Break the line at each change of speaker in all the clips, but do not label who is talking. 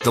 The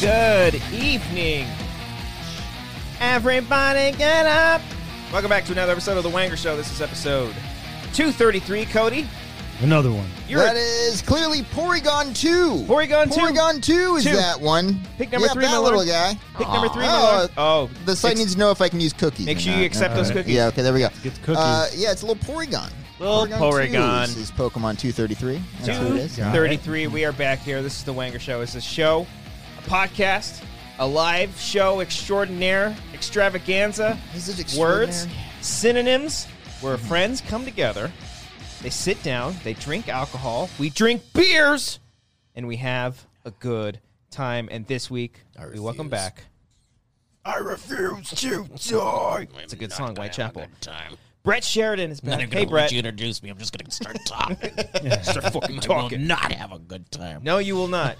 Good evening, everybody. Get up. Welcome back to another episode of the Wanger Show. This is episode 233. Cody,
Another one.
you're
that is clearly Porygon 2.
Porygon 2.
Porygon 2 is
Two.
that one.
Pick number
yeah,
three,
that
my lord.
little guy.
pick number three.
Oh,
Oh, oh
The site
ex-
needs to know if I can use cookies.
Make
or
sure
not.
you accept those
Alright.
cookies.
Yeah, okay, there we go.
Get the cookies.
Uh, yeah, it's a little Porygon.
Little Porygon.
2 is, is Pokemon 233. That's who it is.
233. We are back here. This is the Wanger Show. It's a show, a podcast, a live show extraordinaire, extravaganza.
Is it extraordinary?
words, synonyms, where friends come together, they sit down, they drink alcohol, we drink beers, and we have a good time. And this week, we welcome back.
I refuse to die. It's
a good song, Whitechapel. Brett Sheridan is back. Hey,
Hey,
Brett.
you introduce me. I'm just gonna start talking.
Start fucking
I will
talking.
not have a good time.
No, you will not.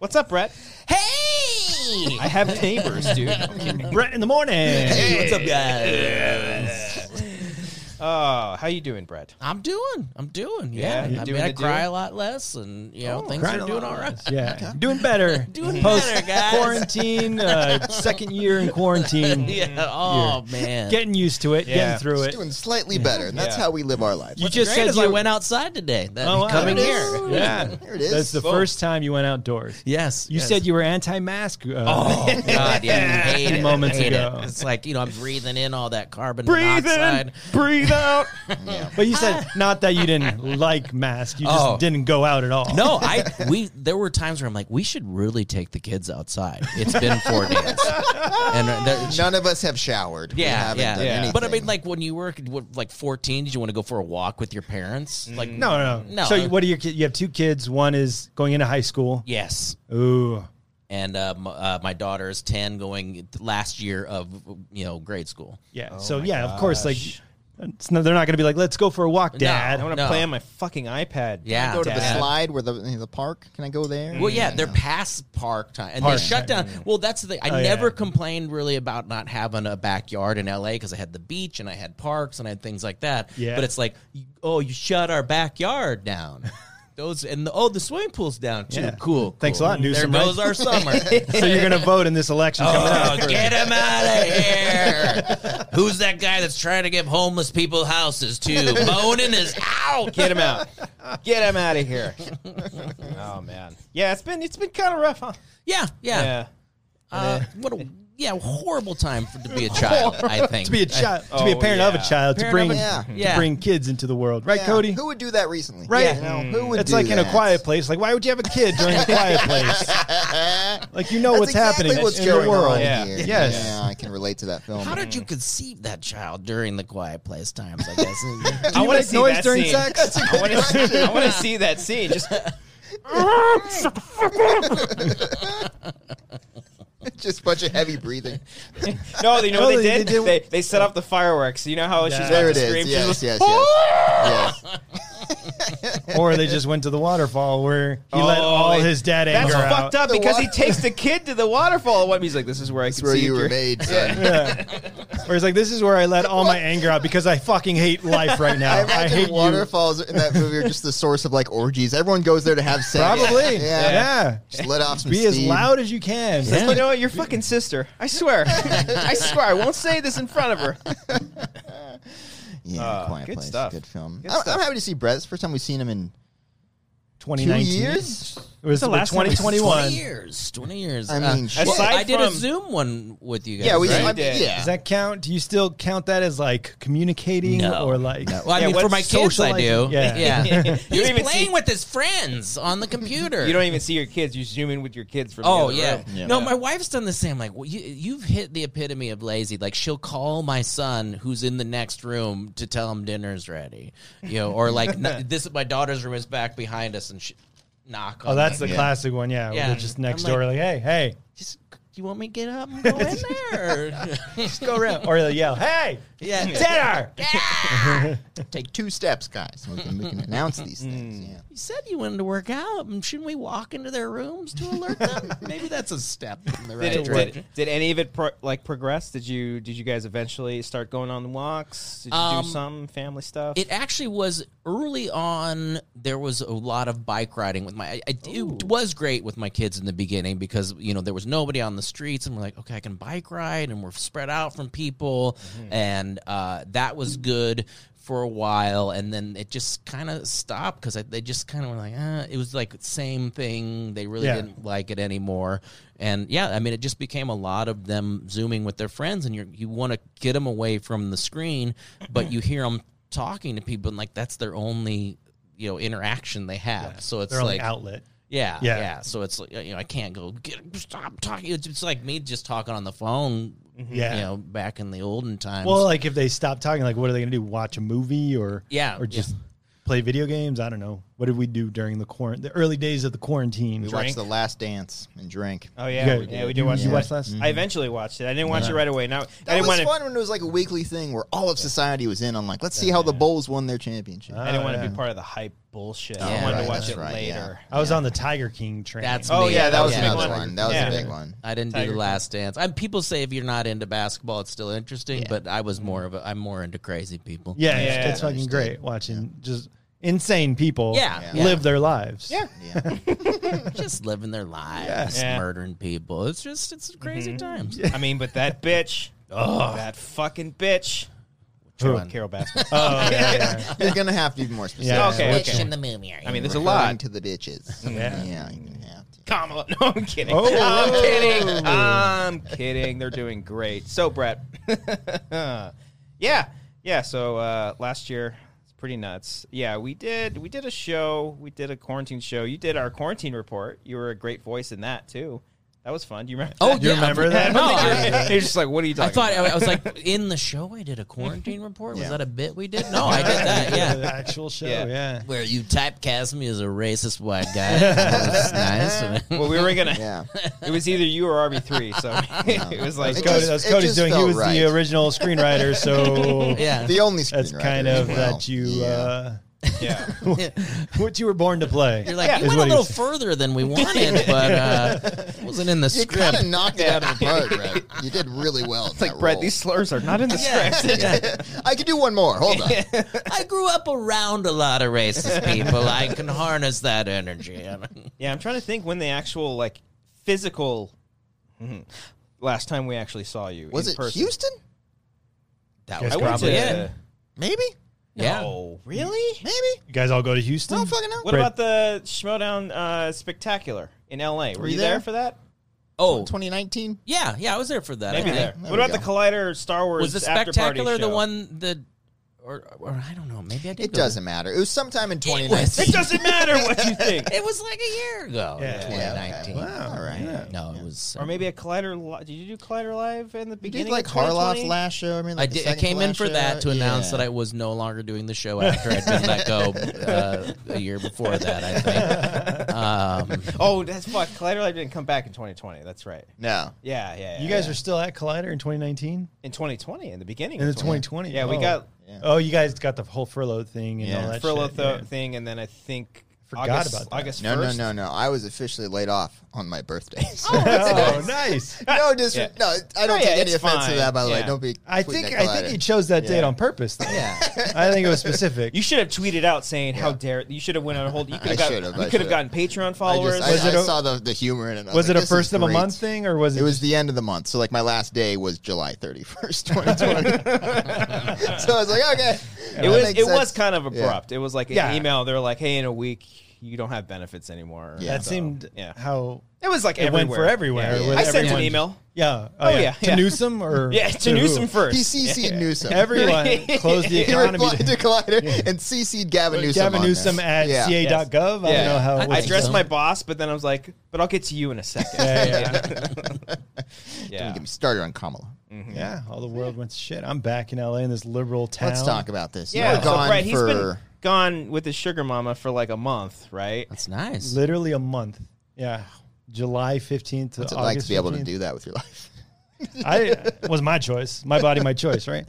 What's up, Brett?
Hey,
I have neighbors, dude. I'm kidding.
Brett in the morning.
what's up, guys?
Oh, how you doing, Brett?
I'm doing. I'm doing.
Yeah,
Yeah,
you're
I
doing
mean, I
the
cry
deal?
a lot less, and you know, things
crying
are
a
doing
lot
all right.
Yeah, doing better.
Doing
Post
better, guys.
quarantine, uh, second year in quarantine.
Yeah. Oh man.
Getting used to it,
Yeah.
getting through
It's
it.
doing slightly better. and That's
Yeah.
how we live our lives.
You
What's
just
great
said
is
you
I went outside today. That
Oh, wow.
coming
There
here.
Yeah,
There it is.
that's the first time you went outdoors.
Yes.
You
yes.
said you were anti-mask. Uh,
Oh God! Yeah, I hate it.
Moments
I hate
ago.
it. it's like you know I'm breathing in all that carbon
Breathe in,
monoxide.
breathe out.
But you said not that you didn't like masks. You just
Oh.
didn't go out at all.
No, I we there were times where I'm like, we should really take the kids outside. It's been four days, and there,
None of us have showered. We
yeah,
haven't
yeah.
done anything.
But I mean, like when you were what, like 14, did you want to go for a walk with your parents? Like
no, no,
No.
So what are your? ki- You have two kids. One is going into high school.
yes.
Ooh,
And uh, m- uh, my daughter is 10, going last year of you know grade school.
yeah. so yeah, of course, like it's no, they're not going to be like, let's go for a walk, Dad.
I want to
No.
play on my fucking iPad.
Yeah,
go to the
Dad.
slide where the, the park. Can I go there?
Well, yeah, they're past park time, and
Park
they shut down. Well, that's the thing. I
Oh, yeah.
never complained really about not having a backyard in LA because I had the beach and I had parks and I had things like that.
Yeah.
But it's like, you- oh, you shut our backyard down. Those and the, oh, the swimming pool's down too.
Yeah.
Cool.
Thanks a
cool.
lot,
There
Newsom,
goes
right?
our summer.
so you're going to vote in this election coming up.
Oh, get him out of here! Who's that guy that's trying to give homeless people houses too? Bonin is out.
Get him out. Get him out of here. oh man. Yeah, it's been it's been kind of rough, huh?
Yeah, yeah.
Yeah.
Uh, what a yeah horrible time for, to be a child. I think
to be a child, to be a
Oh,
parent of a
yeah.
child, to
Parent
bring
of a-
Yeah.
yeah.
to bring kids into the world, right,
Yeah.
Cody?
Who would do that recently?
Right.
You know,
Hmm.
who would
It's
do
like in a
that?
quiet place. Like, why would you have a kid during a quiet place? Like, you know
That's
what's
exactly
happening
what's
in
going
the world.
on
Yeah.
here.
Yes.
Yeah, I can relate to that film.
How did you conceive that child during the quiet place times? I guess.
I want to
make
see
noise
that
during
scene.
sex? That's
I want to. I want to see that scene. Just
Just a bunch of heavy breathing.
no. You know
No,
what they,
they-
did?
they
They,
did-
they, set off the fireworks. You know how she's about
There
to
it
scream?
is.
She
Yes,
was-
yes, yes. yes.
Or they just went to the waterfall where he let
Oh,
all
they-
his dad
That's
anger out.
fucked up
The
because he
wa-
takes the kid to the waterfall. At one, he's like, "This is where I
That's where
conceived
you were
your-
made, son.
Or he's like, this is where I let all my anger out because I fucking hate life right now.
I
I,
imagine
hate you.
waterfalls in that movie are just the source of like orgies. Everyone goes there to have sex.
Probably.
Yeah.
Yeah.
Just let off some
Be as
steam.
loud as you can.
You know what? Your fucking sister. I swear. I swear. I won't say this in front of her.
Yeah,
Uh,
quiet
good
place.
stuff.
Good film.
Good
I'm,
stuff.
I'm happy to see Brett. It's the first time we've seen him in two
2019.
years.
It was
the
the
last time we-
2021.
20 years. 20 years.
I
Uh,
mean,
well,
aside
I did a
from-
Zoom one with you guys.
Yeah, we
right?
did. I mean,
did.
Yeah.
Does that count? Do you still count that as like communicating
No.
or like?
Well, I
Yeah,
mean, for
what's
my kids, I do.
socializing? Yeah.
You don't
He's
even
playing
see-
with his friends on the computer.
You don't even see your kids. You zoom in with your kids from.
Oh
the other
yeah.
room.
no, my wife's done the same. Like well, you, you've hit the epitome of lazy. Like she'll call my son who's in the next room to tell him dinner's ready. You know, or like n- this. My daughter's room is back behind us, and she knock.
Oh,
on
that's
my-
the
Yeah.
classic one. Yeah,
Yeah.
yeah. just next
I'm like-
door. Like, hey, hey,
Just, do you want me to get up and go in there?
just go around or they'll yell, hey,
yeah.
dinner.
Take two steps, guys. and We can, we can announce these things. Yeah.
You said you wanted to work out. and Shouldn't we walk into their rooms to alert them? Maybe that's a step.
In the
Did,
right
it,
direction.
did, did any of it pro- like progress? Did you did you guys eventually start going on walks? Did you
Um,
do some family stuff?
It actually was early on. There was a lot of bike riding with my. I, I, it was great with my kids in the beginning because you know there was nobody on the streets, and we're like, okay, I can bike ride, and we're spread out from people, and uh, that was good for a while, and then it just kind of stopped because they just kind of were like, eh. it was like same thing. They really
Yeah.
didn't like it anymore, and yeah, I mean, it just became a lot of them zooming with their friends, and you you want to get them away from the screen, but you hear them talking to people, and like that's their only you know interaction they have. So it's
Their only
like
outlet.
yeah, yeah,
Yeah.
So it's like you know I can't go get stop talking. It's just like me just talking on the phone.
Mm-hmm. Yeah.
you know, back in the olden times.
Well, like if they stop talking, like what are they gonna do? Watch a movie or
Yeah,
or just
yeah.
play video games? I don't know. What did we do during the quarant the early days of the quarantine?
We watched The Last Dance and drank.
oh yeah,
You
we-
guys-
yeah, we did
you-
watch.
you
it.
watched last-
I eventually watched it. I didn't watch it right away. Now I
That
didn't
was
want to.
fun when it was like a weekly thing where all of society was in on like, let's see how the Bulls won their championship.
I didn't
Oh,
want to
yeah. Oh,
be part of the hype bullshit. I
Yeah,
wanted
right,
to watch
that's
it
right, yeah.
later.
I was on the Tiger King train.
That's
Oh,
me.
yeah, that was
That
a
was
big
another
one.
one. That was
Yeah.
a big one.
I didn't
Tiger
do
King.
the last dance. I, people say if you're not into basketball, it's still interesting, but I
Mm-hmm.
was more of a, I'm more into crazy people.
yeah,
Yeah,
it's, it's fucking
understood.
great watching just insane people
Yeah.
Yeah.
live their lives.
Yeah.
Yeah.
Just living their lives,
Yeah.
murdering people. It's just, it's crazy times.
I mean, but that bitch, that fucking bitch,
Who-
Carol Baskin.
Oh, yeah, yeah.
You're going to have to be more specific.
Yeah.
okay,
Bitch
okay.
in the movie.
I mean, there's a
Referring
lot.
to the bitches.
Yeah.
yeah you're going to have to.
Kamala. No, I'm kidding.
Oh.
I'm kidding. I'm kidding. They're doing great. So, Brett. yeah. Yeah. So, uh, last year, it's pretty nuts. Yeah, we did. We did a show. We did a quarantine show. You did our quarantine report. You were a great voice in that, too. That was fun. Do you remember?
Oh,
that?
you
remember that?
No, I,
You're you're just like, what are you
I
talking
thought
about?
I was like in the show. I did a quarantine report. Was
Yeah.
that a bit we did? No, I did that.
The
Yeah.
actual show.
Yeah.
Yeah.
Where you typecast me as a racist white guy. That's nice.
well, we were going to.
Yeah.
It was either you or RB3. So, it was like,
It
Cody,
just-
that's
it
Cody's
just
doing. He
felt
was
right.
the original screenwriter, so
Yeah.
The only
that's
screenwriter
kind
as
of
well.
that you
Yeah.
uh,
yeah.
what you were born to play.
You're like,
Yeah.
you
Is
went a
what he
little
said.
further than we wanted, but uh, it wasn't in the
You kind
script.
of knocked it out of the park, Brett. You did really well. It's
Like, Brett, these slurs are not in the script.
I could do one more. Hold on.
I grew up around a lot of racist people. I can harness that energy.
Yeah, I'm trying to think when the actual like physical Mhm. last time we actually saw you
Was
in
it
person.
Houston?
Yes,
That was
I went
probably
to
it.
Maybe.
Yeah.
No, really?
Maybe.
You guys all go to Houston?
I don't fucking know.
What
Brett.
about the Schmodown uh, Spectacular in L.A.? Were,
Were
you
you
there?
there?
for that?
Oh,
2019.
yeah, yeah. I was there for that. I
Maybe
think.
there.
There
what
we
about the
go.
Collider Star Wars
Was the
after party
spectacular the
show?
one that, or, or I don't know. Maybe I did.
It
go-
doesn't matter. It was sometime in
It
2019.
was.
It doesn't matter what you think.
It was like a year ago.
Yeah.
Yeah, okay.
2019.
Wow. All right.
No, it was.
Or maybe a Collider. Li- did you do Collider Live in the
You
beginning?
did like
of 2020?
Harloff last show. I mean,
I
like the
did. I
second
came in
last
for that
show.
to announce
Yeah.
that I was no longer doing the show after I did let go uh, a year before that. I think. Um,
Oh, that's fuck. Collider Live didn't come back in 2020. That's right.
No.
Yeah, yeah. yeah
You guys
yeah.
are still at Collider in 2019
in 2020 in the beginning.
in the
of 2020.
2020.
Yeah, we
Oh.
got-
Yeah.
Oh, you guys got the whole furlough thing and
Yeah.
all that.
furlough
shit.
tho-
Yeah.
thing, and then I think
Forgot
August,
about that.
August
No, no,
first.
no, no. I was officially laid off on my birthday. So-
Oh, nice.
no, dis- no, I don't
Yeah,
take any
it's
offense
fine.
to that. By the
Yeah.
way, don't be.
I
tweeting
think
at
I
Collider.
think he chose that date on purpose. Though.
Yeah.
I think it was specific.
You should have tweeted out saying how dare you should have went on a whole. You could
I
have got,
should've,
you could
I
have
should've.
gotten Patreon
I,
followers.
just, I,
Was it
I
a-
saw the, the humor in it. and I
was
like,
it a
this is
first of a
great.
month thing or was it?
It was the end of the month, so like my last day was July thirty first, twenty twenty. So I was like, okay,
it was it was kind of abrupt. It was like an
Yeah.
email. They're like, "Hey, in a week, you don't have benefits anymore.
Yeah.
That
So,
seemed
yeah.
how
It was like
it
everywhere.
went for everywhere.
Yeah.
with
I sent an
everyone-
email.
Yeah.
Oh, yeah,
To
yeah.
Newsom or
Yeah, to
who?
Newsom first.
He CC'd Newsom.
Everyone closed the
he
economy.
replied to Collider and CC'd Gavin Newsom.
Gavin
on this.
Newsom at
Yeah.
ca.gov. I
Yeah.
don't know how. It
I
was.
addressed
so.
my boss, but then I was like, "But I'll get to you in a second.
Yeah, yeah,
Yeah.
Get me started on Kamala.
Yeah, all the world went to shit. I'm back in LA in this liberal town.
Let's talk about this.
Yeah,
you were
so
gone
Brett,
for
he's been gone with his sugar mama for like a month, right?
That's nice.
literally a month. Yeah, July 15th to
what's
August
it like to be able to
15th.
do that with your life?
I it was my choice. My body, my choice. Right?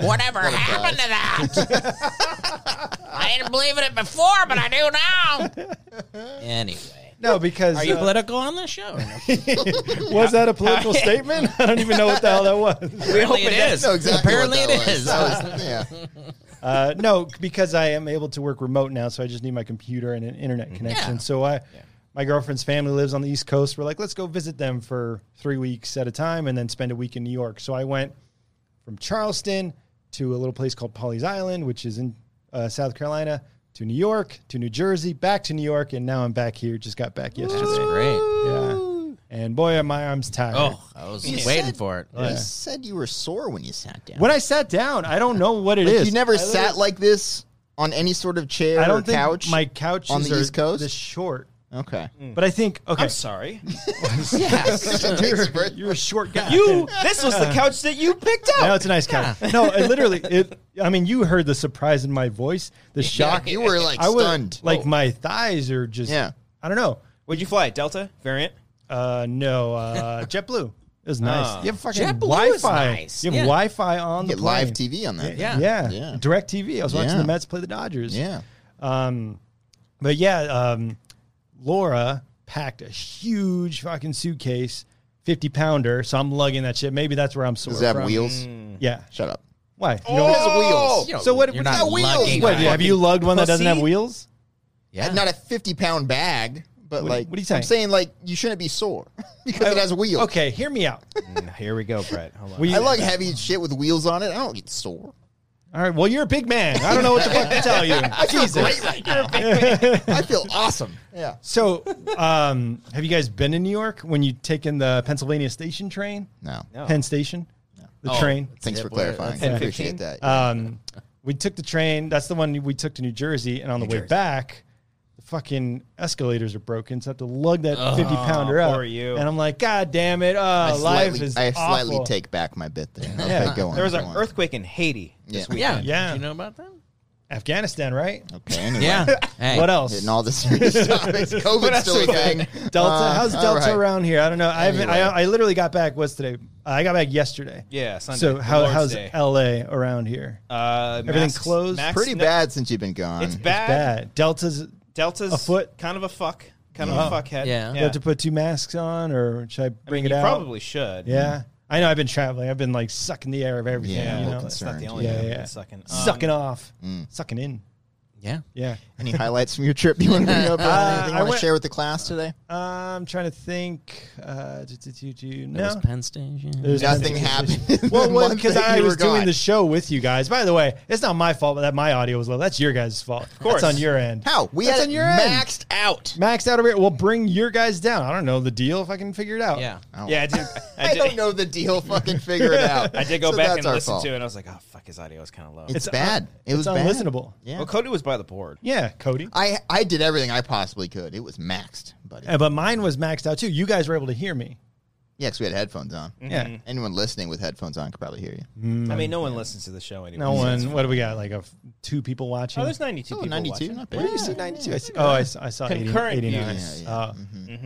Whatever happened to that? I didn't believe in it before, but I do now. Anyway,
No, because
are you
uh,
political on this show?
was that a political statement? I don't even know what the hell that was.
we hope it is.
No, exactly. what
Apparently,
that
it
was.
is.
That was- yeah.
Uh, no, because I am able to work remote now, so I just need my computer and an internet connection.
Mm-hmm. Yeah.
So I, my girlfriend's family lives on the East Coast. We're like, let's go visit them for three weeks at a time, and then spend a week in New York. So I went from Charleston to a little place called Polly's Island, which is in uh, South Carolina, to New York, to New Jersey, back to New York, and now I'm back here. Just got back yesterday.
That's great.
Yeah. And boy, are my arms tired.
Oh, I was
You
waiting
said-
for it.
You said you were sore when you sat down.
When I sat down, I don't know what it is.
Like, you never
I
sat like this on any sort of chair
I
or
don't think
couch.
my couches
on the
are
East Coast?
this short.
okay.
Hmm.
But I think okay,
I'm sorry.
Thanks, Brett.
you're a short guy.
You. This was the couch that you picked
No,
out.
it's a nice couch. No, it literally. It. I mean, you heard the surprise in my voice, the shock.
You were like
I was
stunned.
Oh.
Oh.
like my thighs are just.
Yeah.
I don't know.
Would you fly Delta variant?
Uh, no, uh, JetBlue. It was nice.
Ah.
you have fucking
JetBlue is
Wi-Fi.
nice.
You have
Yeah.
Wi-Fi on the
Get live
plane.
TV on that.
Yeah.
Yeah.
Yeah.
Direct TV. I was watching
Yeah.
the Mets play the Dodgers.
Yeah.
But yeah, um, Laura packed a huge fucking suitcase, 50 pounder. So I'm lugging that shit. Maybe that's where I'm sore
Does it have
from.
wheels?
Yeah.
Shut up.
Why? You
No,
don't-
it has wheels.
You know,
So what-
You're
what's
not
that wheel?
lugging
What,
around.
have you lugged one that doesn't have
pussy?
wheels?
Yeah.
Not a 50 pound bag, but
What-
like,
what are you saying?
I'm saying like you shouldn't be sore because it has wheels.
Okay, hear me out.
Here we go, Brett. Hold on.
We-
I like heavy shit with wheels on it. I don't get sore.
All right. Well, you're a big man. I don't know what the fuck to tell you. Jesus.
I feel awesome. Yeah.
So, um, have you guys been in New York when you taken the Pennsylvania Station train?
No.
No.
Penn Station, the
Oh.
train.
Thanks for
Yeah, boy,
clarifying. I
that's- Uh,
appreciate
10,
that.
Um, we took the train. That's the one we took to New Jersey, and on the way
Jersey.
back, the fucking escalators are broken, so I have to lug that fifty pounder up.
poor you.
And I'm like, God damn it! Uh, life
slightly,
is
I slightly
awful.
take back my bit there.
Yeah.
Okay, go on.
There was
go
an
on.
earthquake in Haiti this
Yeah.
week.
Yeah.
Yeah.
Did you know about that?
Afghanistan, right?
Okay, anyway.
Yeah. Hey.
What else?
Hitting all the serious topics. COVID's
else
still a
we got?
thing.
Delta,
Uh,
how's
all
Delta
right.
around here? I don't know. I haven't,
Anyway.
I I literally got back. What's today? I got back yesterday.
Yeah, Sunday,
So
the
how,
Lord's
how's
Day.
LA around here?
Uh,
Everything
masks-
closed?
masks-
Pretty
no,
bad since you've been gone.
It's bad.
Bad. Delta's.
Delta's
A foot?
Kind of a fuck. Kind
Yeah.
of a fuckhead.
Yeah.
You have to put two masks on, or should I
I
bring
mean, you
it out?
probably should.
Yeah. I know. I've been traveling. I've been like sucking the air of everything. you
Yeah, I'm
know?
looking
It's not the
Concerned. mm.
only
Yeah,
thing
yeah.
that's sucking. Um,
sucking off, sucking in.
Yeah.
Yeah.
Any highlights from your trip you want to bring up?
Uh,
Brian?
I
Anything you want to
went-
share with the class today?
I'm trying to think. Uh, do, do, do, do.
That was
No.
Penn Station.
There's
Nothing happened. in the
Well,
month
because
that
I
you
was
were gone.
doing the show with you guys. By the way, it's not my fault that my audio was low. That's your guys' fault. Of
course.
That's on your end.
How? We
That's
had
on
it
your end.
maxed out.
Max out of here. We'll bring your guys down. I don't know the deal if I can figure it out.
Yeah.
Yeah, I did. I,
I
did,
don't know the deal. Fucking figure it out.
I did go
So
back
that's
and
our
listen
fault.
to it, and I was like, oh, fuck, his audio is kind of low.
It's, bad. it was
it's
bad.
unlistenable.
Yeah.
Well, Cody was by the board.
Yeah, Cody.
I I did everything I possibly could. It was maxed, buddy.
Uh, but mine was maxed out too. You guys were able to hear me.
Yeah, because we had headphones on.
Mm-hmm.
Yeah.
Anyone listening with headphones on could probably hear you.
I mean, no one listens to the show anyway.
No one. What do we got? Like a f- two people watching.
Oh, there's 92
Oh,
people
92,
watching.
not
Where do
bad.
you see 92? I see, oh, I, s- I saw 80,
Concurrent
89.
views. Mm-hmm.
Oh,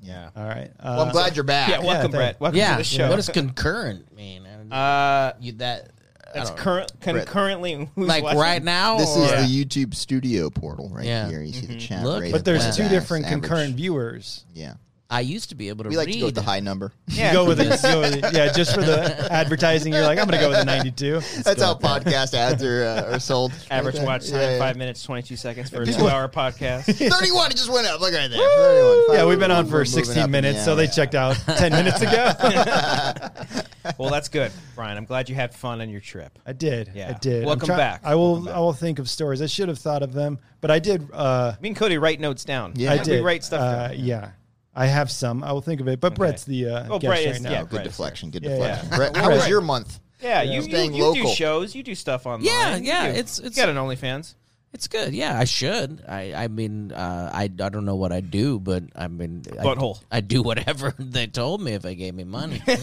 Yeah.
all right. Uh,
Mm-hmm. Well, I'm glad you're back.
Yeah, welcome,
thank-
Brett. Welcome
Yeah.
to the show.
What does concurrent mean?
uh,
you, that. I
that's
don't know.
current concurrently. Who's
Like
watching?
right now?
This
or-
is the YouTube studio portal right
oh, Yeah.
here. You see the chat
Look
rate.
at
but
of
there's
that.
two
contacts,
different
average.
concurrent viewers.
Yeah.
I used to be able to
We
read.
like to go with the high number.
Yeah.
go with it. go with it. Yeah, just for the advertising, you're like, I'm gonna go with the 92.
That's how podcast ads are, uh, are sold.
Average
Okay.
watch time,
Yeah, yeah.
five minutes, 22 seconds for a two hour podcast.
31. It just went up. Look right there. 31.
Yeah,
Five-
we've been on
we're
for
moving up
16
and
minutes,
yeah,
so they
yeah.
checked out 10 minutes ago.
Well, that's good, Brian. I'm glad you had fun on your trip.
I did.
Yeah.
I did. I'm
Welcome
try-
back.
I will.
Welcome back.
I will think of stories. I should have thought of them, but I did. Uh,
Me and Cody write notes down.
Yeah.
I
we
We
did
write stuff
Uh,
down.
yeah, I have some. I will think of it. But Brett's the uh,
Oh,
guest
Brett
right
is-
now.
yeah.
Good
Right.
deflection. Good
Yeah,
deflection.
yeah.
Brett, how was
Right.
your month?
Yeah, you, you,
Staying
you do
local.
shows, you do stuff online.
Yeah,
You
yeah,
do.
it's- it's-
you got an OnlyFans.
It's good. Yeah, I should. I I mean, uh, I I don't know what I do, but I mean, I-
Butthole.
I, do whatever they told me if they gave me money. um,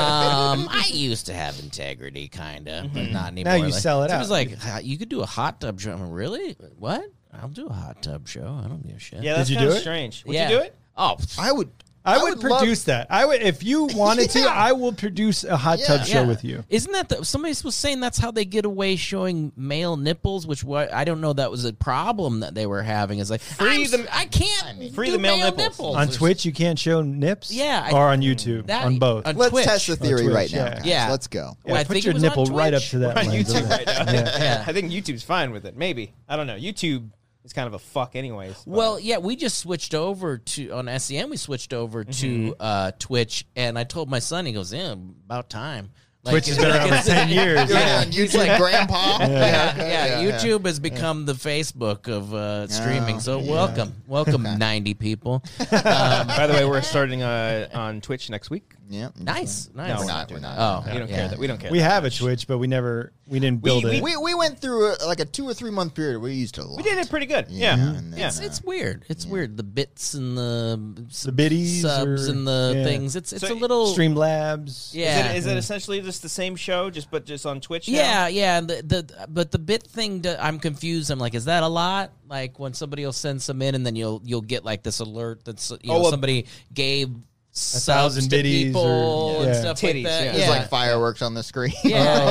I used to have integrity, kind of, but not anymore.
Mm-hmm. you sell it
It was
out.
like "Ha- you could do a hot tub show. I'm like, really? What? I'll do a hot tub show. I don't give a shit.
Yeah, that's
you
kind
do
of
it?
strange. Would
Yeah.
you do it?
Oh,
I would.
I would
love-
produce that. I would if you wanted
Yeah.
to. I will produce a hot tub
yeah.
show with you.
Isn't that the, somebody was saying that's how they get away showing male nipples? Which what I don't know that was a problem that they were having. Is like free
the-
I can't
Free
do
the male nipples.
on
There's-
Twitch, you can't show nips.
Yeah, I-
or on YouTube,
that-
on both.
e, on
Let's
Twitch.
test the theory
Twitch,
right now.
yeah.
guys.
Yeah.
Let's go.
Well, I
Put
think
your
it was on
nipple right up
Twitch.
to that.
On
lens.
YouTube right now.
Yeah.
I think YouTube's fine with it. Maybe. I don't know. YouTube is kind of a fuck anyways. but-
Well, yeah, we just switched over to on SEM. We switched over to uh, Twitch, and I told my son. He goes, "Yeah, about time." Like,
Twitch has been around for ten years.
You're on YouTube, Grandpa.
Yeah,
okay,
yeah,
yeah.
YouTube has become the Facebook of uh, streaming. so welcome, welcome, ninety people.
Um, by the way, we're starting uh, on Twitch next week.
Yeah.
Nice, nice.
We're not. We're not.
Oh,
We don't
yeah.
care that. We don't care.
We
that
have a
much.
Twitch, but we never we didn't build
We-
it.
We, we went through a, like a two or three month period. We used to. A lot.
We did it pretty good. Yeah.
Yeah,
Yeah.
and uh,
It's, it's weird. It's weird. The bits and the
The biddies
subs
or-
and the
yeah.
things. It's it's
So
a little
Streamlabs.
Is,
Yeah,
it, is it essentially just the same show, just but just on Twitch? now?
Yeah, yeah, and the, the but the bit thing, do- I'm confused. I'm like, is that a lot? Like when somebody will send some in, and then you'll you'll get like this alert that's you know
Oh, well-
somebody gave subs
thousand
to
biddies
people
or-
and
yeah.
stuff
Titties,
like
yeah.
that. Yeah,
There's like fireworks on the screen.
yeah,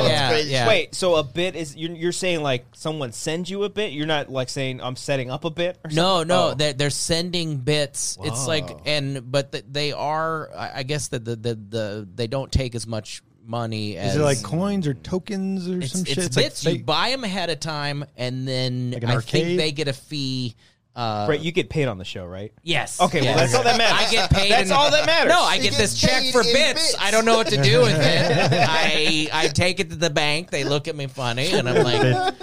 It's
yeah,
crazy.
yeah.
Wait, so a bit is you're, you're saying like someone sends you a bit? You're not like saying I'm setting up a bit? Or something?
No, no,
Oh.
they're, they're sending bits. It's like and but th- they are. I I guess that the, the the they don't take as much money as
Is it like coins or tokens or
it's,
some shit?
it's
like
bits.
fake-
you buy them ahead of time, and then
Like an
I think
arcade?
they get a fee. Uh,
Right, you get paid on the show, right?
Yes.
Okay, well, that's all that matters.
I get paid.
That's
in-
all that matters.
No, I
You
get
get
this check
paid
for
in
bits.
bits.
I don't know what to do with it. I I take it to the bank. They look at me funny, and I'm like,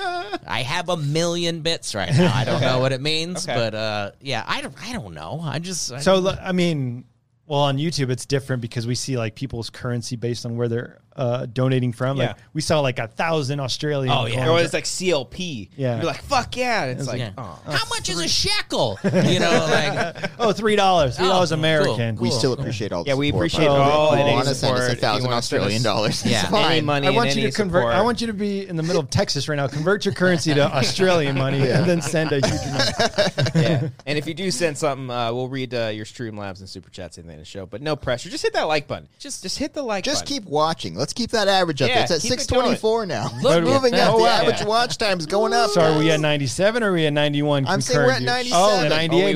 I have a million bits right now. I don't know what it means,
Okay.
but uh, yeah, I don't. I don't know. I just I,
So l- I mean, well, on YouTube it's different because we see like people's currency based on where they're uh, donating from. Like
Yeah.
we saw like a thousand Australian.
Oh, yeah.
coins.
Or it's like CLP.
Yeah.
You're like, fuck yeah. And it's like,
yeah.
oh.
How much is a shekel? You know, like
oh, three dollars, three dollars
Oh, cool,
American.
cool.
We still appreciate all. The
Yeah, we
support,
appreciate
by the way.
all
If you
any
wanna send us
support,
a
if you
thousand
wanna send us
Australian dollars.
Yeah.
it's
Any
fine.
Any money
I want
and
you
any
to convert.
support.
I want you to be in the middle of Texas right now. Convert your currency to Australian money and then send a huge amount.
yeah. And if you do send something, uh, we'll read uh, your Streamlabs and Super Chats in the end of the show. But no pressure. Just hit that like button. Just just hit the like
Just
button.
keep watching. Let's keep that average up.
Yeah,
it's at
keep it
624 now.
Look
We're
at
moving
that.
up.
Oh,
the
wow.
average
Yeah.
watch time is going up.
So are we
guys.
at 97 or are we at 91?
I'm saying we're at
concurrent use?
97.
Oh, at 98,
Oh, we went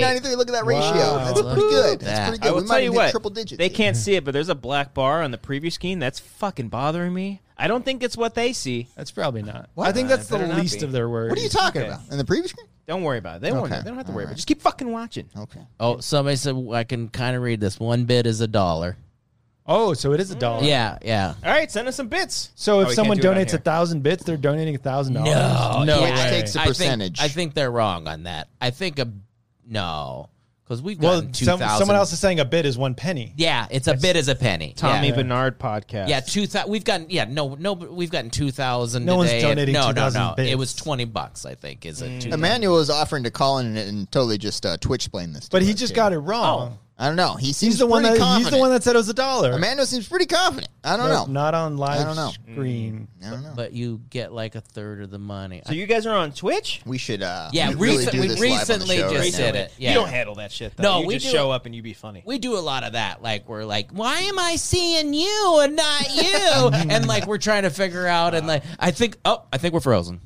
93.
93. Look at that ratio.
Wow.
That's pretty good. That's
that.
pretty good.
I will
we
tell
might
you
even hit
what.
triple digits.
They can't see it, but there's a black bar on the preview screen. That's fucking bothering me. I don't think it's what they see.
That's probably not. I think that's the
better not
least
be.
of their worries.
What are you talking
Okay.
about? In the previous screen?
Don't worry about it. They won't.
Okay.
They don't have to worry. about
All right.
it. Just keep fucking watching.
Okay.
oh, somebody said I can kind of read this. One bit is a dollar.
Oh, so it is a dollar.
Yeah, yeah.
All right, send us some bits.
So if
Oh, we
someone
can't do it on
donates a
here.
thousand bits, they're donating a thousand dollars.
No,
no
yeah,
Which
I-
way.
takes a
I think-
percentage.
I think, they're wrong on that. I think a no, because we've
well,
gotten two
some,
thousand.
someone else is saying a bit is one penny.
Yeah, it's a bit as a penny.
Tommy
yeah.
Bernard podcast.
Yeah, two thousand. We've gotten yeah, no, no. We've gotten two thousand.
No one's
today.
donating
No, no,
2,000
no.
bits. Mm.
It was twenty bucks. I think is it? two
Emmanuel is offering to call in and totally just uh, Twitch blame this. to
But he
us,
just
too.
got it wrong.
I don't know. He Oh. seems
He's the one that
pretty confident.
he's the one that said it was a dollar.
Emmanuel seems pretty confident. I don't
Nope,
know.
Not on live
I don't know.
screen.
I don't know.
But you get like a third of the money.
So you guys are on Twitch.
We should. Uh,
Yeah,
really
recent-
do
we
this live on the
recently
show
just
right now.
did it. Yeah.
You don't handle that shit. Though.
No,
you
we
just
do
show
it-
up and you be funny.
we do a lot of that. Like we're like, why am I seeing you and not you? and like we're trying to figure out. And like I think, oh, I think we're frozen.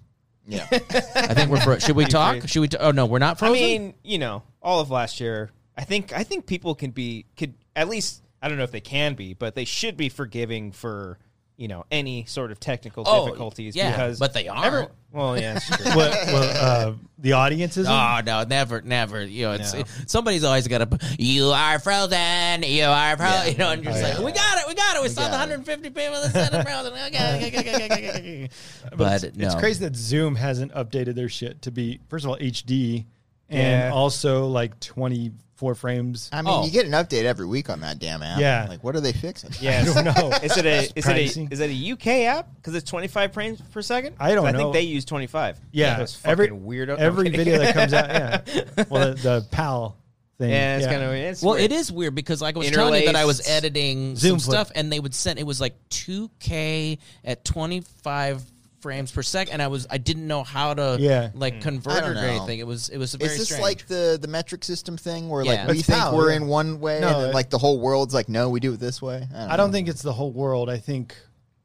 Yeah.
I think we're fro- should we talk? Should we? T- oh no, we're
I
not frozen.
mean, you know, all of last year, I think I think people can be could at least I don't know if they can be, but they should be forgiving for you know, any sort of technical
Oh,
difficulties
yeah,
because
but they aren't.
every- Mm. well, yeah, it's true. Ah,
what, what, uh, the audience is.
Oh no, never, never. You know, it's
No.
somebody's always got to. You are frozen. You are frozen. You know, and you're just like, we got it, we got it. We, saw the
got it.
150 people that said it frozen. Okay, okay, okay, okay, okay, okay. But, no,
It's crazy that Zoom hasn't updated their shit to be first of all HD
Yeah.
and also like 24 frames.
I mean,
Oh.
you get an update every week on that damn app.
Yeah.
Like, what are they fixing?
Yes.
I don't know.
Is it a is
privacy.
it a is it a UK app? Because it's twenty five frames per second.
I don't
'Cause I
know.
think they use twenty five.
Yeah,
those fucking
every
weirdo.
Every
I'm kidding.
video that comes out, yeah. Well, the, the PAL thing.
Yeah, it's kind of it's
Well,
weird.
it is weird because like I was telling you that I was
Interlaced.
editing
Zoom
some
flip.
stuff, and they would send it was like 2K at 25 frames per second, and I was I didn't know how to
Yeah.
like convert
I don't
it or
know.
anything. It was it was very
Is this
strange.
like the, the metric system thing where
Yeah.
like we
It's
think
how,
we're
yeah.
in one way
No,
and then
it-
like the whole world's like, no, we do it this way?
I don't think it's the whole world. I think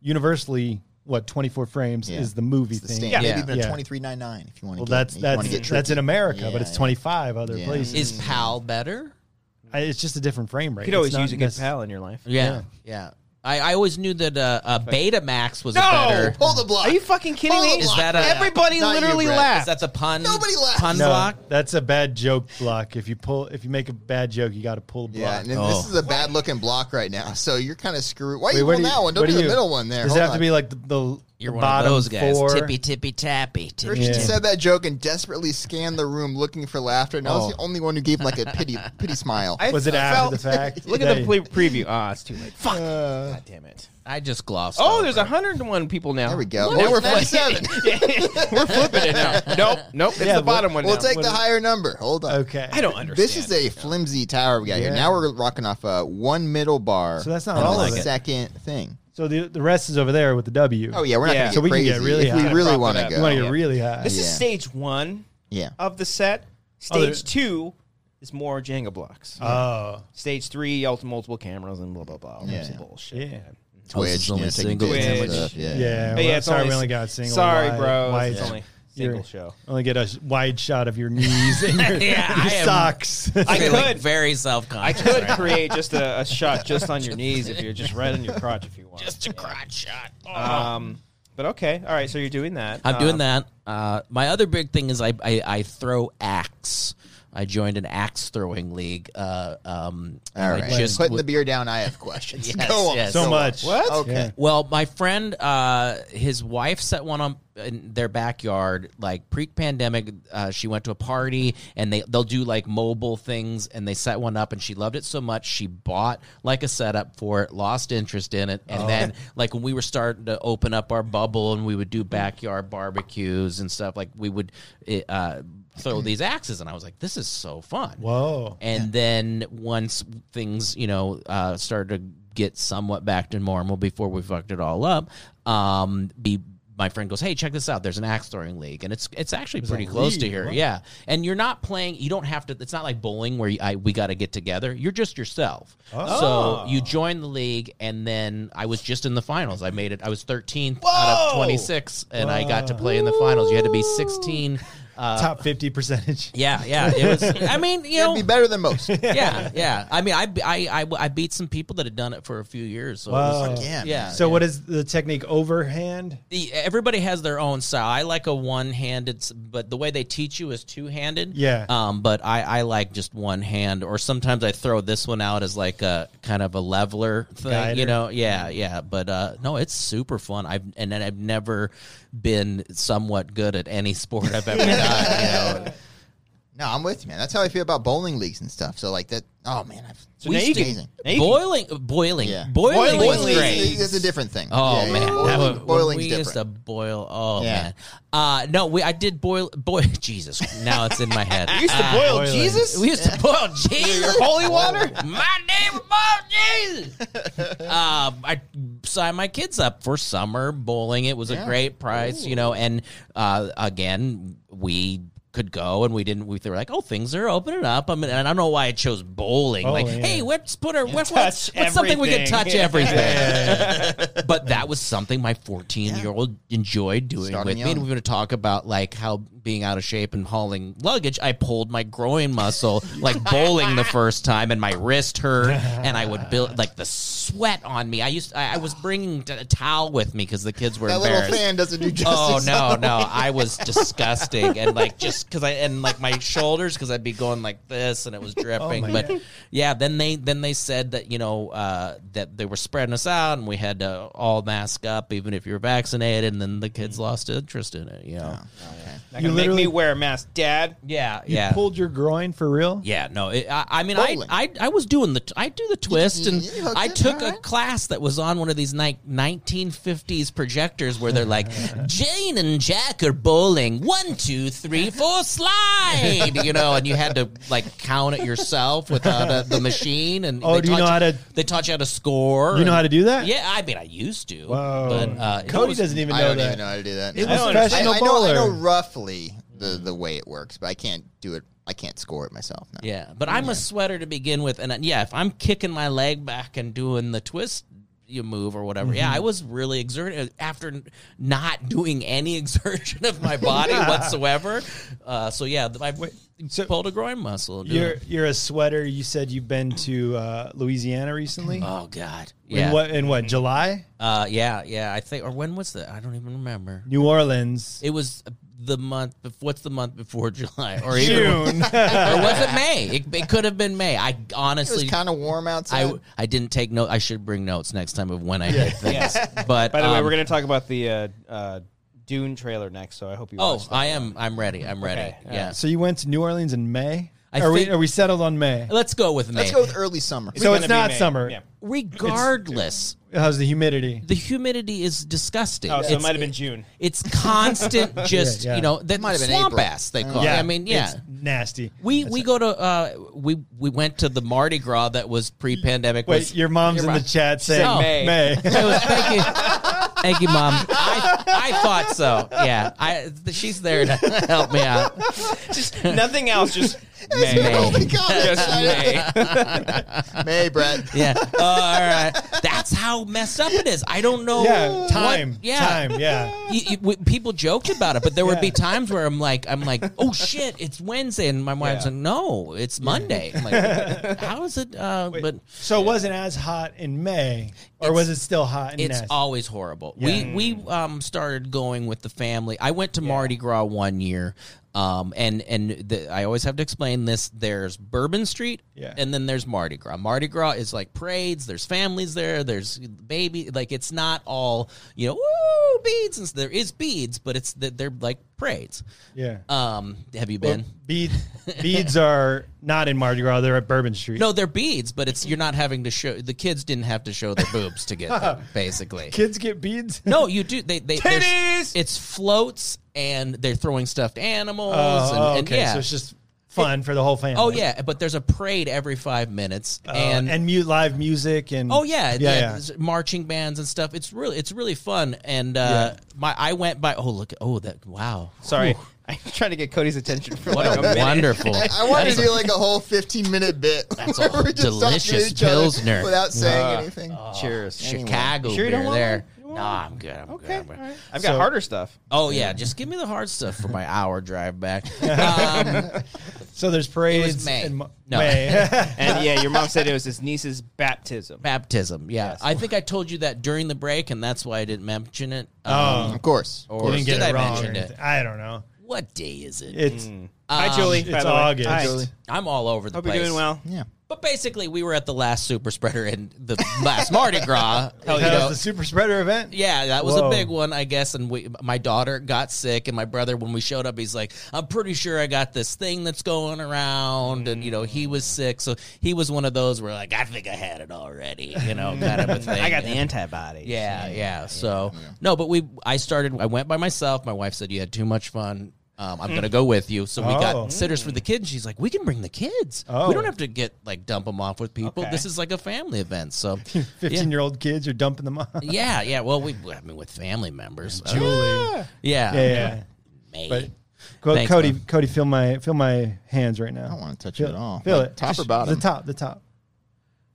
universally, what 24 frames
Yeah.
is the movie
the
thing.
standard.
Yeah.
Maybe even
Yeah.
a 23.99 if you want to
Well,
get
that's
if you wanna get
that's that's in
tricky.
America,
Yeah,
but it's
yeah.
25 other
Yeah.
places.
is PAL better?
I, it's just a different frame rate.
You could always
It's not
use a good
necess-
pal in your life.
Yeah, yeah. I, I always knew that uh, uh, Betamax was a
No!
better.
Pull the block.
Are you fucking kidding me?
Is that a-
everybody
Not you,
literally
Brett.
Is
laughed?
that the pun?
Nobody laughed.
Pun
No,
block.
that's a bad joke block. If you pull, if you make a bad joke, you got to pull a block.
Yeah, and then
Oh.
this is a bad looking block right now, so you're kind of screwed. Why are
Wait,
you
what
on
do you-
that one? Don't
what
do
do
the
you-
middle one there.
Does
Hold
it have
on.
to be like the, the,
You're
the
one of
bottom
those guys.
four?
Tippy tippy tappy. Tippy.
Christian
Yeah.
said that joke and desperately scanned the room looking for laughter, and I was
Oh.
the only one who gave him like a pity pity smile.
I
Was it
felt-
after the fact? Uh,
Look at the
Yeah.
ple- preview. Ah, it's too late. Fuck. God damn it.
I just glossed.
Oh,
over
there's
it.
101 people now.
There we go.
Now
Now we're
flipping-
47.
Yeah, we're flipping it now. Nope, nope. It's
Yeah,
the bottom one.
we'll
now.
take
What
the
is-
higher number. Hold on.
Okay.
I don't understand.
This is a flimsy tower we got here.
Yeah.
Now we're rocking off uh, one middle bar.
So that's not
and
all
a
of it.
second thing.
So the the rest is over there with the W.
Oh yeah, we're not
Yeah.
gonna get
So
we can
crazy.
get really
if
high.
we really
Prop it
want
up.
to go.
You want to
Yeah.
get really high.
This is
Yeah.
stage one
yeah.
of the set.
Oh, there-
Stage two is more Jenga blocks.
oh,
stage three, you multiple cameras and blah blah blah. Yeah. Some bullshit.
yeah.
Oh, this is
Twitch,
only
yeah, taking
single
pictures and
Twitch.
stuff, Yeah.
Yeah,
But
well,
yeah, it's
sorry,
only
we only
s-
got a single.
Sorry,
wide-
bro.
wide-
It's only single
you're-
show.
Only get a s- wide shot of your knees and your,
Yeah,
your
I am-
socks.
I
Feeling
could,
very self
I
conscious.
could create just a, a shot just on your knees if you're just right on your crotch if you want.
Just a crotch shot.
Um, but okay, all right. So you're doing that.
I'm
Um,
doing that. Uh, my other big thing is I, I, I throw axe. I joined an axe throwing league. Uh, um,
All
and
right.
I just
Putting
w-
the beer down. I have questions.
Yes,
go on.
yes.
go
so
on.
much.
What?
Okay.
Yeah.
well, my friend, uh, his wife set one up in their backyard. Like pre-pandemic, uh, she went to a party and they they'll do like mobile things, and they set one up, and she loved it so much she bought like a setup for it, lost interest in it, and then like when we were starting to open up our bubble and we would do backyard barbecues and stuff, like we would uh, throw these axes, and I was like, this is so fun.
Whoa.
And then once things, you know, uh, started to get somewhat back to normal before we fucked it all up, um, we, my friend goes, "Hey, check this out. There's an axe throwing league, and it's it's actually pretty close to
league,
here.
wow.
Yeah, and you're not playing. You don't have to. It's not like bowling where you, I, we got to get together. You're just yourself. So you join the league, and then I was just in the finals. I made it. I was 13th out of
Whoa!
26, and I got to play in the finals. You had to be 16. Uh,
Top fifty percentage.
yeah, yeah. It was. I mean, you know,
It'd be better than most. yeah.
yeah, yeah. I mean, I, I, I, I beat some people that had done it for a few years. So it was-
Wow.
man.
yeah.
So what is the technique? Overhand.
the, everybody has their own style. I like a one-handed, s- but the way they teach you is two-handed.
Yeah.
Um, but I, I like just one hand, or sometimes I throw this one out as like a kind of a leveler thing. You
Guider.
know, yeah, yeah. But uh, no, it's super fun. I've and then I've never been somewhat good at any sport I've ever done. You know.
No, I'm with you, man. That's how I feel about bowling leagues and stuff. So like that. Oh man, I've,
So now you
it's
can-
amazing.
now you can-
Boiling, boiling,
Yeah.
boiling,
Boiling
is
is-
great.
It's, it's a different thing.
Oh
Yeah, yeah,
man,
yeah.
That
Boiling,
was- when
boiling's
we
different.
used to boil. Oh
Yeah.
man, uh, no, we I did boil. Boil. Jesus, now it's in my head.
You used to
Uh,
boil
Ah, boiling.
Jesus.
We used to boil Jesus.
holy water.
My name was boiled Jesus. uh, I signed my kids up for summer bowling. It was a great price, you know. And uh, again, we could go and we didn't. We they were like, "Oh, things are opening up." I mean, and I don't know why I chose bowling. like,
Bowling, yeah.
hey, let's put our what,
Oh, touch
what's, what's something we can
everything.
touch everything. but that was something my 14 year old enjoyed doing
Starting
with me. And
young.
we were going to talk about like how being out of shape and hauling luggage, I pulled my groin muscle like bowling the first time, and my wrist hurt, and I would build like the sweat on me. I used I, I was bringing t- a towel with me because the kids were
That little
embarrassed.
fan doesn't do justice.
Oh no, no! I was disgusting, and like just because I and like my shoulders because I'd be going like this, and it was dripping. but yeah, then they then they said that you know uh, that they were spreading us out, and we had to all mask up, even if you were vaccinated. And then the kids lost interest in it. You know?
Not
You
gonna make me
literally-
wear a mask, Dad.
Yeah,
You
yeah.
pulled your groin for real?
Yeah, no. It, I, I mean, I,
Bowling.
I I was doing the I do the twist, and
you hooked
I
it,
took a
alright.
class that was on one of these ni- 1950s projectors where they're like, Jane and Jack are bowling one, two, three, four, slide, you know, and you had to like count it yourself without uh the machine. And
Oh,
they
do you
taught
know how to-
They taught you how to score.
You know
and-
how to do that?
Yeah, I mean, I used to.
Whoa.
But uh, it
Cody
was-
doesn't even
I
know
don't
that.
even know how to do that.
It
now.
was
don't
I,
professional
I know, I
bowler.
know roughly the, the way it works, but I can't do it. I can't score it myself. Now.
Yeah, but I'm a sweater to begin with, and uh, yeah, if I'm kicking my leg back and doing the twist you move or whatever, yeah,
Mm-hmm.
I was really exerted after n- not doing any exertion of my body whatsoever. Uh, so yeah, th- I
so-
pulled a groin muscle. doing
You're
it.
you're a sweater. You said you've been to uh, Louisiana recently.
oh god,
In
yeah,
what in what July?
Uh, yeah, yeah. I think or when was that? I don't even remember.
New Orleans.
It was the month. Bef- what's the month before July or even,
June.
or was it May? It, it could have been May. I
It was
honestly
kind of warm outside.
I, I didn't take note. I should bring notes next time of when I did things. But
By the way,
um,
we're gonna talk about the uh, uh, Dune trailer next, so I hope you.
Oh,
watch that.
I am. I'm ready. I'm ready.
Okay, all
yeah.
so you went to New Orleans in May.
I
are we
think-
are we settled on May?
Let's go with May.
Let's go with early summer.
so
gonna
it's
be
not
May.
summer.
Yeah.
Regardless,
How's the humidity?
the humidity is disgusting.
Oh, so it
It's-
might have been June.
It's constant. Just
yeah.
you know, that
Might have been
swamp
April.
ass. They call. it. I mean, yeah.
it's nasty.
We we go to uh we we went to the Mardi Gras that was pre-pandemic.
Wait,
was,
your mom's in
right.
the chat saying
Oh.
May.
May.
It was- thank you, thank you, mom. I, I thought so. Yeah, I she's there to help me out.
Just nothing else. Just May.
May.
Oh my god!
Just May.
May, Brett.
Yeah. Uh, all right. That's how messed up it is. I don't know.
yeah,
what-
time.
yeah.
Time, yeah.
You- you- w- people joked about it, but there would be
Yeah.
times where I'm like, I'm like, oh shit, it's Wednesday, and my wife's
Yeah.
like, no, it's Monday. I'm like, how is it? Uh, but
So it wasn't as hot in May, or was it still hot and
it's
nasty?
always horrible.
Yeah.
We we um started going with the family. I went to Mardi Gras one year. Um and and the, I always have to explain this. There's Bourbon Street,
Yeah.
and then there's Mardi Gras. Mardi Gras is like parades. There's families there. There's baby. Like it's not all you know. Woo beads. And s- there is beads, but it's that they're like parades.
yeah.
Um, have you been?
Bead, beads are not in Mardi Gras; they're at Bourbon Street.
no, they're beads, but it's you're not having to show. The kids didn't have to show their boobs to get them, basically.
kids get beads.
No, you do. They they there's-
Titties!
It's floats, and they're throwing stuffed animals,
Oh,
and, and
okay.
yeah.
So it's just fun for the whole family.
oh yeah, but there's a parade every five minutes,
and
and.
Oh, and mu- live music and
Oh yeah, yeah,
yeah,
there's marching bands and stuff. It's really, it's really fun. And uh, my, I went by. Oh look, oh that, wow,
Sorry, I'm trying to get Cody's attention for
what
like a minute.
a wonderful.
I want to
That's a-
do like a whole 15 minute bit. That's
a delicious Pilsner.
without saying anything.
Uh, Cheers.
Chicago
You sure you don't
beer
want
there.
one? You want
No, I'm good. I'm
Okay,
good.
all right. I've got
So-
harder stuff.
Oh yeah, just give me the hard stuff for my hour drive back. Um,
So there's parades.
May.
And mo-
No.
May.
And yeah, your mom said it was his niece's baptism.
baptism, yeah. I think I told you that during the break, and that's why I didn't mention it.
Oh.
Um,
Of course.
or
you didn't get
did
it
I
wrong. or
mention it? Um,
anything. I don't know.
What day is it?
It's
Hi, Julie.
it's
by the way.
August.
Hi.
Julie.
I'm all over the
Hope
place.
you're doing well.
Yeah.
But basically, we were at the last super spreader and the last Mardi Gras.
that
you know.
was the super spreader event.
yeah, that was a
Whoa.
big one, I guess. And we, my daughter got sick, and my brother, when we showed up, he's like, "I'm pretty sure I got this thing that's going around," and you know, he was sick, so he was one of those where like, "I think I had it already," you know, kind of a thing.
I got the
And-
antibodies.
Yeah, yeah. So no, but we I started I went by myself. My wife said you had too much fun. Um, I'm gonna go with you. So we
Oh.
got sitters for the kids. She's like, we can bring the kids.
Oh.
We don't have to get like dump them off with people.
Okay.
This is like a family event. So yeah.
Fifteen-year-old kids are dumping them off.
yeah, yeah. Well, we I mean with family members. Uh,
Julie. Yeah,
yeah,
yeah.
May.
But Co-
Thanks,
Cody,
man.
Cody, feel my feel my hands right now.
I don't want to touch
feel
it at all.
Feel
Like,
it.
Top or
Just
bottom?
The top. The top.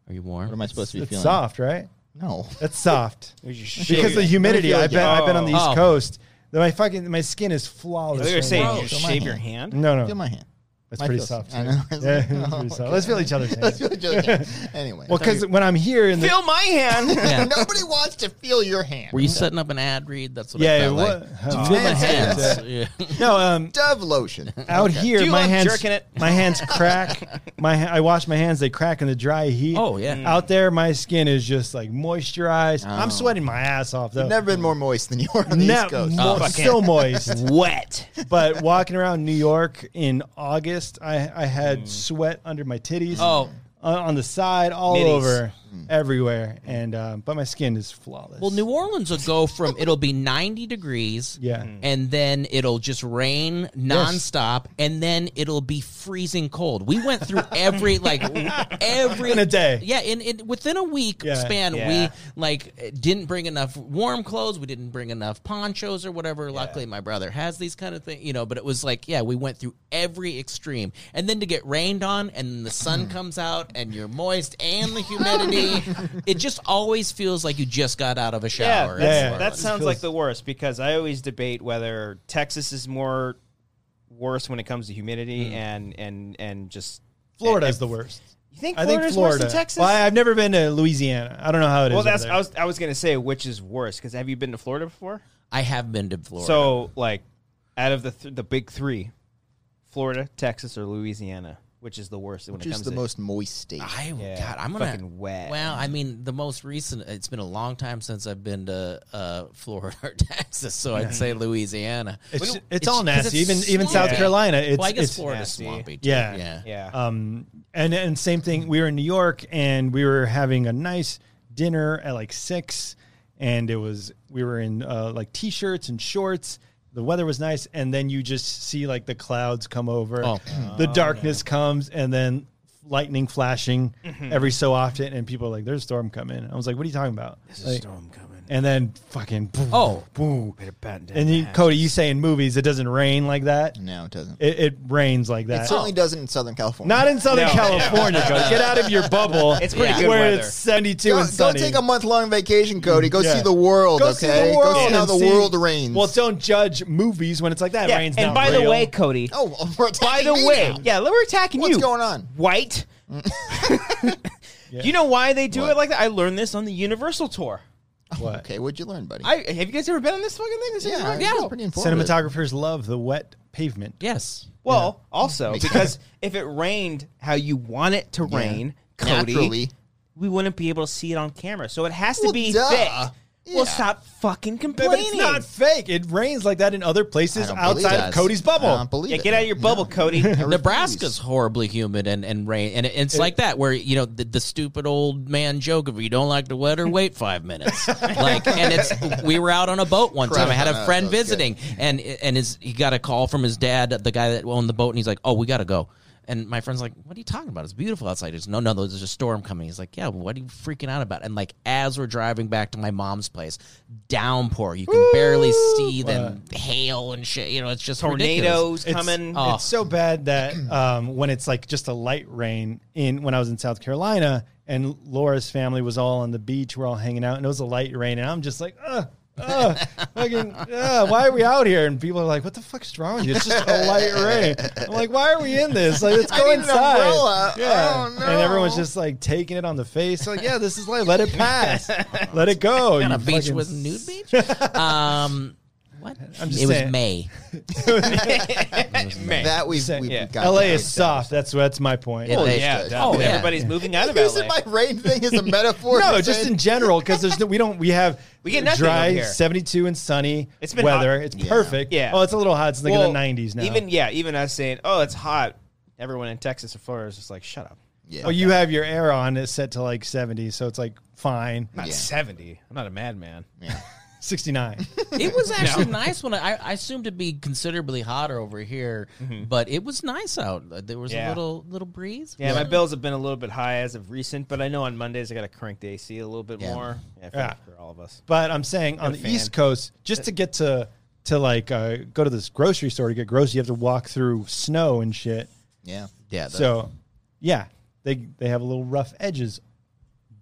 Are you
What
warm?
am I supposed to be
It's
feeling?
soft, right?
No.
That's soft. because
Because
of the humidity. I've been, I've been on the East
Oh.
Coast. My fucking my skin is flawless.
They were
right now.
saying you
Gross.
shave your hand.
no, no,
Feel my hand.
that's
my
pretty
feels-
soft.
I know.
Yeah, it's pretty soft. Let's feel each other's
Let's
hands.
feel each other's hand. Anyway.
Well, because when I'm here in the
Feel my hand.
Yeah.
Nobody wants to feel your hand.
Were you setting up an ad read? That's what I
yeah,
felt like.
what-
Feel my hands. Yeah.
no, um,
Dove lotion.
out here
Do you
my
love
hands
jerking it?
my hands crack. My ha- I wash my hands; they crack in the dry heat.
Oh,
Mm.
yeah.
out there my skin is just like moisturized. I'm sweating my ass off though.
You've Oh. never been more moist than you are on the
Ne-
East Coast. Oh,
mo-
Fucking-
so moist.
Wet.
but walking around New York in August, I, I
Hmm.
had sweat under my titties.
Oh.
on, on the side, all
Middies. Hmm.
over, everywhere, and um, but my skin is flawless.
Well, New Orleans will go from it'll be 90 degrees.
Yeah. Mhm.
And then it'll just rain nonstop and then it'll be freezing cold. We went through every like every
In a day.
Yeah, in, in within a week
Yeah.
span
Yeah.
we like didn't bring enough warm clothes, we didn't bring enough ponchos or whatever. Luckily my brother has these kind of things, you know, but it was like yeah, we went through every extreme. And then to get rained on and the sun
Hmm.
comes out and you're moist and the humidity, it just always feels like you just got out of a shower
Yeah,
shower.
that's-
Yeah, yeah.
that
It
sounds
feels-
like the worst because I always debate whether Texas is more worse when it comes to humidity and and and just
Florida is the worst.
You think
I
Florida's
think Florida.
worse than Texas?
Well, I- I've never been to Louisiana. I don't know how it is.
well,
over
that's
there.
I was I was gonna say which is worse because have you been to Florida before?
I have been to Florida.
So like, out of the th- the big three, Florida, Texas, or Louisiana, which is the worst when
Which
it
is
Oh, comes
the
to
most moist state.
I
Yeah,
God, I'm gonna
fucking wet.
Well, I mean, the most recent. It's been a long time since I've been to uh, Florida or Texas, so I'd say Louisiana.
It's,
Well,
it's, all
'cause
nasty.
it's
even even South
swampy.
Carolina. It's,
well, I guess
it's
Florida's
nasty.
swampy. Too.
Yeah.
yeah,
yeah.
Um, and and same thing. We were in New York, and we were having a nice dinner at like six, and it was we were in uh, like t-shirts and shorts. The weather was nice, and then you just see like the clouds come over,
Oh.
the darkness comes, and then lightning flashing
Mm-hmm.
every so often, and people are like, "There's a storm coming." I was like, "What are you talking about?" Like,
storm coming.
and then fucking boom,
Oh.
boom.
Better batten down
And you,
the hatches.
Cody, you say in movies it doesn't rain like that.
no, it doesn't. It,
It, it rains like that.
certainly doesn't in Southern California.
Not in Southern
No.
California, Cody. Get out of your bubble.
It's pretty
Yeah.
good
where
weather.
it's 72
Go,
and
go
sunny. Mm,
take a month long vacation, Cody. Go
Yeah.
see the world.
Go
okay.
see the world
Go see how
and
the
see-
world rains.
Well, don't judge movies when it's like that. It
yeah,
rain's
and
not
by the
real.
way, Cody.
oh, well, we're
by
attacking
the
me
way,
now.
yeah, we're attacking
What's
you.
going on?
White. You know why they do
What?
it like that? I learned this on the Universal tour.
What?
Okay, what'd you learn, buddy?
I have you guys ever been on this fucking thing? This is
yeah,
fucking-
yeah. pretty informative.
Cinematographers love the wet pavement.
Yes.
Well, also because if it rained how you want it to rain, Cody,
Naturally.
we wouldn't be able to see it on camera. So it has to
Well,
be
duh.
thick. Well,
Yeah.
stop fucking complaining.
But it's not fake. It rains like that in other places
I don't
outside
believe
of
it.
Cody's bubble.
I don't believe
yeah,
it.
get out of your bubble, Cody.
I
Nebraska's
refuse.
horribly humid and, and rain, and it- it's like that where you know the, the stupid old man joke of you don't like the weather, wait five minutes. like, and it's we were out on a boat one time. I had a
Crap.
friend
That was good.
visiting, and and his he got a call from his dad, the guy that owned the boat, and he's like, "Oh, we got to go." And my friend's like, "What are you talking about? It's beautiful outside." He's no, no, there's a storm coming. He's like, "Yeah, what are you freaking out about?" And like as we're driving back to my mom's place, downpour. You can barely see them hail and shit. You know, it's just ridiculous.
Tornadoes
It's-
coming.
Oh.
It's so bad that um, when it's like just a light rain in when I was in South Carolina and Laura's family was all on the beach, we're all hanging out, and it was a light rain, and I'm just like, ugh. Uh, fucking, uh, why are we out here? And people are like, "What the fuck is wrong with you? It's just a light rain." I'm like, "Why are we in this? Like, let's
I
go
need an
inside."
umbrella.
Yeah,
Oh, no.
and everyone's just like taking it on the face. Like, yeah, this is light. Let it pass. Let it go.
on
you
a beach
fucking-
with nude beach. um, what?
I'm just
it
saying.
was May.
Man.
That we've, we've
Yeah.
got.
LA
down.
is soft. That's that's my point.
It-
oh,
they-
yeah,
oh,
definitely.
yeah.
Everybody's moving out of LA.
Using my rain thing as a metaphor.
No,
to
just
say-
in general, because there's no, we don't we have
We get nothing
dry
over here.
72 and sunny.
It's been
weather.
hot.
It's
Yeah.
perfect.
Yeah.
Oh, it's a little hot. It's like
Well,
in the 90s now.
Even yeah, even us saying, "Oh, it's hot." Everyone in Texas or Florida is just like, "Shut up."
Yeah.
oh, you have your air on. It's set to like 70, so it's like fine.
I'm not
Yeah.
seventy. I'm not a madman.
69.
It was actually nice when I, I assumed to be considerably hotter over here, but it was nice out. Uh, There was
Mm-hmm. Yeah.
a little little breeze.
Yeah, my bills have been a little bit high as of recent, but I know on Mondays I got to crank the AC a little bit
Yeah.
more. Yeah, for,
Yeah.
for all of us.
But I'm saying on
a
the
fan.
East Coast, just to get to to like uh, go to this grocery store to get groceries, you have to walk through snow and shit.
Yeah.
yeah. the-
So, yeah, they they have a little rough edges.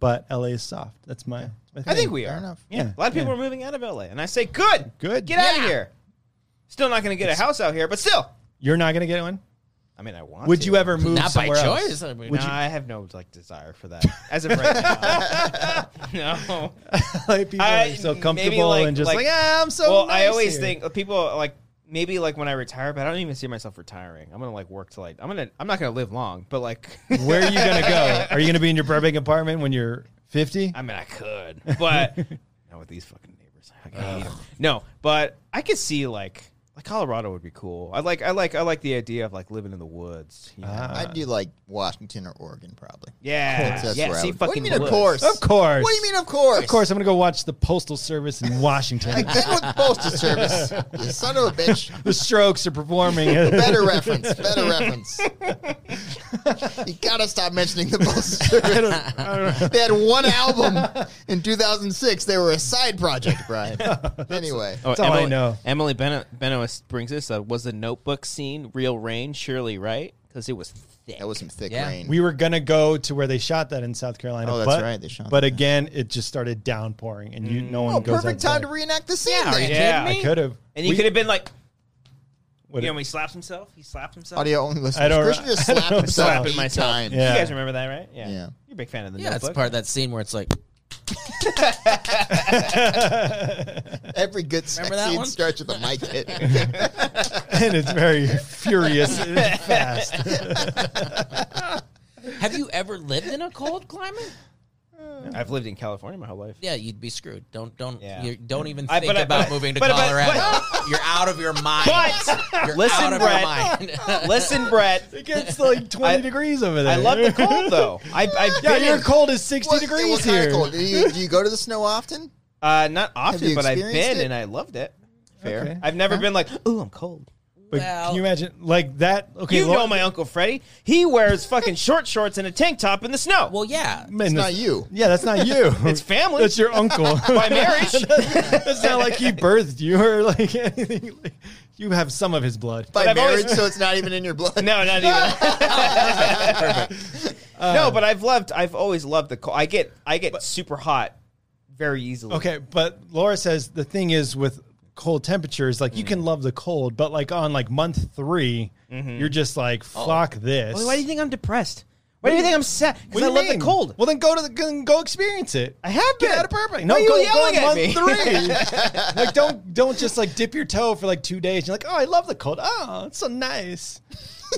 but LA is soft. That's my. that's my
I think
thing.
we are.
Fair enough.
Yeah. A lot of people are moving out of LA. And I say, good.
Good.
Get out of here. Still not going to get a house out here, but still.
You're not gonna get one.
I mean, I want
Would
to.
you ever move
Not by
somewhere else?
choice. I mean,
no, I have no like desire for that as of right now. no.
like people
I-
are so
maybe,
comfortable
like-
and just
like-
like, ah, I'm so.
well, I
nice
always
here."
think people like maybe like when I retire, but I don't even see myself retiring. I'm gonna like work till like I'm gonna I'm not gonna live long, but like
"Ah, Where are you gonna go? Are you gonna be in your Burbank apartment when you're 50?
I mean I could, but not with these fucking neighbors. I fucking hate 'em. No, but I could see like like Colorado would be cool. I like I like I like the idea of like living in the woods. You know?
uh,
I'd do like Washington or Oregon, probably.
yeah,
That's- that's
yeah.
where I
See,
would- What do
fucking
you mean, of
woods.
course?
Of course.
What do you mean, of course?
Of course, I'm gonna go watch the Postal Service in Washington.
Again with the postal service. You son of a bitch.
the Strokes are performing. it.
Better reference. Better reference. you gotta stop mentioning the postal service. they had one album in 2006. They were a side project, Brian. Anyway,
Oh,
That's all I
Emily,
know.
Emily Beno- Benoist brings us uh, was the Notebook scene real rain? Surely, right? Because it was thick.
that was some thick
Yeah.
rain.
we were gonna go to where they shot that in South Carolina.
Oh, that's
but,
right, they shot
But
that.
again, it just started downpouring, and you no one
oh,
goes.
perfect time to reenact the scene.
Yeah, are
then.
you
Yeah,
kidding me?
Could have.
And he could have been like,
What
you know,
if-
when he slaps himself, he slapped himself.
Audio only listeners.
I don't-
Christian just
I don't
slapped
know.
himself.
Slapping
eight
myself.
times.
Yeah.
You guys remember that, right? Yeah.
Yeah.
You're a big fan of the
yeah, it's
Notebook.
part of that scene where it's like,
Every good sex
Remember that
scene
one?
starts with a mic hit.
and it's very furious, and fast.
have you ever lived in a cold climate?
I've lived in California my whole life.
Yeah, you'd be screwed. Don't don't
Yeah.
you don't even
I-
think
but I-
about
but-
moving to
but- but-
Colorado. You're out of your mind.
But
You're
listen,
out of
Brett.
your mind.
listen, Brett,
It gets like 20
I-
degrees over there.
I love the cold though. I, I've
Yeah,
been
your
in-
cold is 60
What-
degrees
what kind of
here.
cold? Do you, do you go to the snow often?
uh, not
Have
often,
you
but I've
experienced
been
it?
and I loved it. Fair.
Okay.
I've never been like, ooh, I'm cold.
But
Well-
can you imagine like that? Okay,
you
lo-
know my uncle Freddie. He wears fucking short shorts and a tank top in the snow.
well, yeah.
man,
It's
that's-
not you.
Yeah, that's not you.
it's family.
that's your uncle.
by marriage.
that's not like he birthed you or like anything. Like, you have some of his blood.
By
I've always-
marriage, so it's not even in your blood.
No, not even.
Oh,
no, but I've loved. I've always loved the cold. I get. I get super hot very easily.
Okay, but Laura says the thing is with cold temperatures, like you
Mm-hmm.
can love the cold, but like on like month 3 you you're just like fuck this.
Oh. Why do you think I'm depressed? Why do you think I'm sad?
What
Because
do
I
you
love
mean?
the cold.
Well, then go to the go- go experience it.
I have been
Get out of Burbank.
Why
No,
are you
go,
yelling
go
at
on
me?
month three. like, don't don't just like dip your toe for like two days. You're like, oh, I love the cold. Oh, it's so nice.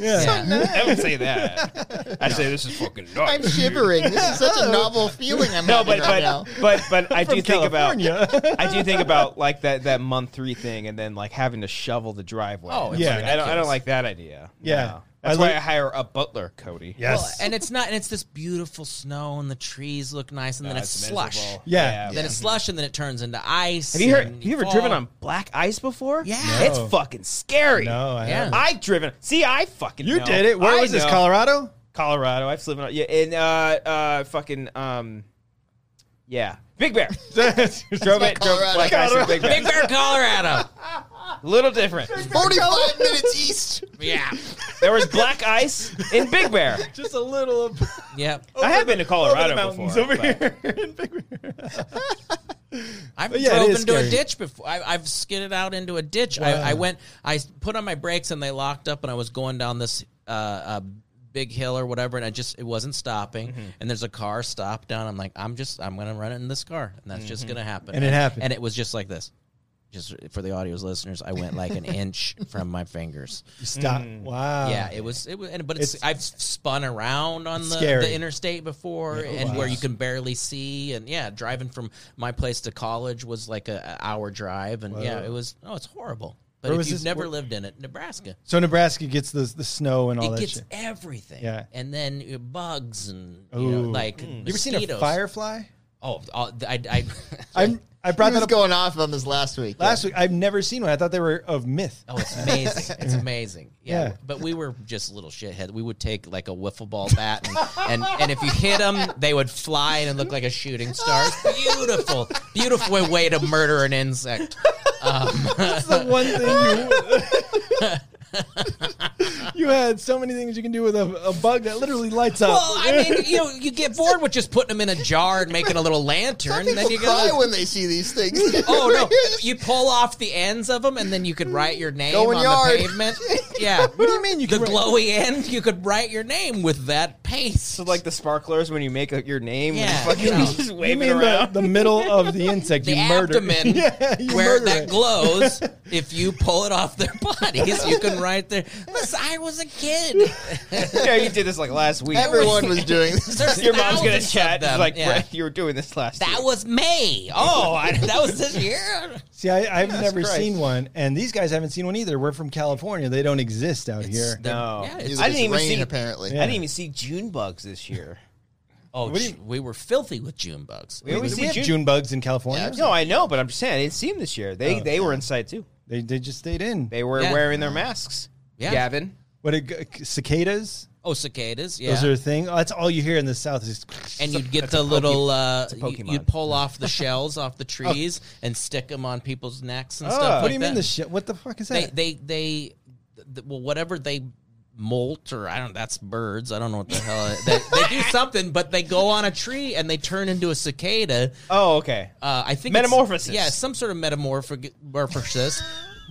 Yeah.
Yeah.
I would say that. I say this is fucking nuts.
I'm shivering. This is such
Oh.
a novel feeling I'm
No,
having
but
right now.
but but but I do think about
California.
I do think about like that that month three thing, and then like having to shovel the driveway.
Oh, it's
It's
Yeah.
like, I don't I don't like that idea.
Yeah.
No. that's
I
why
like-
I hire a butler, Cody.
Yes.
Well, and it's not and it's this beautiful snow and the trees look nice and then it's slush.
miserable.
Yeah.
Then it's slush and then it turns into ice.
Have you heard?
and
Have you ever
fall.
driven on black ice before?
Yeah.
it's
No.
fucking scary.
no, I
Yeah.
haven't.
I driven. See, I fucking
You
know.
did it. Where
I
was this?
know.
Colorado.
Colorado. I've lived in yeah, in uh uh fucking um, yeah, Big Bear. drove it. Drove
Colorado.
black ice in Big Bear.
Big Bear, Colorado.
Little different.
45 minutes east.
yeah.
There was black ice in Big Bear.
Just a little of
Yep.
I have been to Colorado
mountains
before.
over
but-
here. in Big Bear.
I've
But yeah, it
drove
is
into
scary.
a ditch before. I, I've skidded out into a ditch. I, I went. I s- put on my brakes and they locked up, and I was going down this uh, uh, big hill or whatever, and I just it wasn't stopping. And there's a car stopped down. I'm like, I'm just I'm gonna run it in this car, and that's just gonna happen.
And it happened.
And it was just like this. Just for the audio's listeners, I went like an inch from my fingers.
Stop. Wow.
Yeah, it was. It was, and- but
Oh,
it's,
It's-
I've spun around on the,
scary.
the interstate before, and where you can barely see, and yeah, driving from my place to college was like a, a hour drive, and yeah, it was. Oh, it's horrible. But
Where
if
was
you've
this-
never
where-
lived in it, Nebraska,
So Nebraska gets the the snow and all
it
Oh, that
gets
shit.
everything.
Yeah.
and then uh, bugs and you know,
Ooh. Mm.
like
You ever seen a
mosquitoes.
firefly?
Oh, oh, I, I
I'm, I brought
He
that
was
up
going off on this last week.
last week. I've never seen one. I thought they were of myth.
Oh, it's amazing. It's amazing. Yeah.
Yeah.
But we were just little shitheads. We would take like a wiffle ball bat and, and, and if you hit them, they would fly and look like a shooting star. Beautiful. Beautiful way to murder an insect.
That's the one thing you. you had so many things you can do with a, a bug that literally lights up.
Well, I mean, you know, you get bored with just putting them in a jar and making a little lantern, and then
People
you
cry
go.
when they see these things.
Oh no! You pull off the ends of them, and then you could write your name
Going
on
yard.
the pavement. Yeah.
what do you mean you
the
can? write-
glowy end, you could write your name with that paste.
So like the sparklers when you make up your name,
Yeah,
yeah, fucking
you know.
just
you
wave it
mean the,
around.
the middle of the insect
the
you murder?
abdomen
yeah, you
where
murder
that
it.
glows if you pull it off their bodies you can write there listen i was a kid
yeah, you did this like last week.
Everyone was doing this.
There's
Your mom's gonna
thousands of
chat. She's
them.
like,
Yeah.
"Brett, you were doing this last.
that
year."
was may oh I, that was this year
See, I, I've never
Christ.
seen one, and these guys haven't seen one either. We're from California; they don't exist out here.
no.
Yeah,
It's
it's-
I didn't even
rain,
see.
apparently.
I didn't even see June bugs this year.
oh
do you-
sh- we were filthy with june bugs
We always
we
see
have
June.
June bugs Oh, in California.
No, I know, but I'm just saying I didn't see them this year. They they were inside too.
They they just stayed in.
They were
Yeah.
wearing their masks.
Yeah.
Gavin.
what it, g- cicadas?
oh cicadas yeah
Those are a thing. Oh, that's all you hear in the south is
and you'd get the little uh, you-
Pokemon.
you'd pull off the shells off the trees and stick them on people's necks and stuff
Oh.
like
What do you
that.
mean the shit? What the fuck is
they
that?
they they th- well whatever they molt or I don't that's birds I don't know what the hell they, they do something but they go on a tree and they turn into a cicada
Oh, okay.
uh, I think it's-
Metamorphosis.
yeah some sort of metamorpho- metamorphosis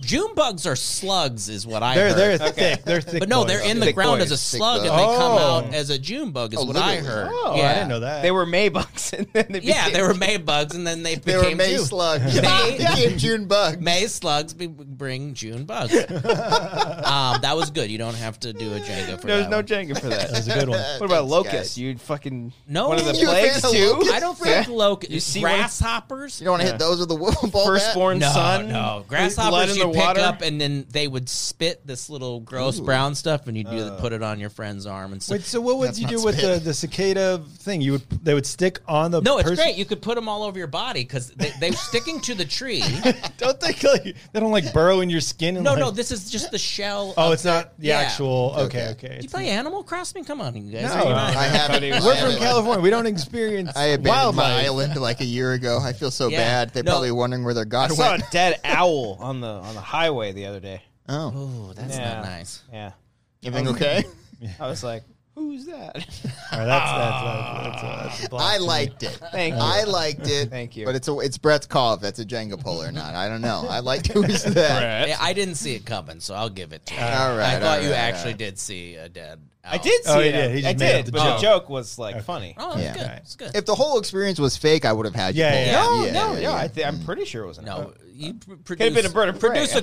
June bugs are slugs is what I
they're
heard
they're thick. They're thick.
but no
boys.
they're in the
Thick
ground
boys.
as a
Thick
slug and
bugs.
they come
Oh.
out as a June bug is
Oh,
what I
literally.
heard
Oh, I
yeah
I didn't know that.
they were May bugs, and then they
Uh, yeah
became-
they were May bugs and then they
They were
became
May
June.
slug. Yeah,
May-
became June bug.
May slugs be, bring June bugs. um, that was good. You don't have to do a Django for
There's
that.
no
one.
Jenga for that.
That was a good one.
What about
Thanks,
locusts?
guys.
You fucking
No.
one of the
You
a fan
plagues
of
too.
locusts?
I don't
Yeah.
think loc
You see one-
grasshoppers.
You don't want to hit those with the wo- ball
Firstborn
no,
son.
no.
blood
Grasshoppers
in
you
the
pick
water.
up and then they would spit this little gross brown stuff and you'd do put it on your friend's arm and
Wait,
stuff.
so what would
That's
you
not
do with the,
spit.
the cicada thing? You would they would stick on the
No, it's
person-
great. You could put them all over your body because they, they're sticking to the tree.
Don't they like, they don't like burrow in your skin? And
No,
like,
no, this is just the shell.
oh,
of
it's not the
yeah.
actual. Okay, okay.
Okay.
Do you
It's-
play Animal Crossing? Come on, you guys.
No.
Are you
bat.
not-
I haven't.
We're
We're
I
from
haven't.
California. We don't experience
I abandoned my
wildlife.
island like a year ago. I feel so
Yeah.
bad. They're
No.
probably wondering where their
I
god
saw a
went.
dead owl on the on the highway the other day.
Oh,
Oh, that's
Yeah.
not nice.
Yeah,
everything
Um,
okay?
I was like, "Who's that?"
All right, that's, that's, that's, that's, that's a block
I
to me.
liked it.
Thank you.
I liked it.
Thank you.
But it's a, it's Brett's call if that's a Jenga pole or not. I don't know. I liked who's that.
Yeah, I didn't see it coming, so I'll give it to you.
All right.
I
all
thought
right,
you
all
actually
right.
did see a dead.
I
owl.
did see
Oh, he
it.
did. He
I
just made up
did,
the
but
joke.
the joke was like funny.
Oh, that's
Yeah.
good.
Okay.
That's good.
If the whole experience was fake, I would have had you.
Yeah,
pull
yeah,
No,
yeah.
it. Yeah,
no,
yeah,
no.
yeah.
I th- I'm pretty sure it was an owl.
no, you pr- produce,
Could have been a bird of prey.
Produce a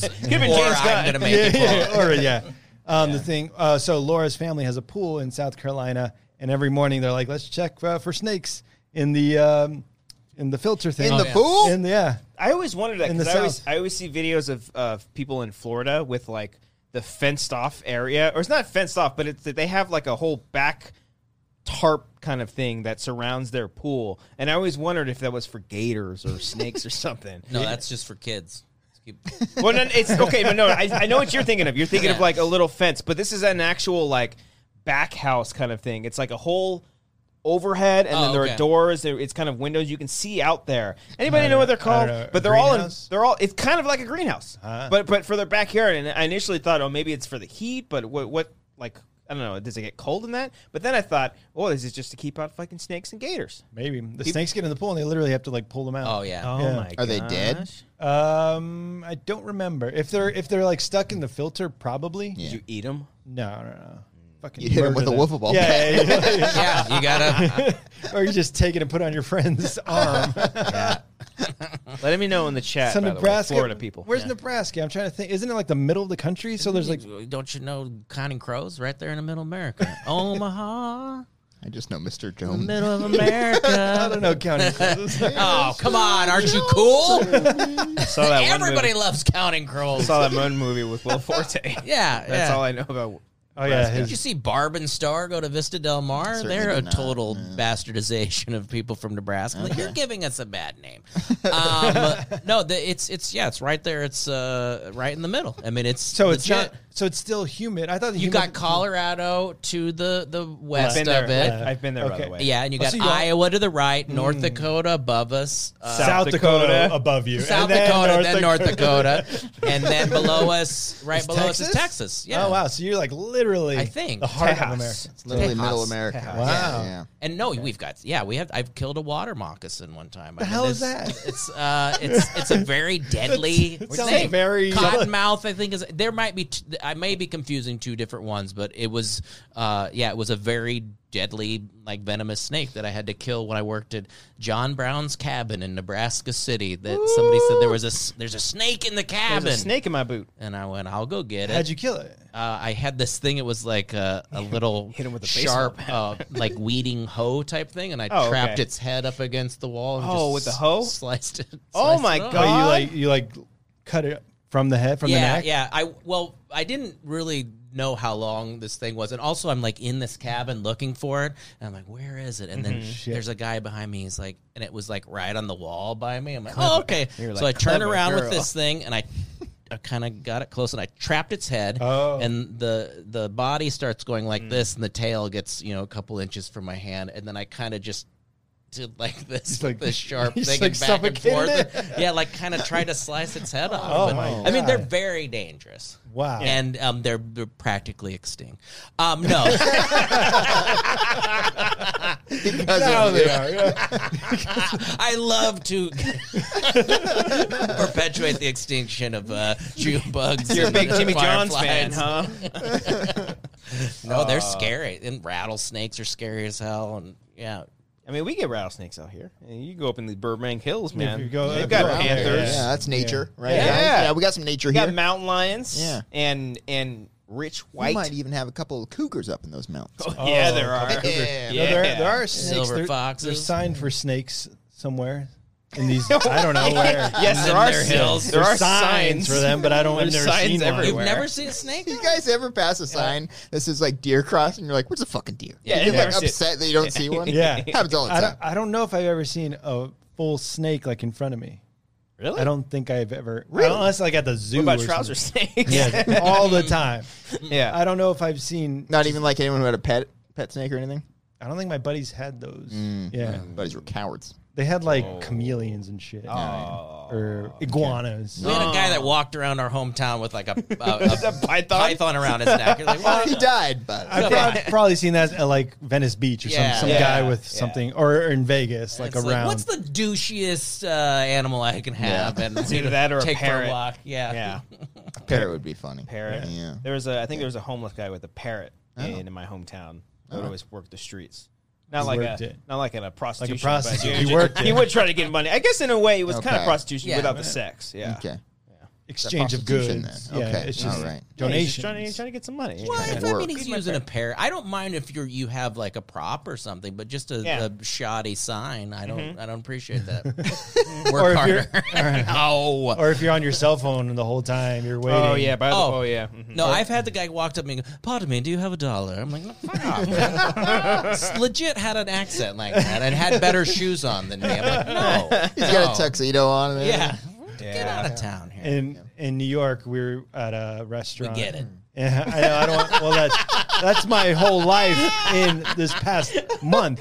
Could have
been James Gunn.
I'm gonna make it.
yeah, yeah, or yeah. Um, The thing. Uh, so Laura's family has a pool in South Carolina, and every morning they're like, "Let's check uh, for snakes in the um, in the filter thing."
In the
yeah.
pool?
In the- yeah.
I always wondered that
In the
because I always,
South.
I always see videos of, of people in Florida with like the fenced off area, or it's not fenced off, but it's that they have like a whole back tarp kind of thing that surrounds their pool. And I always wondered if that was for gators or snakes or something.
No, that's just for kids. Keep-
Well, no, it's okay, but no, I, I know what you're thinking of. You're thinking of
Yeah.
like a little fence, but this is an actual like back house kind of thing. It's like a whole overhead, and
Oh,
then there
okay.
are doors. There, it's kind of windows you can see out there. Anybody know what they're
I don't
called?
know.
But they're all in,
Greenhouse?
they're all. It's kind of like a greenhouse, but but for their backyard. And I initially thought, oh, maybe it's for the heat, but what what like. I don't know. Does it get cold in that? But then I thought, oh, this is just to keep out fucking snakes and gators.
Maybe the snakes get in the pool and they literally have to like pull them out.
Oh yeah.
Oh
Yeah.
my god.
Are they dead?
Um, I don't remember if they're if they're like stuck in the filter. Probably.
Yeah.
Did you eat them?
No, no, no. Fucking
You hit 'em
murder
with a
them.
wiffle ball
Yeah,
bat.
yeah, yeah.
Yeah, you gotta.
or you just take it and put it on your friend's arm.
Let me know in the chat.
so
by the way,
Nebraska,
Florida people.
Where's Nebraska? I'm trying to think. Isn't it like the middle of the country? So there's like
don't you know Counting Crows right there in the middle of America, Omaha,
I just know Mr. Jones.
middle of America.
I don't know county. closes.
Oh come on, aren't you cool?
Saw that one movie.
Everybody loves Counting Crows.
saw that Moon movie with Will Forte.
Yeah,
That's
yeah.
all I know about.
oh yeah,
Did you
his,
see Barb and Star go to Vista Del Mar?
Certainly
They're a
did not,
total bastardization of people from Nebraska. Like, You're giving us a bad name. Um, no, the, it's it's yeah, it's right there. It's uh, right in the middle. I mean, it's
so it's
legit.
not So it's still humid. I thought the
You
humid-
got Colorado to the the west
been
of
there.
it.
I've been there by the
Okay.
way.
eh? Yeah, and you
Oh,
got
so you got-
Iowa to the right, North Dakota above us, uh,
South
South
Dakota,
Dakota.
above you.
South
And then
Dakota,
North
then North Dakota, and then below us, right below us is Texas. Yeah.
Oh wow! So you're like literally
I think.
the heart of
Texas.
America.
It's literally
Tejas.
middle America.
Tejas.
Wow.
Yeah.
And no, we've got yeah, we have. I've killed a water moccasin one time. The
hell is that?
It's uh, it's it's a very deadly.
It
What'd
sounds
you say?
very-
cottonmouth. I think is there might be t- I may be confusing two different ones, but it was uh, yeah, it was a very deadly like venomous snake that I had to kill when I worked at John Brown's cabin in Nebraska City. That somebody said there was a s- there's a snake in the cabin.
There's a snake in my boot.
And I went, I'll go get it
How'd you kill it?
uh, I had this thing. It was like a, a little
hit him with a
sharp, uh, like weeding hoe type thing, and I
Oh,
trapped
okay.
its head up against the wall. And
Oh,
just
with the hoe?
sliced it.
Oh
sliced
my
it up.
God.
Oh, you
God.
like you like cut it from the head from
yeah,
the neck.
yeah. I well, I didn't really know how long this thing was, and also I'm like in this cabin looking for it, and I'm like, where is it? And then
Mm-hmm.
there's a guy behind me. He's like, and it was like right on the wall by me. I'm like, oh okay.
You're
so I
like,
turn
clever
around
girl.
with this thing, and I. I kind of got it close, and I trapped its head,
Oh. Mm.
and the the body starts going like this, and the tail gets you know a couple inches from my hand, and then I kind of just did like this,
Just like-
this sharp
just
thing,
like
and back and
suffocated
forth. yeah, like kind of try to slice its head off.
Oh
but-
my
I mean, they're
God.
very dangerous.
Wow.
And um, they're, they're practically extinct. Um, no.
Because
Now
of
they
you.
are. yeah.
I love to perpetuate the extinction of uh, Jew bugs.
You're a
and
big Jimmy John's fan,
fireflies.
huh?
No, they're scary. And rattlesnakes are scary as hell. And yeah.
I mean, we get rattlesnakes out here. And You go up in the Burbank Hills, man.
you go-
They've
if
got
you go out there,
panthers.
Yeah, that's nature, right?
Yeah.
guys? yeah, we got some nature
We got
here.
mountain lions.
Yeah.
And and rich
We
white.
might even have a couple of cougars up in those mountains.
yeah, there are.
Oh,
Yeah.
No, there,
Yeah.
there are snakes.
Silver
there,
foxes.
There's sign for snakes somewhere in these. I don't know where.
Yes, there
In
are
their
hills.
hills.
There are
There's
signs
signs for them, but I don't. I've
There's
never
signs
seen one.
everywhere.
You've never seen a snake?
You guys ever pass a sign that says like deer crossing? You're like, what's a fucking deer?
Yeah,
you're
I've
like
never seen-
upset that you don't see one.
Yeah.
happens all the
I
time.
don't, I don't know if I've ever seen a full snake like in front of me.
Really?
I don't think I've ever.
Really?
Unless like at the zoo.
What about
or
trouser
something.
snakes?
Yeah, all the time.
yeah.
I don't know if I've seen.
Not even like anyone who had a pet pet snake or anything.
I don't think my buddies had those. yeah.
Buddies were cowards.
They had like
Oh.
chameleons and shit, or iguanas.
We had a guy that walked around our hometown with like a, a, a
python?
python around his neck. You're like, what?
He died, but
I've prob- probably seen that at like Venice Beach or
Yeah.
some, some
Yeah.
guy with
Yeah.
something, or in Vegas, like
It's
around.
what's the douchiest uh, animal I can have? And
Either that or a
take for
parrot.
a walk. Yeah.
Yeah.
parrot would be funny.
Parrot.
Yeah.
There was a I think there was a homeless guy with a parrot in, in my hometown that would always work the streets. Not like
worked
a
it.
not like in a prostitution. but
prostitute.
yeah,
He
ju-
worked
He
it.
would try to get money. I guess in a way it was kind of
Okay.
prostitution
Yeah.
without the sex. Yeah.
Okay.
exchange of
Prostitution
goods.
then.
Yeah,
Okay.
it's just
All right.
Yeah, he's just
donations.
trying, to, he's trying to get some money.
Well,
Yeah.
if I
Work.
mean he's using a pair, I don't mind if you're you have like a prop or something, but just a,
Yeah. Mm-hmm.
a shoddy sign, I don't I don't appreciate that. Work
Or if you're-
harder. no.
or if you're on your cell phone the whole time, you're waiting.
Oh yeah, by the
Oh.
oh yeah. mhm.
no, I've had the guy walked up to me and go, Pardon me, do you have a dollar? I'm like, no, fuck off. man." S- Legit had an accent like that and had better shoes on than me. I'm like, no.
He's got a tuxedo on. and
Yeah. Get
Yeah.
out of town here.
In in New York, we were at a restaurant.
We get it.
Yeah, I know. I don't. Want, well, that's that's my whole life in this past month.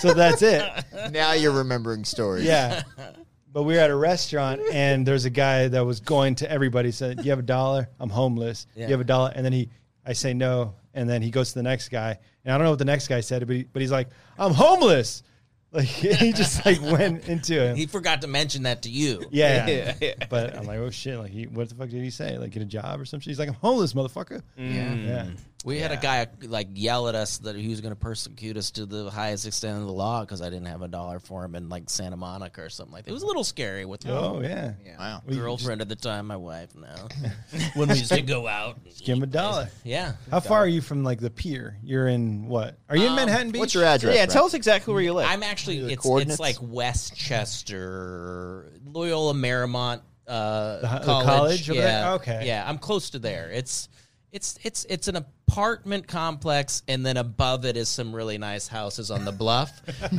So that's it.
everything. Now you're remembering stories.
Yeah. But we were at a restaurant and there's a guy that was going to everybody said, "Do you have a dollar? I'm homeless. Do
Yeah.
you have a dollar?" And then he, I say no, and then he goes to the next guy, and I don't know what the next guy said, but he, but he's like, "I'm homeless." Like he just like went into it.
He forgot to mention that to you.
yeah.
Yeah, yeah.
But I'm like, oh shit! Like, he, what the fuck did he say? Like, get a job or something? He's like, I'm homeless, motherfucker. Yeah.
We had a guy like yell at us that he was going to persecute us to the highest extent of the law because I didn't have a dollar for him in like Santa Monica or something like that. It was a little scary with my
Oh yeah.
Wow.
girlfriend at the time, my wife now. when we used to go out,
Give him a dollar.
yeah,
How far are you from like the pier? You're in what? Are you in Manhattan Beach?
What's your address?
Yeah,
Brad?
tell us exactly where you live.
I'm actually it's
coordinates?
it's like Westchester, Loyola Marymount uh,
hi- the
college.
college over
yeah,
there? Okay.
yeah, I'm close to there. It's it's it's it's an apartment complex, and then above it is some really nice houses on the bluff,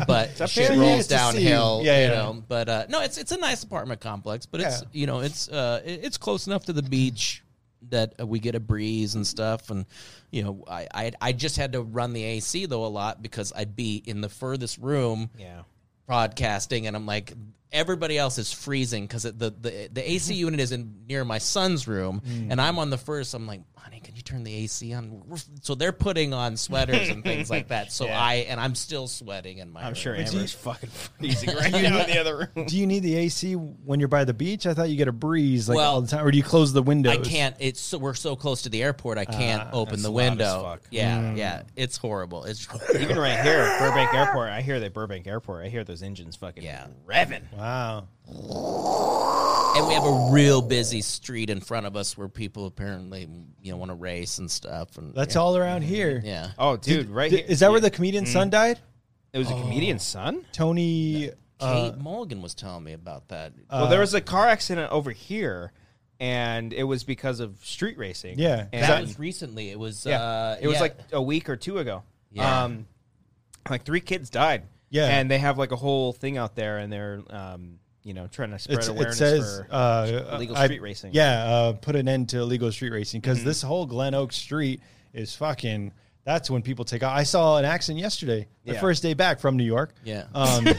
but shit
here. It's
rolls
a
downhill.
sea. Yeah,
you
yeah.
know. But uh, no, it's it's a nice apartment complex, but it's
Yeah.
you know it's uh, it- it's close enough to the beach. that uh, we get a breeze and stuff. And you know, I, I I just had to run the AC though a lot because I'd be in the furthest room
Yeah.
broadcasting, and I'm like. Everybody else is freezing because the, the the AC unit is in near my son's room,
Mm.
and I'm on the first. I'm like, honey, can you turn the AC on? We're f-" So they're putting on sweaters and things like that. So I and I'm still sweating in my.
I'm
room.
sure Amber's fucking freezing right now in the other room.
Do you need the AC when you're by the beach? I thought you get a breeze like
Well,
all the time, or do you close the windows?
I can't. It's so, we're so close to the airport. I can't open
that's
the
loud as
window.
fuck.
Yeah, yeah. It's horrible. It's
Even right here, Burbank Airport. I hear that Burbank Airport. I hear those engines fucking
Yeah.
revving.
Wow.
and we have a real busy street in front of us where people apparently you know want to race and stuff. And
That's
yeah.
all around here.
Yeah.
Oh, dude, right
Th-
here. Mm.
Is that where the comedian's son died?
It was a comedian's son.
Tony. Uh,
Kate Mulligan was telling me about that.
well, there was a car accident over here, and it was because of street racing.
Yeah.
and
that was recently. It was.
yeah,
Uh,
it was
yeah.
like a week or two ago.
Yeah.
Um, like three kids died.
Yeah.
and they have like a whole thing out there, and they're um, you know, trying to spread
it's, it
awareness
says
for
uh,
illegal
I-
street racing.
Yeah, uh, put an end to illegal street racing because
Mm-hmm.
this whole Glen Oak Street is fucking. That's when people take off. I saw an accident yesterday, the
Yeah.
first day back from New York.
Yeah.
Um,
Is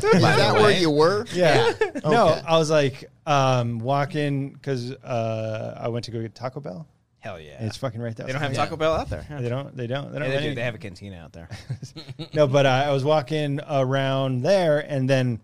that where you were?
Yeah. No,
Okay.
I was like um, walking because uh, I went to go get Taco Bell.
hell yeah.
And it's fucking right there.
they don't have
Yeah.
Taco Bell out there. huh?
They don't. They don't. They don't.
Yeah, they,
have
do.
any-
they have a cantina out there.
no, but uh, I was walking around there, and then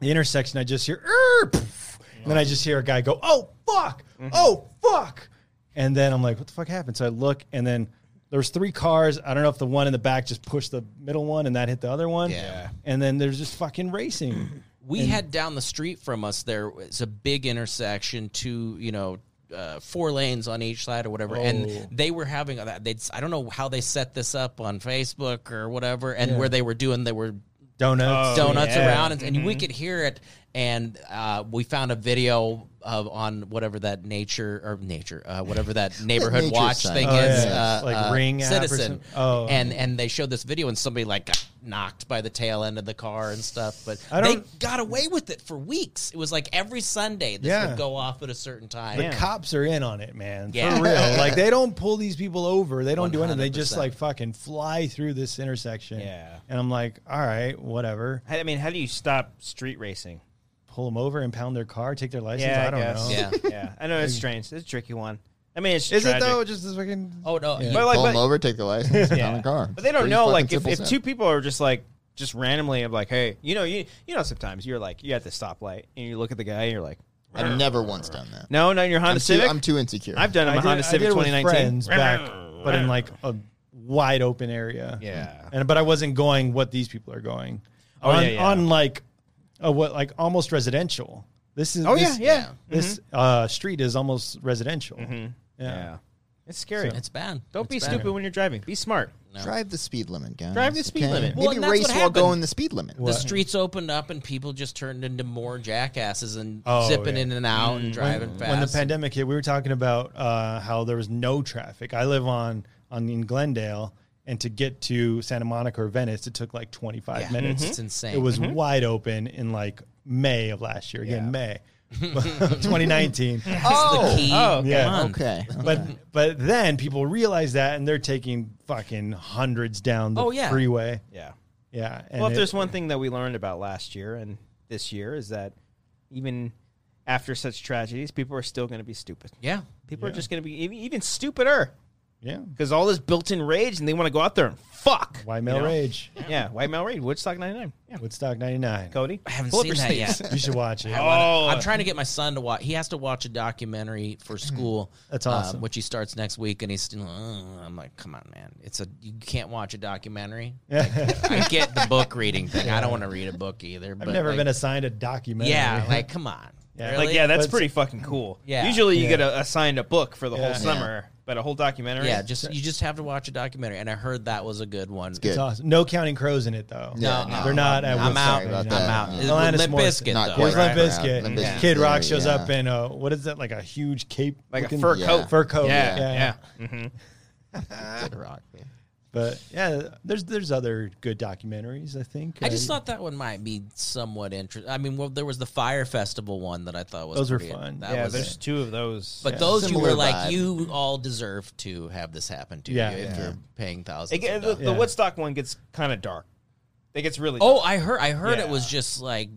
the intersection, I just hear, "Er, poof," and then I just hear a guy go, "Oh fuck! Oh fuck!" And then I'm like, "What the fuck happened?" So I look, and then there's three cars. I don't know if the one in the back just pushed the middle one, and that hit the other one.
Yeah.
And then there's just fucking racing.
We had down the street from us there was a big intersection to you know uh, four lanes on each side or whatever, and they were having that. They I don't know how they set this up on Facebook or whatever, and where they were doing they were
Donuts.
donuts around, and, and we
Mm-hmm.
could hear it. And uh, we found a video of on whatever that nature or nature, uh, whatever that neighborhood
Nature
watch
site.
thing
Oh,
is,
yeah.
uh,
Like
uh,
Ring app or
citizen.
something? Oh.
and and they showed this video, and somebody like got knocked by the tail end of the car and stuff. But
I
they
don't-
got away with it for weeks. It was like every Sunday this
Yeah.
would go off at a certain time.
The
Yeah.
cops are in on it, man.
Yeah.
For real. Like they don't pull these people over. They don't do anything. They just
100%.
like fucking fly through this intersection.
Yeah.
And I'm like, all right, whatever.
I mean, how do you stop street racing?
Pull them over, impound their car, take their license.
Yeah,
I don't
guess.
know.
Yeah.
yeah, I know it's strange. It's a tricky one. I mean, it's
Is
tragic.
it though? Just this fucking.
Oh no!
Yeah.
you-
But like,
Pull
but,
them over, take the license, and
yeah.
on the car.
But they don't
Pretty
know.
fucking
Like, if,
simple
if
stuff.
two people are just like, just randomly, of like, hey, you know, you you know, sometimes you're like, you're at the stoplight and you look at the guy and you're like,
I've never once done that.
no, not in your Honda
I'm too,
Civic.
I'm too insecure.
I've done it in my
I did,
Honda
I
Civic
did it with
2019.
friends back, but in like a wide open area.
Yeah.
And but I wasn't going what these people are going.
Oh,
on,
yeah, yeah.
on like, uh, what like almost residential. This is
Oh yeah,
this-
yeah, Mm-hmm.
This uh, street is almost residential.
yeah. It's scary.
It's bad.
don't
It's
be
bad.
stupid when you're driving. Be smart.
Drive the speed limit, guys.
Drive the speed limit.
Well,
Maybe
and that's
race
what
while
happened.
going the speed limit.
the streets opened up and people just turned into more jackasses and
Oh,
zipping
yeah.
in and out and driving fast.
When the pandemic hit, we were talking about uh, how there was no traffic. I live on on in Glendale, and to get to Santa Monica or Venice, it took like 25
Yeah.
minutes.
Mm-hmm.
Mhm. It's insane.
It was wide open in like May of last year. Again, May, 2019.
oh, the key.
oh, okay.
Yeah.
Come on.
Okay.
But but then people realize that, and they're taking fucking hundreds down the
Oh, yeah.
freeway.
Yeah.
Yeah. And
Well, if
it-
there's one thing that we learned about last year and this year is that even after such tragedies, people are still going to be stupid.
Yeah.
People are just going to be even, even stupider
yeah,
because all this built-in rage, and they want to go out there and fuck.
why male
you know?
rage?
Yeah, White Male Rage, Woodstock '99. Yeah,
Woodstock '99.
Cody,
I haven't
pull up
seen
your
that
sleeves.
yet.
You should watch it.
Oh,
I'm trying to get my son to watch. He has to watch a documentary for school.
Mm. That's
uh,
awesome.
which he starts next week, and he's still. "Uh," I'm like, come on, man! It's a you can't watch a documentary. Like, I get the book reading thing. I don't want to read a book either. But
I've never
like,
been assigned a documentary.
Yeah, like come on.
Yeah.
Really?
Like, yeah, that's
But-
pretty fucking cool.
Yeah.
Usually you get a, assigned a book for the
Yeah.
whole summer, but a whole documentary.
yeah. Just you just have to watch a documentary, and I heard that was a good one.
good.
It's awesome. No counting crows in it though.
No, no.
they're not. at
I'm
Woodstock.
out.
sorry
I'm
about
out.
that.
It's
Alanis
Limp
Morrison.
Bizkit,
Not
though,
quite
Here's Limp
right?
Right.
Bizkit.
Limp Bizkit's
Kid Rock
very,
shows
yeah.
up in a what is that? Like a huge cape,
Like a
looking-
fur
Yeah.
coat.
Fur coat.
Yeah.
yeah.
yeah. Mhm.
Kid Rock.
But yeah, there's there's other good documentaries. I think.
I just
Uh,
thought that one might be somewhat interesting. I mean, well, there was the Fire Festival one that I thought was
Those were
pretty-
fun.
That
yeah,
was
there's two of those.
But
Yeah.
those you
Similar
were like,
vibe.
you all deserve to have this happen to
Yeah.
you if
Yeah.
you're paying
It,
thousands.
get-
of
the,
dollars.
the Woodstock one gets kind of dark. It gets really.
Oh,
dark.
I heard. I heard it
Yeah.
was just like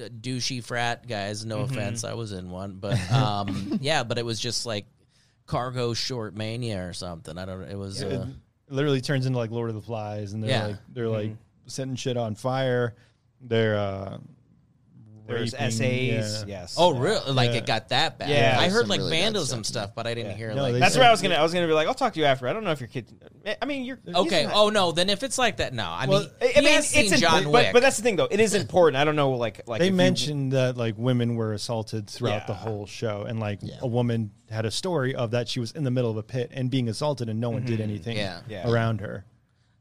uh, douchey frat guys. No
Mm-hmm.
offense, I was in one, but um, yeah, but it was just like cargo short mania or something. I don't. know. It was. Uh,
it literally turns into like Lord of the Flies, and they're
Yeah.
like they're like setting shit on fire. They're uh,
there's
raping,
essays.
yeah.
Yes.
oh, really? Like
Yeah.
it got that bad?
Yeah.
I
There's
heard
some
like
really bad
vandalism
stuff,
stuff, but I didn't hear
No,
like.
they
That's what I was gonna. I was gonna be like, I'll talk to you after. I don't know if your kid. I mean, you're he's
Okay.
not-
Oh no. Then if it's like that, no. I mean,
I, I
he
mean,
has
it's
seen
important,
John Wick,
But, but that's the thing, though. It is important. I don't know, like, like
They
if you-
mentioned that like women were assaulted throughout the
Yeah.
whole show, and like a woman had a story of that she was in the middle of a pit and being assaulted, and no one did anything
Yeah.
Yeah.
around her.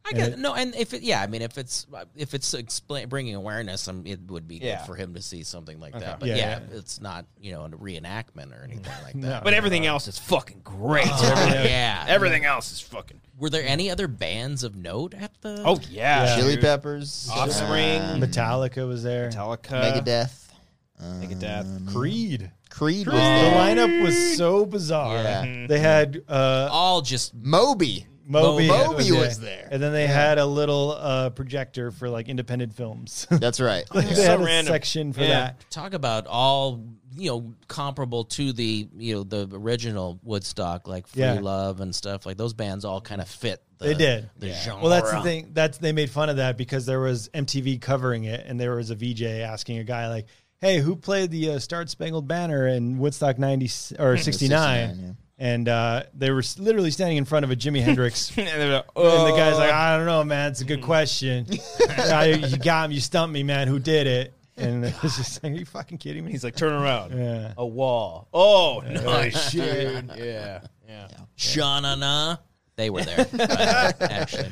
I get no, and if it, yeah, I mean, if it's if it's explain, bringing awareness, um, it would be
Yeah.
good for him to see something like that. But
Yeah,
yeah,
yeah.
it's not you know a reenactment or anything like that.
but everything else is fucking great. Everything-
Oh, yeah.
Everything else is fucking.
Were there any other bands of note at the?
Oh yeah,
Yeah.
Chili
dude.
Peppers,
Offspring,
uh,
Metallica was there.
Mm-hmm. Metallica,
Megadeth,
Megadeth.
Creed.
Creed, was
The
there.
lineup was so bizarre.
Mm-hmm.
Yeah.
They had uh,
all just
Moby.
Moby.
Moby was there.
and then they had a little uh, projector for like independent films.
That's right.
they
Yeah.
had
So
a
random.
section for
Yeah.
that.
talk about all you know comparable to the you know the original Woodstock like Free
Yeah.
Love and stuff like those bands all kind of fit. The,
They did.
the genre.
Well, that's the thing. That's they made fun of that because there was MTV covering it, and there was a VJ asking a guy like, "Hey, who played the uh, Star Spangled Banner in Woodstock '90
Hmm.
or '69?"
69,
And uh, they were s- literally standing in front of a Jimi Hendrix
and, they're like,
And the guy's
"Oh."
like, I don't know, man. It's a good question. I- you got me. You stumped me, man. Who did it? And it was just like, are you fucking kidding me?
he's like, turn around,
yeah.
a wall. Oh, nice, dude. Yeah, yeah.
Shanana. They were there. but, actually,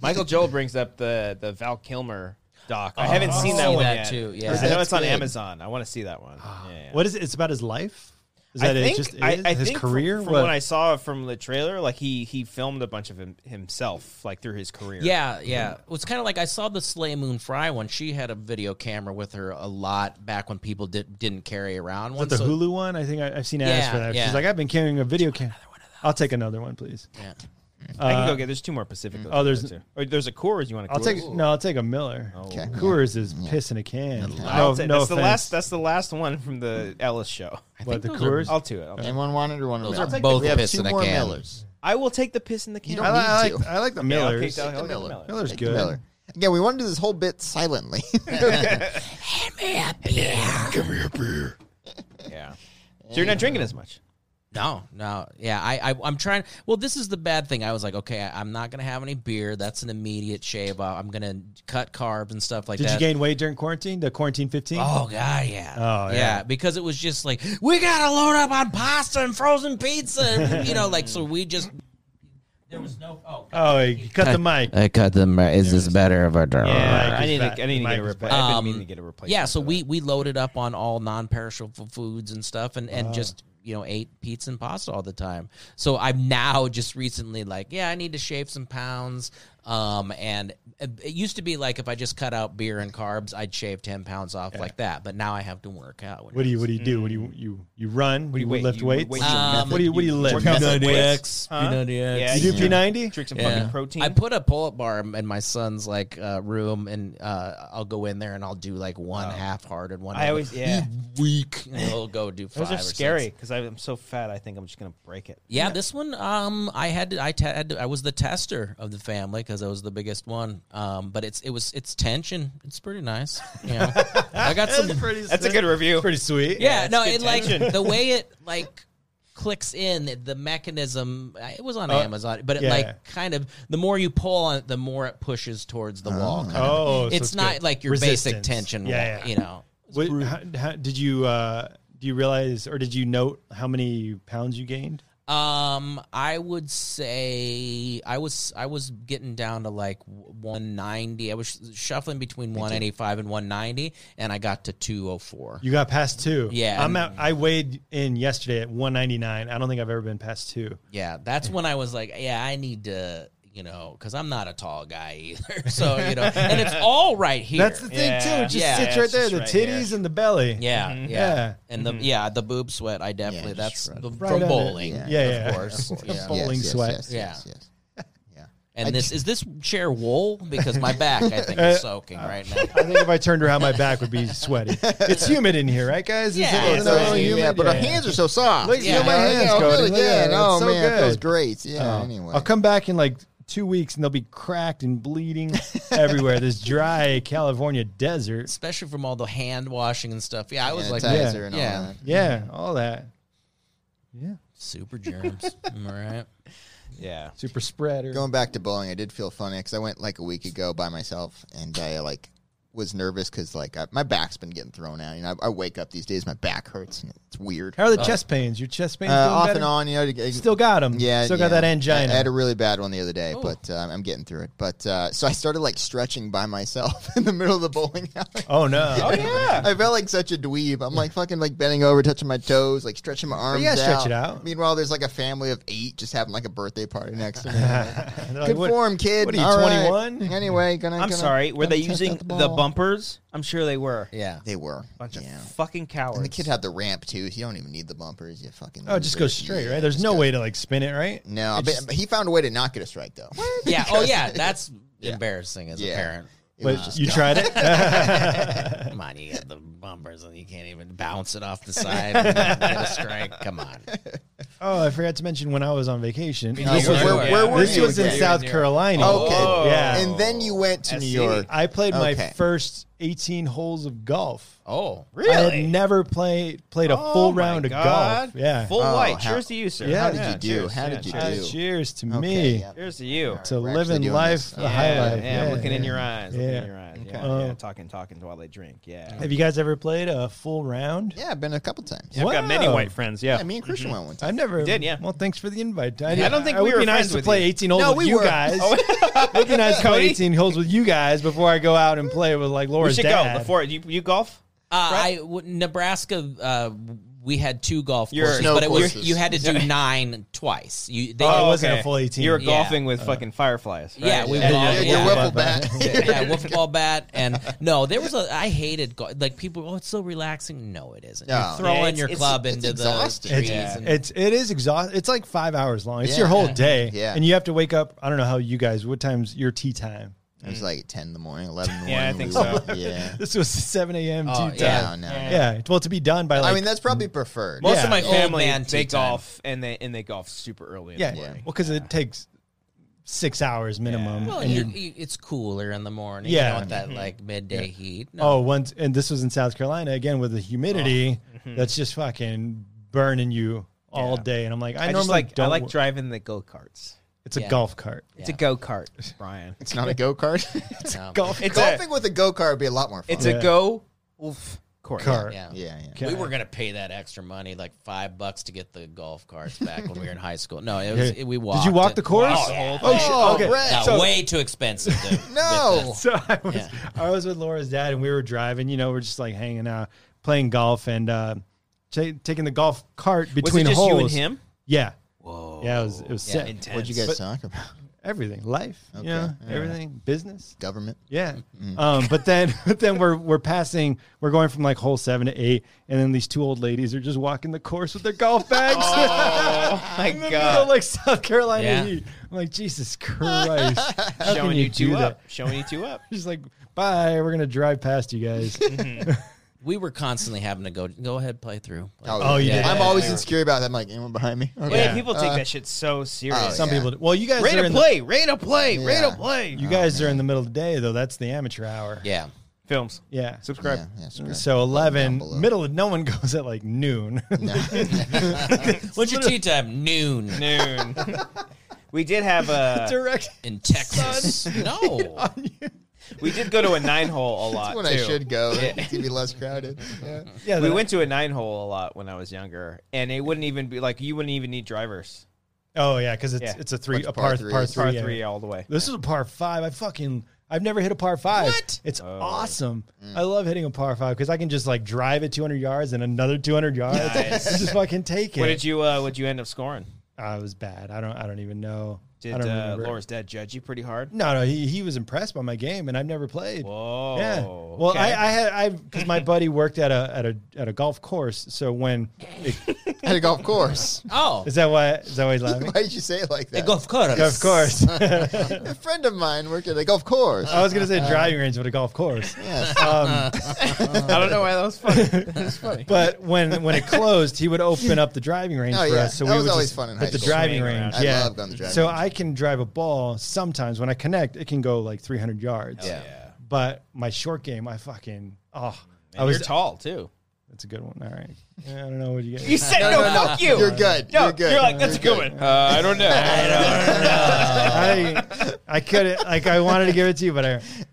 Michael Joel brings up the the Val Kilmer doc. I haven't seen that
see
one
that
yet.
too, yeah.
I know it's on
That's good.
Amazon. I want to see that one. Yeah.
What is it? It's about his life? Is that
I
it?
think,
Just
I,
is?
I
his
think from-
career?
From,
What-
what I saw from the trailer, like he he filmed a bunch of him, himself, like through his career.
yeah, yeah. It was kind of like I saw the Slay Moon Fry one. She had a video camera with her a lot back when people did, didn't carry around one.
Is that the
so-
Hulu one? I think I, have seen ads
Yeah,
for that.
yeah.
She's like, I've been carrying a video camera. I'll take another one, please.
Yeah.
I can go get. There's two more Pacific.
Oh, there's-
or there's a Coors. You want to?
I'll take no. I'll take a Miller.
Okay.
Coors is piss in a can.
I'll
No,
take-
no
that's the last.
offense.
That's the last one from the Ellis show.
I
What,
think
the
those are-
Coors?
I'll do it. I'll do it.
Anyone wanted or one
Those
Miller?
are both
we have
piss
two
in a
more
can.
Millers.
I will take the piss in the can.
don't
I, li- I
need
like
to.
I like the
Yeah, I'll
Millers.
take that- I'll
The
take the
Miller.
Miller.
Miller's
Like
good.
Miller. Again, we want to do this whole bit silently.
Yeah. So you're not drinking as much.
No, no, yeah, I, I, I'm trying. Well, this is the bad thing. I was like, okay, I, I'm not gonna have any beer. That's an immediate shave off. I'm gonna cut carbs and stuff like
Did
that.
you gain weight during quarantine? The quarantine fifteen?
Oh god, yeah.
Oh, yeah.
because it was just like we gotta load up on pasta and frozen pizza, and, you know, like so we just there was no oh.
oh, you cut the mic.
I cut them. Is this better of a
Yeah,
Mike
I
is
need.
back.
To, I need to
Mike
get
is
a
back.
replacement. I've been meaning to get a replacement.
Yeah, so
for
we we loaded up on all non-perishable foods and stuff, and and just you know ate pizza and pasta all the time. So I'm now just recently like, yeah, I need to shave some pounds. Um, and it it used to be like if I just cut out beer and carbs, I'd shave ten pounds off like that. But now I have to work out.
What do you What do you do? What do you
Mm.
you you run? What do you
wait,
lift
you
weights?
wait-
Um,
what do you What do you
you
lift?
work out like weights. Huh? Yeah,
You do
you
P ninety?
that. Drink some
Yeah.
fucking protein.
I put a pull-up bar in in my son's like uh, room, and uh, I'll go in there and I'll do like one half-hard and one.
I always. Yeah.
weak. And he'll go do five.
Those are
or six.
scary because I'm so fat. I think I'm just gonna break it.
Yeah, this one, um, I had, to, I te- had, to, I was the tester of the family because I was the biggest one. Um, but it's, it was, it's tension. It's pretty nice. You know, I got some.
That's a good review.
Pretty sweet.
yeah, no,
good
it like
tension.
the way it like clicks in the mechanism. uh, It was on Amazon, but it
Uh, yeah.
like kind of the more you pull on it, the more it pushes towards the wall. kind of.
Oh, so
it's, not
good.
like your basic
Resistance.
tension.
Yeah,
wall,
yeah.
you know.
What, how, how, did you uh, Do you realize or did you note how many pounds you gained?
Um, I would say I was I was getting down to like 190. I was shuffling between 185 and 190, and I got to 204.
You got past two.
Yeah.
I'm at, I weighed in yesterday at 199. I don't think I've ever been past two.
yeah, that's when I was like, yeah, I need to. you know, because I'm not a tall guy either. So you know, and it's all right here.
That's the thing too. It just
Yeah.
sits
Yeah,
right
it's
there.
just
The
right
titties and the belly.
yeah, yeah,
Mhm. Yeah.
and the yeah the boob sweat. I definitely
just
that's
shred
the,
Right
from
on it.
bowling,
Yeah.
Yeah,
of
yeah.
course. yeah.
Bowling
yes, yes,
sweat.
Yes, yes, yes, yes.
And this is this chair wool because my back I think
Uh,
is soaking right now.
I think if I turned around, my back would be sweaty. It's humid in here, right, guys? Is
Yeah,
it-
it's
no,
always
yeah,
humid?
yeah, but our
Yeah.
hands are so soft.
Look,
feel my
Yeah,
hands,
yeah,
Cody.
really,
Look at
Yeah,
that.
oh
It's so
man, it feels
good.
great. Yeah.
Oh.
Anyway,
I'll come back in like two weeks and they'll be cracked and bleeding everywhere. This dry California desert.
Especially from all the hand washing and stuff. Yeah, I was like,
Yeah.
sanitizer and all
yeah.
that.
Yeah, all that. Yeah,
super germs. Am I right?
Yeah.
super spreader.
Going back to bowling, I did feel funny because I went like a week ago by myself, and I like was nervous because like I, my back's been getting thrown out. You know, I, I wake up these days, my back hurts, and it's weird.
How are the chest pains? Your chest pains
Uh,
feeling
off
better?
and on, you know. to-
Still got them.
Yeah,
still got
yeah.
that angina. Oh.
I, I had a really bad one the other day, but um, I'm getting through it. But uh, so I started like stretching by myself in the middle of the bowling alley.
oh no!
Oh yeah.
I felt like such a dweeb. I'm like fucking like bending over, touching my toes, like stretching my arms.
you gotta stretch it out.
Meanwhile, there's like a family of eight just having like a birthday party next to me.
And they're like,
Good
what-
form,
Uh,
kid.
What are you,
All right.
21?
Anyway, gonna.
I'm
gonna-
sorry. Were
gonna
they
test
using
out
the,
ball.
bumpers? I'm sure they were.
Yeah.
They were.
Bunch
yeah.
of fucking cowards.
And the kid had the ramp too. So you don't even need the bumpers. You fucking.
Oh, it just
loser.
goes straight,
Yeah,
right? There's
just
no
go-
way to like spin it, right?
No,
It
but,
just-
but he found a way to not get a strike though.
Yeah. Oh yeah. That's embarrassing as
Yeah.
a parent.
It was
but
just
you
dumb.
tried it.
Come on, you got the bumpers and you can't even bounce it off the side and get a strike. Come on.
oh, I forgot to mention when I was on vacation.
Oh,
This
were
was,
you?
where, where were
this
you?
was in
again?
South Carolina.
Okay.
Oh.
Yeah.
And then you went to
I
New
see.
York.
I played my
Okay.
first 18 holes of golf.
Oh,
I
Really?
had never played played a
Oh
full
my
round of
God.
golf. Yeah.
Full
Oh,
white.
how-
Cheers to you, sir.
Yeah.
How did you do?
cheers.
How did you
Uh,
cheers.
do?
cheers to
Okay,
me
yeah.
Cheers to you.
to
We're
living
actually doing
life
this.
the
Yeah,
highlight.
Yeah, I'm looking in
yeah.
your eyes. Looking
Yeah.
in your eyes.
Okay.
Yeah,
Uh,
yeah, talking, talking while they drink. Yeah.
Have you guys ever played a full round?
Yeah, I've been a couple times.
I've got many
Wow.
white friends. Yeah.
Yeah, me and Christian went one time.
I've never
did, yeah.
Well, thanks for the invite. I,
I don't think
it
we
would
were
be nice
friends
to
with
play
you. Oh.
18 holes
No,
with
we
you
were.
guys. it would be nice to play
Cody?
18 holes with you guys before I go out and play with like
we
Laura's
should
dad.
go before you, you golf.
Uh, I w- Nebraska. Uh, we had two golf
Your-
courses,
No
but it was-
courses.
you had to do nine twice. You, they,
Oh, it
okay.
wasn't a full Uh, 18.
You were
Yeah.
golfing with fucking fireflies. Right?
yeah, we
Yeah,
were
yeah,
all-
Your-
yeah.
your wiffle
Yeah.
bat.
yeah, wiffle ball bat, and no, there was a. I hated go- like people. Oh, it's so relaxing. No, it isn't.
No.
You're throwing
Yeah, it's-
your
it's-
club
it's
into the
exhausting.
trees.
It's,
and,
it's it is exhaust. It's like five hours long. It's
Yeah.
your whole day,
Yeah.
and you have to wake up. I don't know how you guys. What time's your tea time?
It was like 10 in the morning, 11 in the
Yeah, I
morning.
think
we
so.
went- Yeah.
This was seven a.m.
Oh,
tea
yeah.
time.
No, no.
Yeah.
Yeah. well, to be done by like
I mean, that's probably preferred.
Most
Yeah.
of my
Old
family
man tea
they
time.
golf and they and they golf super early. In
yeah,
the
well,
morning.
'cause well, because it takes six hours minimum.
well,
and
you,
you're-
you- it's cooler in the morning.
Yeah.
you don't want that like midday heat. No.
oh, once and this was in South Carolina again with the humidity that's just fucking burning you all
Yeah.
day. And I'm like, I,
I, just
normally
like I
don't.
like
drive.
driving the go karts.
it's a
Yeah.
golf cart.
It's a go kart, Brian.
It's not a go kart.
no.
Golf
It's a
Golfing with a go kart would be a lot more fun.
it's
Yeah.
a go oof, kart.
cart.
Yeah.
yeah, yeah.
We were gonna pay that extra money, like five bucks, to get the golf carts back when we were in high school. No, it was
Hey,
it, we walked.
Did you walk
it.
the course?
Oh, yeah.
Oh, shit.
Oh,
okay.
Brett.
No,
So-
way too expensive. To,
No.
So I was
Yeah.
I was with Laura's dad, and we were driving. You know, we're just like hanging out, playing golf, and uh, ta- taking the golf cart
Was
between
it just
holes.
you and him?
Yeah. Whoa. Yeah, it was it was sick.
intense.
What'd you guys
But-
talk about?
Everything, life, you know, everything, business.
Government.
Yeah.
Mm-hmm.
Um, but then but then we're we're passing we're going from like hole seven to eight, and then these two old ladies are just walking the course with their golf bags.
Oh my
In the middle of,
god!
like South Carolina
Yeah.
heat. I'm like, Jesus Christ. How can
Showing
you,
you
do
two
that?
up. Showing you two up.
Just like, bye, we're gonna drive past you guys.
we were constantly having to go. Go ahead, play through.
Oh, you did.
I'm
Yeah.
always insecure about that. I'm like, anyone behind me? Okay.
Yeah, people take that shit so serious.
Some
Yeah.
people do. well you guys
Rate
are
a
in the-
play, Oh, rate a play, rate
Yeah.
a play.
you guys are in the middle of the day though, that's the amateur hour.
Yeah.
Films.
Yeah.
Subscribe.
Yeah, yeah, subscribe.
So
Down
eleven
below.
middle of no one goes at like noon.
What's your tea time? Noon
Noon. we did have uh, a.
Direct
in Texas. No.
We did go to a nine hole a lot.
That's when I
too.
should go. It's gonna be less crowded. Yeah.
Yeah,
We
the-
went to a nine hole a lot when I was younger, and it wouldn't even be like you wouldn't even need drivers.
Oh yeah, because it's
Yeah.
it's a three
It's
a
par
par,
three.
par
It's
three.
Par
yeah.
three all the way.
This is a par five. I fucking I've never hit a par five. What? It's
Oh.
awesome. I love hitting a par five because I can just like drive it 200 yards and another 200 yards.
Nice.
just fucking take it. Oh,
What did you? Uh, what you end up scoring?
I was bad. I don't. I don't even know.
Did
I don't
uh,
remember.
Laura's dad judge you pretty hard?
No, no, he, he was impressed by my game, and I've never played.
Whoa.
Yeah. Well,
okay.
I, I had I because my buddy worked at a at a at a golf course. So when
At a golf course.
Oh,
is that why is that why he's laughing?
Why did you say it like that?
golf course.
Of course,
a friend of mine worked at a golf course.
Oh,
I was gonna say driving range, but a golf course.
yes.
I don't know why that was funny. It was funny.
But when when it closed, he would open up the driving range
Oh,
for
yeah.
us. So
That
we
was
would
always
just
fun in
at
high
the
school.
driving
Swing
range.
around.
I
yeah.
love going to the driving
so
range.
I can drive a ball sometimes when I connect. It can go like 300 yards.
Yeah.
But my short game, I fucking oh, I
And
was
you're tall too.
That's a good one. All right. Yeah, I don't know what you
You
get.
said no, fuck you.
You're good.
No,
you're good.
like that's a good one. Uh, I don't know.
I I couldn't like I wanted to give it to you, but I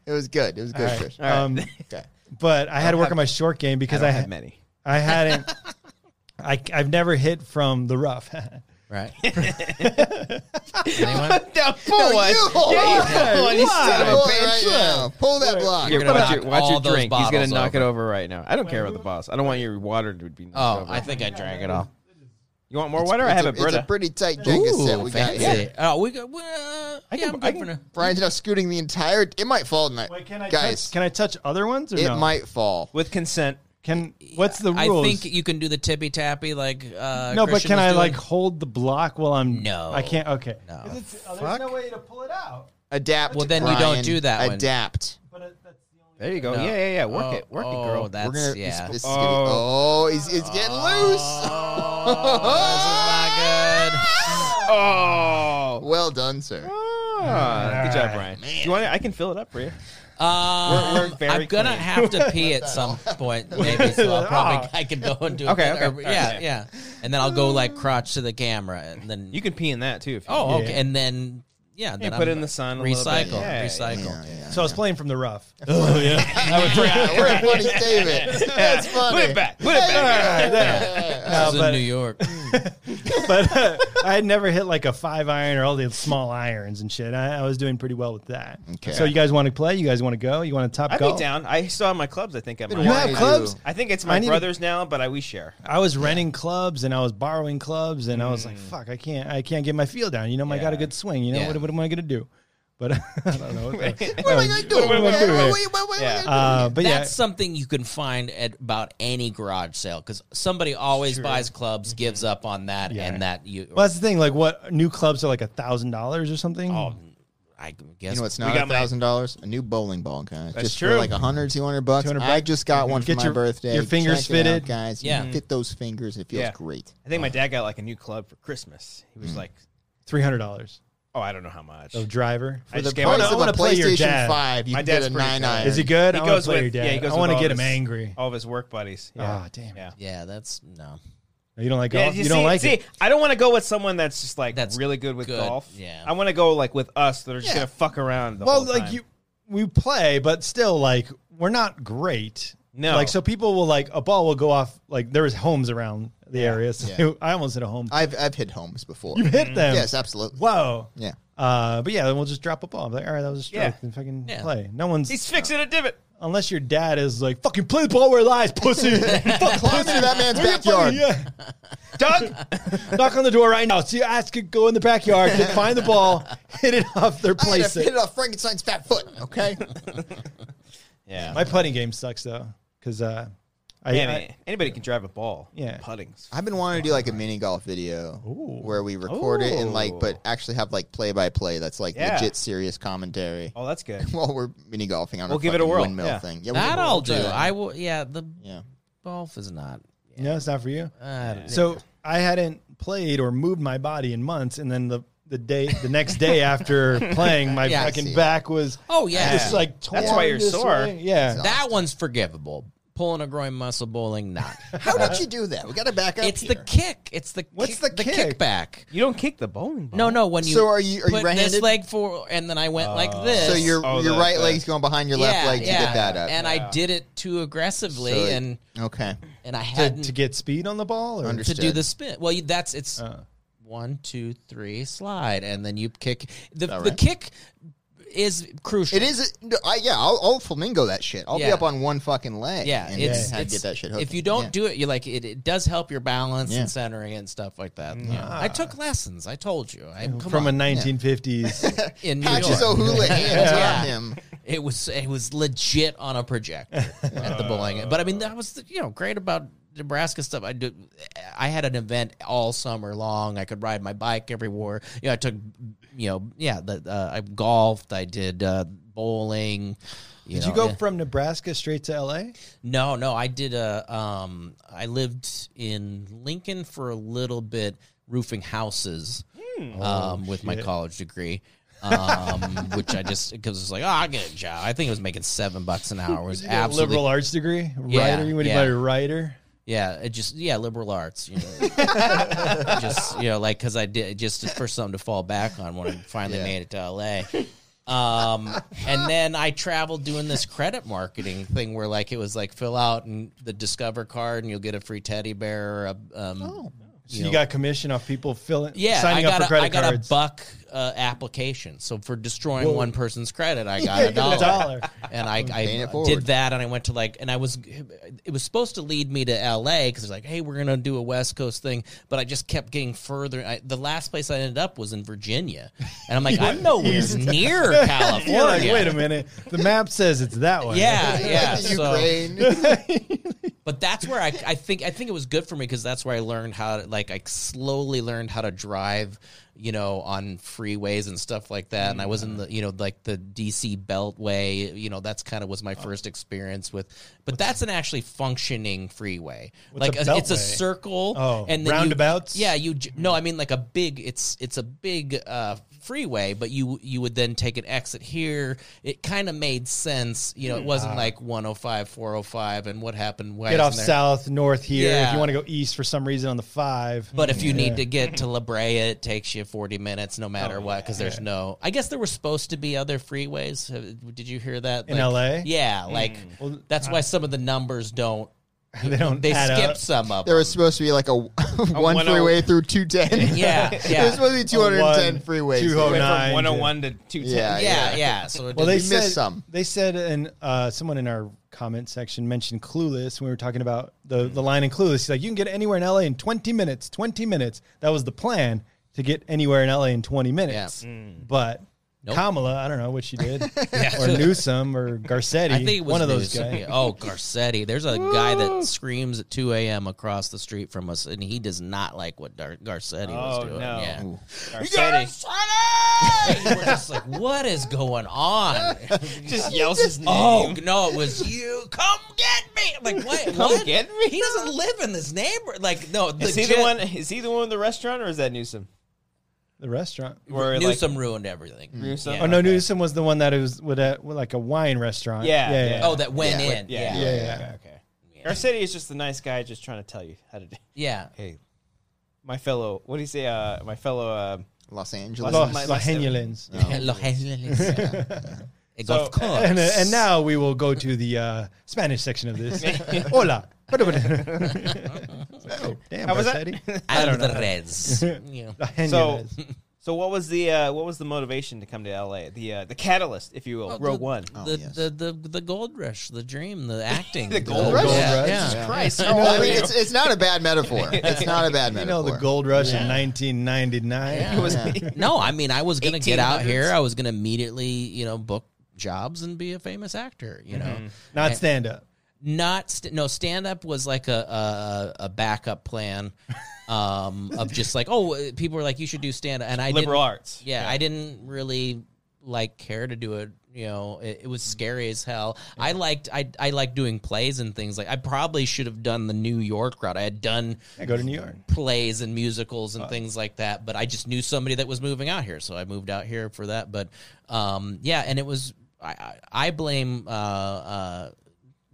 It was good. It was
All
good,
right.
Chris.
um,
Okay.
but I had to work on my short game because I, had
many.
I hadn't I I've never hit from the rough.
Right. Anyone?
No, pull
No,
one.
you hold
yeah, you
on.
pull one. You son of a
Pull it
bitch.
right now. Pull that block.
Here,
You're gonna
watch
knock
your, watch
all
your
those
drink. He's gonna
bottles
knock it
over.
over right now. I don't care about the boss. I don't want your water to be. knocked
Oh,
over.
I think I drank it all.
you want more water? I
It's
have
a-
a Brita.
It's a pretty tight Jenga set we got
fancy.
here.
Oh, we got. Well,
I
yeah,
can-
I'm
I
good for
can-
now.
Brian's now scooting the entire. It might fall tonight, guys.
touch, can I touch other ones or
it
no?
might fall.
With consent.
Can what's the
I
rules?
think you can do the tippy tappy like. Uh,
no, but
Christian
can
was
I
doing.
like hold the block while I'm
No.
I can't. Okay.
No.
oh, there's no way to pull it out.
Adapt.
Well, then you don't
Brian.
do that one.
Adapt.
But that's the only.
There you go.
No.
Yeah, yeah, yeah. Work
Oh,
it. Work
oh,
it, girl.
That's
We're gonna,
yeah.
It's, it's
Oh.
gonna, oh, he's, it's getting Oh.
oh, this is not good.
oh.
loose. Well done, sir.
Oh.
Ah, good job, Brian. Do you want? it? I can fill it up for you.
Um,
we're very
I'm gonna
clean. Ah.
have to pee at some point, maybe. So I'll probably I could go and do it.
Okay,
then,
okay.
or- yeah,
Okay.
yeah. And then I'll go like crotch to the camera, and then
You can pee in that too. If you
Oh,
Yeah.
okay. And then yeah,
You
then
put
I'm
it in the sun. a little bit.
recycle,
Yeah,
recycle.
So I was playing from the rough.
Yeah, we're at funny David. That's funny.
Put it back. Put it back.
This
Uh,
is
but-
in New York.
but uh, I had never hit like a five iron or all the small irons and shit. I, I was doing pretty well with that.
Okay.
So you guys want to play? You guys want to go? You want to top
I'd
golf?
be down. I still have my clubs. I think at
You
You
my.
have
have
Why
clubs?
do-
I think it's
I
my
need to-
brother's now, but I we share.
I was renting clubs and I was borrowing clubs and I was like, fuck, I can't, I can't get my feel down. You know, I got a
Yeah.
good swing. You know,
Yeah.
what, what am I gonna do? But I don't know. What, the-
What am I gonna do?
What am I gonna do here?
Wait, wait, wait,
Yeah.
wait.
Uh, but
That's something you can find at about any garage sale because somebody always buys
Mm-hmm.
clubs, gives up on that,
Yeah.
and that you.
yeah, well, that's the thing. Like, what new clubs are like a thousand dollars or something?
oh, I guess
You know what's
We
not
got
a thousand dollars? A new bowling ball, guys.
That's
just for
true.
like 100, 200 bucks.
200
I
bucks.
just got one
Get
for
your-
my birthday.
your fingers
Check it out,
fitted.
guys. You
Yeah.
can fit those fingers. It feels
Yeah.
great.
I think
Oh.
my dad got like a new club for Christmas. He was
Hmm.
like,
three hundred dollars
oh, I don't know how much.
of driver.
I
For the
just gave him-
price
I
of
wanna
a
play your
PlayStation
dad.
Five, you
My
can get
dad's
a
pretty
nine
good.
iron.
Is he good?
He
I want
goes
to play
with-
your dad.
yeah, he goes
I want
with
to
all
get
of
him
his-
angry.
All of his work buddies. Yeah.
Ah, damn.
Yeah.
Yeah, that's no.
You don't like
Yeah,
golf.
you
You, don't
see-
like
see,
it.
I don't want to go with someone that's just like
That's
really good with
good,
golf.
yeah.
I want to go like with us that are just
Yeah.
gonna fuck around. The
well
whole
like
time.
you we play but still like we're not great
No.
like so people will like a ball will go off like there was homes around the area so
Yeah.
i Mm. almost hit a home
I've I've hit homes before.
you hit them
Yes, absolutely.
whoa
Yeah.
uh, but yeah, then we'll just drop a ball. I'm like, all right, that was a stroke.
Yeah.
Then fucking
Yeah.
play. No one's
He's fixing a divot.
unless your dad is like, fucking play the ball where it lies, pussy. Fuck,
Climb through that man's backyard.
Oh, yeah.
Doug,
Knock on the door right now. See, your ass could go in the backyard, could find the ball, hit it off their
I had
place.
to hit it off Frankenstein's fat foot. Okay.
yeah.
My putting game sucks though, because uh, I,
Man,
I
anybody can drive a ball.
Yeah.
putting's
I've been wanting to do like a mini golf video where we record it and like, but
Oh.
Ooh.
actually have like play by play that's like
Yeah.
legit serious commentary
Oh, that's good.
while we're mini golfing on
We'll
a
give it a
fucking
whirl,
windmill
yeah.
thing. Yeah, we'll-
That
we'll
I'll
do
do.
that.
I will. Yeah, the
Yeah.
golf is not.
no, it's not for you.
I don't-
So I hadn't played or moved my body in months, and then the the day the next day after playing, my
Yeah, I
fucking
see.
back was
oh yeah,
just like
That's
torn
why you're
this
sore.
way. Yeah,
that one's forgivable. Pulling a groin muscle, bowling not.
How did you do that? We got to back up.
it's
here.
the kick. It's the
What's
kick-
the kick?
kickback.
You don't kick the bowling ball.
No, no. When you
So are you- are you
put this
right-handed?
leg for and then I went like this.
So your
Oh,
your
the-
right
the-
leg's going behind your left leg to get that up.
And I did it too
So
aggressively,
it-
and
okay,
and I
to,
had
to
to,
get speed on the ball. Or?
Understood.
do the spin. Well, you, that's it's
Uh.
one, two, three, slide, and then you kick the the
right?
kick. is crucial.
It is. no, I, yeah, I'll, I'll flamingo that shit. I'll be
Yeah.
up on one fucking leg.
Yeah,
and
it's,
how to
it's-
get that shit hooked.
If you don't
Yeah.
do it, you like it, it does help your balance
Yeah.
and centering and stuff like that. I took lessons. I told you. I come
from
on.
a 1950s.
in New
Patches
York.
O'Hula hands
Yeah.
on him.
It was it was legit on a projector at the bowling. But I mean, that was you know great about Nebraska stuff. I did. I had an event all summer long. I could ride my bike everywhere. You know, I took you know yeah. The, uh, I golfed. I did uh, bowling. You
Did
know,
you go
yeah.
from Nebraska straight to LA?
No, no, I did a. Um, I lived in Lincoln for a little bit, roofing houses, um, with my college degree, um, which I just because it's like, oh, I get a job. I think it was making seven bucks an hour. It was absolutely,
Liberal arts degree,
Yeah,
writer. You went
yeah.
by writer.
yeah, it just yeah, liberal arts, you know, just you know, like because I did just for something to fall back on when I finally made it to L.A. Um, and then I traveled doing this credit marketing thing where like it was like fill out and the Discover card and you'll get a free teddy bear. Or a, um,
So
you
you,
know.
got commission off people filling,
yeah,
signing
I
up
got
for
a,
credit
I got
cards.
a buck uh, application. So for destroying one person's credit, I
Yeah,
got a
you got
dollar.
a dollar.
And I,
Paying it
I
forward.
did that, and I went to like, and I was, it was supposed to lead me to L.A. because it's like, hey, we're gonna do a West Coast thing, but I just kept getting further. I, the last place I ended up was in Virginia, and I'm like, I'm nowhere near California.
You're like, wait a minute. The map says it's that one.
Yeah,
Like
Uh, yeah.
the
so-
Ukraine.
but that's where I, I think I think it was good for me because that's where I learned how to like I slowly learned how to drive, you know, on freeways and stuff like that. And I was
Mm.
in the you know like the DC Beltway, you know, that's kind of was
Oh.
my first experience with. But that's an actually functioning freeway, like
a
a- it's a
beltway?
circle.
Oh,
then you-
roundabouts?
yeah, you j- no, I mean like a big. It's it's a big uh, freeway, but you you would then take an exit here. It kind of made sense, you know. It wasn't like 105, 405, and what happened.
Mm.
why
Get off
isn't there-
south, north here. If
Yeah.
you want to go east for some reason on the five.
But if you need to get to La Brea, it takes you 40 minutes no
Oh,
matter what because there's no. I guess there were supposed to be other freeways. Have- Did you hear that?
In
Like-
LA?
Yeah. Like,
Well,
that's why some of the numbers don't.
they don't
They
add
skip
up.
some of
there
them.
was supposed to be like a, one
one oh-
freeway through two ten.
Yeah.
There's
Yeah.
supposed to be two hundred and ten
A one,
freeways.
two
Went from
hundred- Oh, Nine,
101 to 210.
Yeah.
yeah. Yeah. So it
Well, they
didn't-
missed
said,
some.
They said, and uh, someone in our comment section mentioned Clueless when we were talking about the,
Mm.
the line in Clueless. He's like, you can get anywhere in LA in 20 minutes. 20 minutes. That was the plan to get anywhere in LA in 20 minutes.
Mm.
But Kamala, I don't know what she did, or Newsom or Garcetti,
I think it was
one of those
news.
guys.
Oh, Garcetti. There's a guy that screams at 2 a.m. across the street from us, and he does not like what Dar- Garcetti was
Oh,
doing.
no.
Yeah.
Garcetti
We're just like, what is going on?
just yells his name.
Oh no, it was you. Come get me. I'm like what?
Come
what?
get me?
He doesn't live in this neighborhood. Like no,
Is he
legit,
the one? Is he the one with the restaurant, or is that Newsom?
The restaurant.
Or
Newsom ruined everything.
Newsom?
Yeah.
Oh no, Newsom was the one that was with a with like a wine restaurant.
Yeah,
yeah,
yeah.
Oh, that went
Yeah.
in. Yeah,
Yeah.
yeah.
yeah, yeah.
Okay. Garcetti is just the nice guy, just trying to tell you how to do. Hey, my fellow. What do you say? Uh, my fellow. Uh,
Los
Los-
Angeles.
Los,
my-
Oh, Los
my-
Angeles.
Los Angeles. Eh, Of course.
And, uh, and now we will go to the uh, Spanish section of this. Hola. Oh, damn,
How was that?
Garcetti.
Alvarez. You know.
Los
so,
Angeles.
so what was the uh, what was the motivation to come to L.A. The uh, the catalyst, if you will, Rogue
Oh, the,
One.
The, the, the, the gold rush, the dream, the acting. the
Oh, gold rush?
Yeah.
Gold rush?
yeah.
Christ,
Well, I mean, it's, it's not a bad metaphor. It's not a bad
you
metaphor.
know the gold rush in 1999.
it was
No, I mean, I was gonna get out here. I was gonna immediately, you know, book jobs and be a famous actor. You know,
Mm-hmm.
Not stand up.
not st- no stand up was like a a, a backup plan um, of just like oh uh, people were like you should do stand up and I
liberal
didn't,
arts.
yeah, I didn't really like care to do it. You know, it, it was scary as hell. I liked I I liked doing plays and things like I probably should have done the New York route. I had done
Yeah, go to New York.
plays and musicals and things like that. But I just knew somebody that was moving out here, so I moved out here for that. But um, yeah, and it was I, I, I blame uh, uh,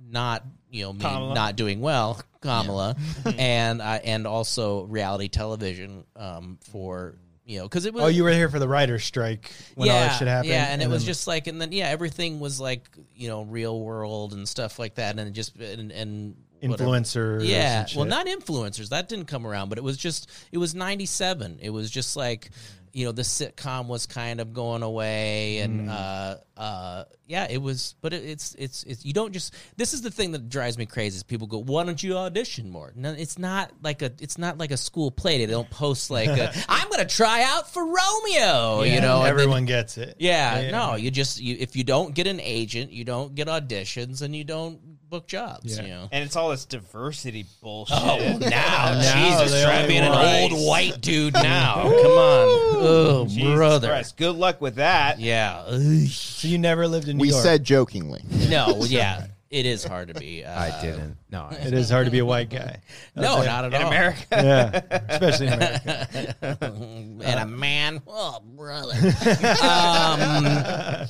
not you know me
Kamala.
not doing well, Kamala, and I, and also reality television um, for you know because it was
Oh, you were here for the writer's strike when all that shit happened.
yeah, and, it was
then-
just like, and then yeah, everything was like you know real world and stuff like that, and it just and and whatever.
influencers.
Yeah,
and
well,
shit.
not influencers. That didn't come around, but it was just it was '97. It was just like you know the sitcom was kind of going away and
Mm.
uh uh yeah it was but it, it's it's it's you don't just this is the thing that drives me crazy is people go why don't you audition more no it's not like a it's not like a school play day. they don't post like a, i'm gonna try out for romeo you know and then-
everyone gets it.
yeah, no, you just you, if you don't get an agent, you don't get auditions, and you don't book jobs.
Yeah.
You know.
And it's all this diversity bullshit.
Oh, now,
Now
Jesus,
they
try
only
being an
want-
old white dude now. Come on, oh
Jesus
brother,
Christ. Good luck with that.
yeah, Ugh.
So you never lived in New
We
York.
said jokingly.
no, yeah, it is hard to be. Uh,
I didn't. No, I,
it is hard to be a white guy.
no, not at
In
all.
America,
Yeah, especially in America.
and a man, oh brother. um,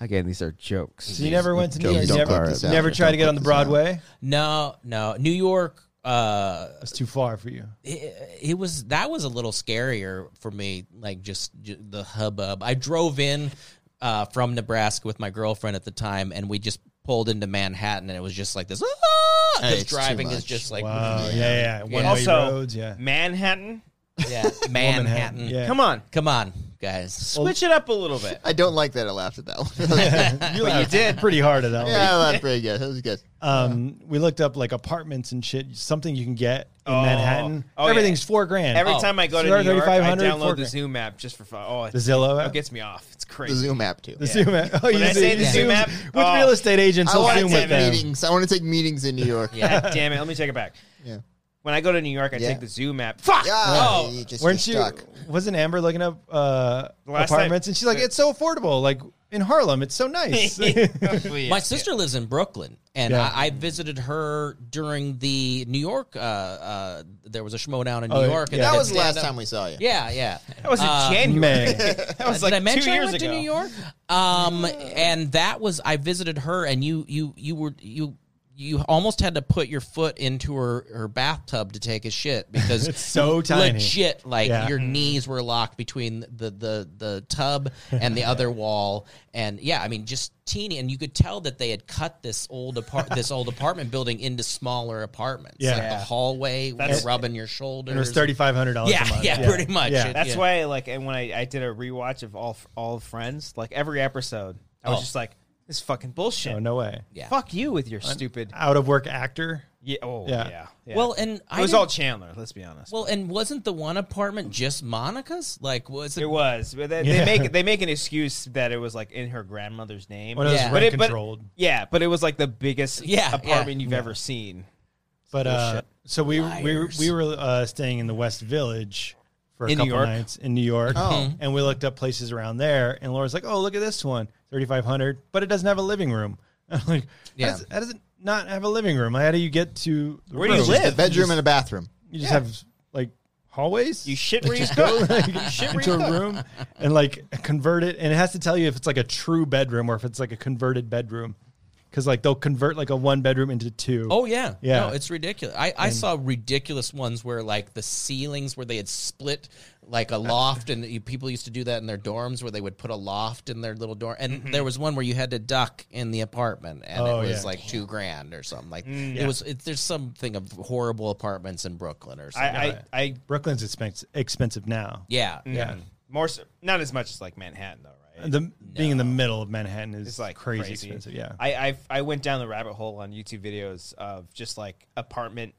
again, these are jokes.
So you never went to New
Don't-
York. You
don't
never,
blur this out.
never tried to get on the Broadway.
no, no, New York. Uh,
That's too far for you.
it, it was that was a little scarier for me like just j- the hubbub i drove in uh, from nebraska with my girlfriend at the time and we just pulled into manhattan and it was just like this ah! 'Cause
It's too
driving is
much.
just like
Wow. Yeah, yeah. One-way
Also-
roads. Yeah.
Manhattan.
yeah manhattan
Yeah.
Come on,
come on guys
switch it up a little bit.
I don't like that I laughed at that one.
You, did pretty hard at that. one.
yeah, I laughed pretty good. That was good.
Um, we looked up like apartments and shit. Something you can get in
Oh.
Manhattan.
Oh, yeah.
Everything's four grand.
Every
Oh.
time I go to
Sierra
New York, I
3500,
download the
Fortnite.
Zoom app just for fun. Oh, it,
the Zillow app.
it gets me off. It's
The
crazy.
Zoom app too.
the Zoom app. Oh, you
When I
see-
say the
yeah.
Zoom app,
Which
oh.
real estate agents
I
will
want to
Zoom
take
with them?
meetings. I want to take meetings in New York.
yeah
God damn it. Let me take it back.
Yeah.
When I go to New York, I
Yeah.
take the Zoom app. Fuck.
Yeah,
Oh,
you just
Weren't
get
you?
stuck.
Wasn't Amber looking up uh,
Last
apartments?
time-
and she's like, "It's so affordable. Like in Harlem, it's so nice."
Oh,
my sister lives in Brooklyn, and
Yeah.
I, I visited her during the New York. Uh, uh, there was a schmodown in New
Oh,
York. and
yeah.
they
That
did
was the last
stand-up.
time we saw you.
Yeah, yeah.
That was in
Um,
January.
Man,
That was
Did
like
I mention
two
I
years
went
ago.
to New York? Um, and that was I visited her, and you you you were you you almost had to put your foot into her her bathtub to take a shit because
It's so tiny.
legit like
Yeah.
your
Mm-hmm.
knees were locked between the the the tub and the other wall and yeah i mean just teeny and you could tell that they had cut this old apart this old apartment building into smaller apartments
Yeah.
like the hallway
That's-
you're rubbing your shoulders
it was thirty five hundred dollars.
yeah,
a month.
yeah pretty much
Yeah.
It-
That's
yeah.
why, like, and when I, I did a rewatch of all all Friends, like every episode, I was
Oh.
just like, "This is fucking bullshit."
Oh no way.
Yeah.
Fuck you with your stupid.
Out of work actor.
Yeah. Oh
Yeah.
yeah. yeah.
well and
it was all Chandler. Let's be honest.
Well, and wasn't the one apartment just Monica's? Like, was it?
It was, but they,
Yeah.
they make they make an excuse that it was like in her grandmother's name.
When it was
Yeah.
But
rent
it- but-
controlled.
yeah, but it was like the biggest
Yeah,
apartment
yeah.
you've ever seen.
But uh,
Bullshit.
so we we
Liars.
we were uh, staying in the West Village for a
In New
couple
York? Mm-hmm.
nights in New York,
Oh.
and we looked up places around there. And Laura's like, "Oh, look at this one, thirty five hundred, but it doesn't have a living room." I'm like,
Yeah.
yeah. "How does it not have a living room? How do you get to the
Where do you
room?
live?
A bedroom and a bathroom.
You just have like hallways.
You shit where you go. you shit where
into
you
a
go.
room and like convert it, and it has to tell you if it's like a true bedroom or if it's like a converted bedroom, because like they'll convert like a one bedroom into two.
Oh yeah,
Yeah.
No, it's ridiculous. I, I saw ridiculous ones where like the ceilings where they had split like a loft, and you, people used to do that in their dorms where they would put a loft in their little dorm. And there was one where you had to duck in the apartment, and
Mm-hmm. Oh,
it was
yeah. Mm,
like two grand or something. Like it was. It, there's something of horrible apartments in Brooklyn or
I,
something.
I, I
Brooklyn's expensive expensive now.
yeah,
Yeah.
more so, not as much as like Manhattan though, right?
The being in the middle of Manhattan is
It's like
crazy,
crazy,
expensive. Yeah.
I I've, I went down the rabbit hole on YouTube videos of just like apartment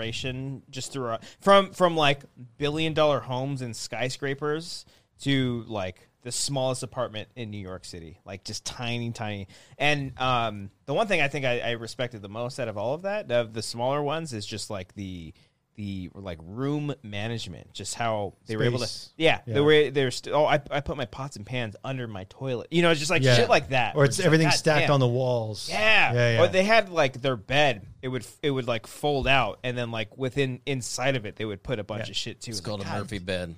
exploration, just through a, from from like billion dollar homes and skyscrapers to like the smallest apartment in New York City, like just tiny, tiny. And um, the one thing I think I, I respected the most out of all of that, of the smaller ones, is just like the the like room management, just how they were able to,
Space.
yeah,
Yeah.
they were they were still. Oh, I, I put my pots and pans under my toilet, you know, it's just like
Yeah.
shit like that,
Or it's
like,
everything
God
stacked
damn.
on the walls.
Yeah.
Yeah.
Or they had like their bed. It would it would like fold out, and then like within inside of it, they would put a bunch of shit too.
it's
Like,
called a
God,
Murphy bed.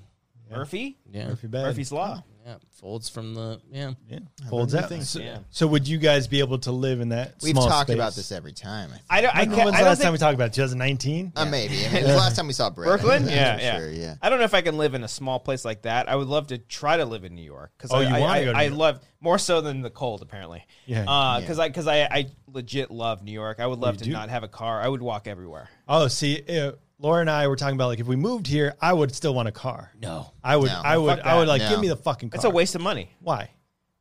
Murphy.
Yeah, Oh.
Murphy bed.
Murphy's law.
yeah, folds from the yeah.
Yeah. Folds out.
things.
So,
Yeah.
so would you guys be able to live in that?
We've
small
talked
space?
about this every time. I think.
I don't. I
When
can't.
was
I
the
don't
last
think
time we talked about 2019?
Uh, maybe. I mean, it was the last time we saw Brooklyn.
Brooklyn.
That's
yeah,
for
yeah.
sure, yeah.
I don't know if I can live in a small place like that. I would love to try to live in New York because
Oh,
I,
you
I,
wanna
I,
go to
I
New York.
love more so than the cold apparently.
Yeah. Oh,
Yeah.
Because I because I, I legit love New York. I would love
you
to
do?
not have a car. I would walk everywhere.
Oh, see, it, Laura and I were talking about like if we moved here, I would still want a car.
No.
I would,
No.
I would,
Fuck
I would
that.
like
No.
give me the fucking car.
That's a waste of money.
Why?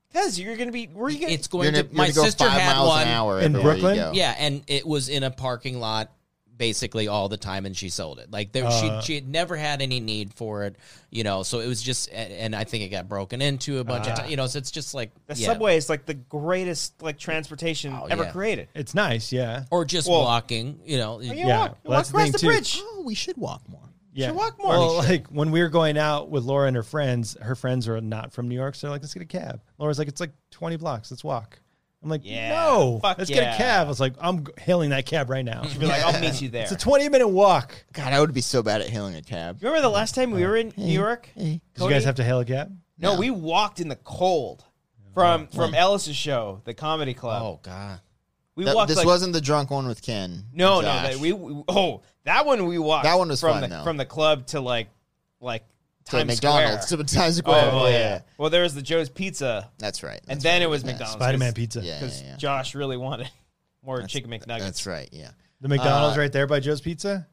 Because you're going to be, where are you going
It's
to?
going
gonna-
to. My
gonna go
sister
five
had
miles
one.
an hour
In
everywhere you
Brooklyn?
go.
Yeah, and it was in a parking lot basically all the time, and she sold it. Like there,
Uh.
she she had never had any need for it, you know. So it was just, and, and I think it got broken into a bunch of times, you know. So it's just like
Uh. The
yeah.
subway is like the greatest like transportation
Oh,
ever
yeah.
created.
It's nice, yeah.
or just
Well-
walking, you know.
You
Yeah,
walk, you walk
well, that's the
across
thing,
the
too.
bridge.
Oh, we should walk more.
Yeah.
Should walk more.
Well,
You
like when we were going out with Laura and her friends, her friends are not from New York, so they're like, let's get a cab. Laura's like, it's like 20 blocks, let's walk. I'm like,
Yeah,
no,
fuck
let's
yeah.
get a cab. I was like, I'm g- hailing that cab right now.
Be like, I'll meet you there.
It's a 20 minute walk.
God, I would be so bad at hailing a cab.
Remember the last time we were in New York?
Did you guys have to hail a cab?
No, we walked in the cold from from Ellis's show, the comedy club.
oh god,
we
That-
walked
this
like
wasn't the drunk one with Ken.
no, no.
Josh.
That we, we- oh that one we walked.
That one was
from
fun,
the
though.
from the club to like like
To
Times
McDonald's.
Square.
To Times
Oh,
Square.
well,
yeah.
yeah. Well, there was the Joe's Pizza,
That's right.
and
That's
then it was
Yeah.
McDonald's.
Spider Man pizza.
Yeah, yeah,
because
yeah.
Josh really wanted more chicken
right.
McNuggets.
That's right. Yeah.
The McDonald's
Uh,
right there by Joe's Pizza?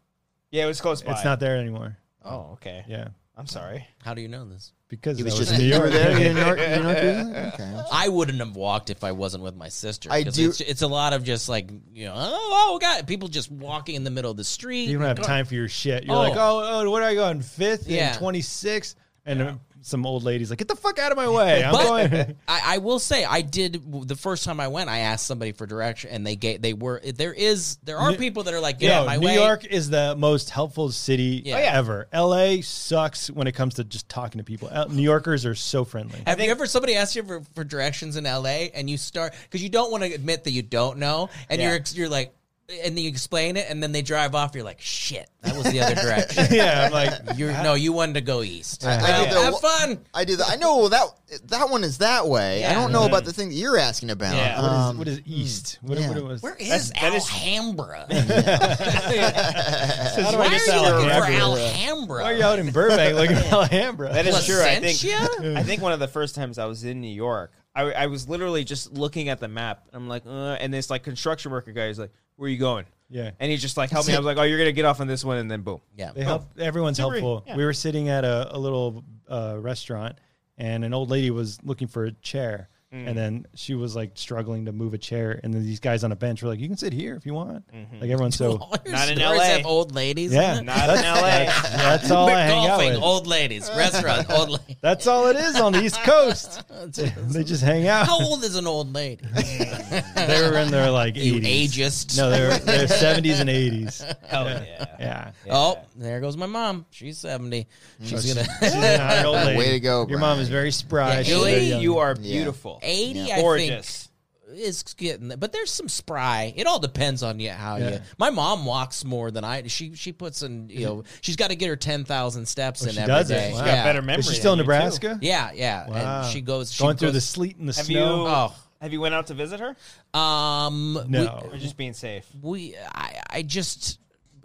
Yeah, it was close by.
It's not there anymore.
Oh, okay.
Yeah.
I'm sorry.
how do you know this?
Because
He
that
was
was
just
New
you were
York.
there. You didn't know, you didn't know it was there? Okay.
I wouldn't have walked if I wasn't with my sister.
I
'cause
do-
It's, it's a lot of just like you know, oh, oh god, people just walking in the middle of the street.
You don't have time for your shit. You're
Oh.
like, oh, oh, where are you going? Fifth
Yeah.
and 26th? And uh, some old lady's like, get the fuck out of my way. I'm
But
going.
I, I will say I did the first time I went. I asked somebody for direction, and they gave. They were there is there are people that are like get out
Yeah,
of my
New
way.
York is the most helpful city
Yeah. Oh, yeah.
ever. LA sucks when it comes to just talking to people. Uh, New Yorkers are so friendly.
Have you ever somebody asked you for, for directions in LA and you start because you don't want to admit that you don't know and
Yeah.
you're ex- you're like and then you explain it and then they drive off you're like shit that was the other direction
yeah, I'm like,
you're no you wanted to go east
I did the-
have fun
I do that. I know well, that that one is that way. I
Yeah.
don't know about the thing that you're asking about.
Yeah.
what, is,
Um,
what is East? What,
yeah.
what it was?
where
That's-
is
that is-
Alhambra
How
why are you looking for
Alhambra?
Alhambra
Why are you out in Burbank looking at Alhambra?
That is true. I think
Placentia?
I think one of the first times I was in New York, I, I was literally just looking at the map. And I'm like, uh, and this like construction worker guy is like, "Where are you going?"
Yeah.
and he just like helped me. I was like, "Oh, you're gonna get off on this one," and then boom.
yeah
They help. Everyone's
Super-
helpful.
yeah.
We were sitting at a, a little uh, restaurant, and an old lady was looking for a chair, and then she was like struggling to move a chair, and then these guys on a bench were like, "You can sit here if you want." Like everyone's so.
All your
Not in
stories
LA.
have old ladies
Yeah.
in it?
Not in L.A.
That's all
We're
I hang
golfing
out with.
old ladies restaurant old ladies
That's all it is on the East Coast. they just hang out.
how old is an old lady
They were in their like
You
80s.
ageist
No, they were they're 70s and 80s.
Hell yeah.
Yeah.
Oh, there goes my mom. She's 70. She's going
She's
to.
not an old lady.
Way to go,
Your
Brian.
mom is very spry.
Yeah,
She's
Julie,
very
Julie,
young.
you are beautiful,
80, I
gorgeous.
think, is getting there. But there's some spry. It all depends on you how you.
Yeah.
My mom walks more than I. She she puts in, you know, she's got to get her 10,000 steps in
Oh, she
every
does it.
day.
Wow. She's
Yeah.
got
Better memory.
Is she still in
than you, too.
Nebraska?
Yeah, yeah.
Wow.
And she goes. She
Going through the
goes,
sleet and the
Have you
snow.
Oh.
have you went out to visit her?
Um,
No.
Or just being safe?
we I, I just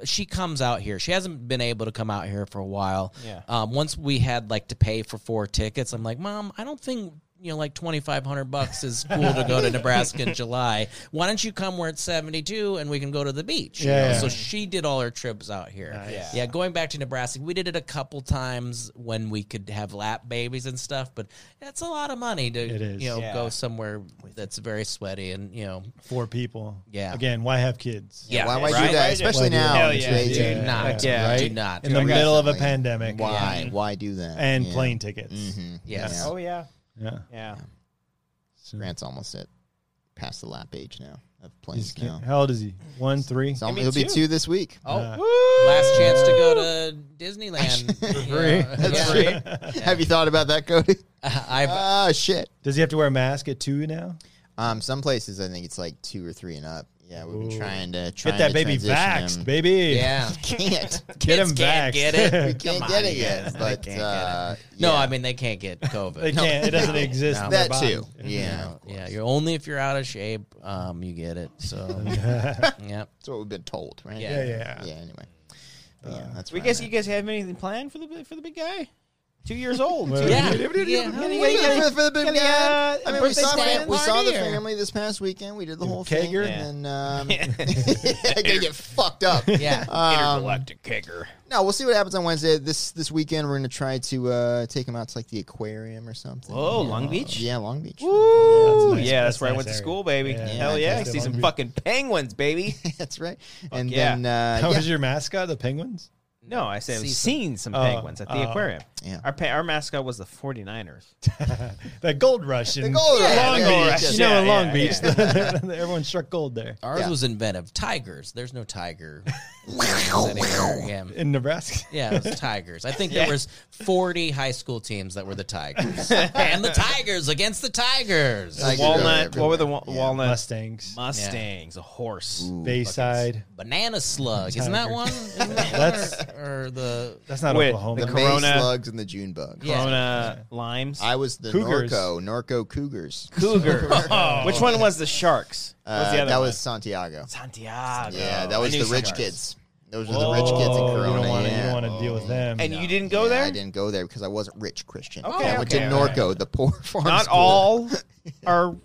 she comes out here. She hasn't been able to come out here for a while.
Yeah.
Um, once we had like to pay for four tickets, I'm like, Mom, I don't think you know like twenty five hundred bucks is cool to go to Nebraska in July. Why don't you come? We're at seventy two, and we can go to the beach. you
Yeah.
know? So she did all her trips out here.
Nice.
Yeah. Going back to Nebraska, we did it a couple times when we could have lap babies and stuff, but that's a lot of money to
It is.
you know
Yeah.
go somewhere that's very sweaty and you know
Four people.
Yeah.
Again, why have kids?
yeah.
Why,
right?
why do
Why
that?
do-
Why
Especially
do
now.
that?
Hell
in this
yeah,
day and
dude.
age.
Do not.
Like, yeah.
Do
Right?
not.
In the middle of a
Definitely.
pandemic.
Why? Why do that?
And
Yeah. Mm-hmm.
plane tickets.
Yes.
Yeah.
Oh yeah,
Yeah.
yeah.
So
Grant's almost at past the lap age now
he's
of planes
kid-
now.
How old is he? One, three?
It's almo-
me
he'll be
two.
two this week.
Oh,
Uh,
last chance to go to Disneyland.
Free.
Yeah.
That's
Yeah.
right. Have you thought about that, Cody?
I've
Ah, shit.
Does he have to wear a mask at two now?
Um, some places I think it's like two or three and up. Yeah, we've been trying to try
Get that baby vaxxed, baby.
yeah.
Can't.
Get
Kids
him
can't
back.
get it.
We can't
Come
get
on,
it
you guys.
yet.
They
But
can't get
uh,
it. no,
yeah.
I mean they can't get COVID.
They can't. It doesn't exist. in their
that
body.
too. Yeah,
Yeah, you're only if you're out of shape, um, you get it. So, yeah.
that's what we've been told, right?
Yeah. Uh,
Yeah, yeah.
Yeah. Anyway, But yeah, that's
We
where
guys,
I'm
you guys have anything planned for the for the big guy? two years old.
Well,
too.
Yeah.
You gotta-
Yeah.
you
We did
gotta-
it for the big
gotta,
guy.
uh,
I mean, we
birthday
saw, the,
stand
we saw the
party or-
family this past weekend. We did the whole thing.
kegger?
And um, I gotta get fucked up. Um,
Yeah.
Uh,
Intergalactic kicker.
No, we'll see what happens on Wednesday. This this weekend, we're gonna try to uh, take him out to like the aquarium or something.
Whoa,
Yeah.
Long Beach?
Yeah, Long Beach.
Woo!
nice.
yeah, that's
That's
where I
nice
went to
area.
school, baby.
Yeah.
Hell yeah,
Yeah.
I see some
Long Beach.
fucking penguins, baby.
That's right. and
yeah.
then uh,
How
yeah.
was your mascot, the penguins?
No, I said I've
See some-
seen some
Oh,
penguins at the
oh.
aquarium.
Yeah.
Our pa- our mascot was the 49ers.
That gold rush in
The gold rush.
Long
Yeah,
Beach.
yeah, yeah,
you know, in
yeah,
Long
yeah,
Beach, everyone struck gold there.
Ours
Yeah.
was inventive. Tigers. There's no tiger. anywhere. Yeah.
In Nebraska,
Yeah, it was Tigers. I think there was 40 high school teams that were the Tigers. and the Tigers against the Tigers.
Uh,
Like- I could go
Walnut. What were the wa-
everywhere. Yeah.
walnut?
Mustangs,
Mustangs, a horse.
Bayside.
Banana slug. Isn't that one? Isn't that
That's-
one? or, or the
That's not
Wait,
the
Oklahoma.
the
May
Corona-
slugs and the June bug.
Yeah.
Corona limes.
I was the
Cougars.
Norco, Norco Cougars.
Cougar. Which one was the sharks? What
Uh,
the other
that
one?
was Santiago.
Santiago.
Yeah, that
I
was
knew
the rich
sharks.
kids. Those were the rich kids in
Oh,
Corona.
you don't want to.
yeah. Oh.
You don't want to deal with them.
And you didn't go
Yeah,
there.
I didn't go there because I wasn't rich, Christian.
Okay,
I went to
okay, all right.
Norco, the poor farm
Not
school.
all are.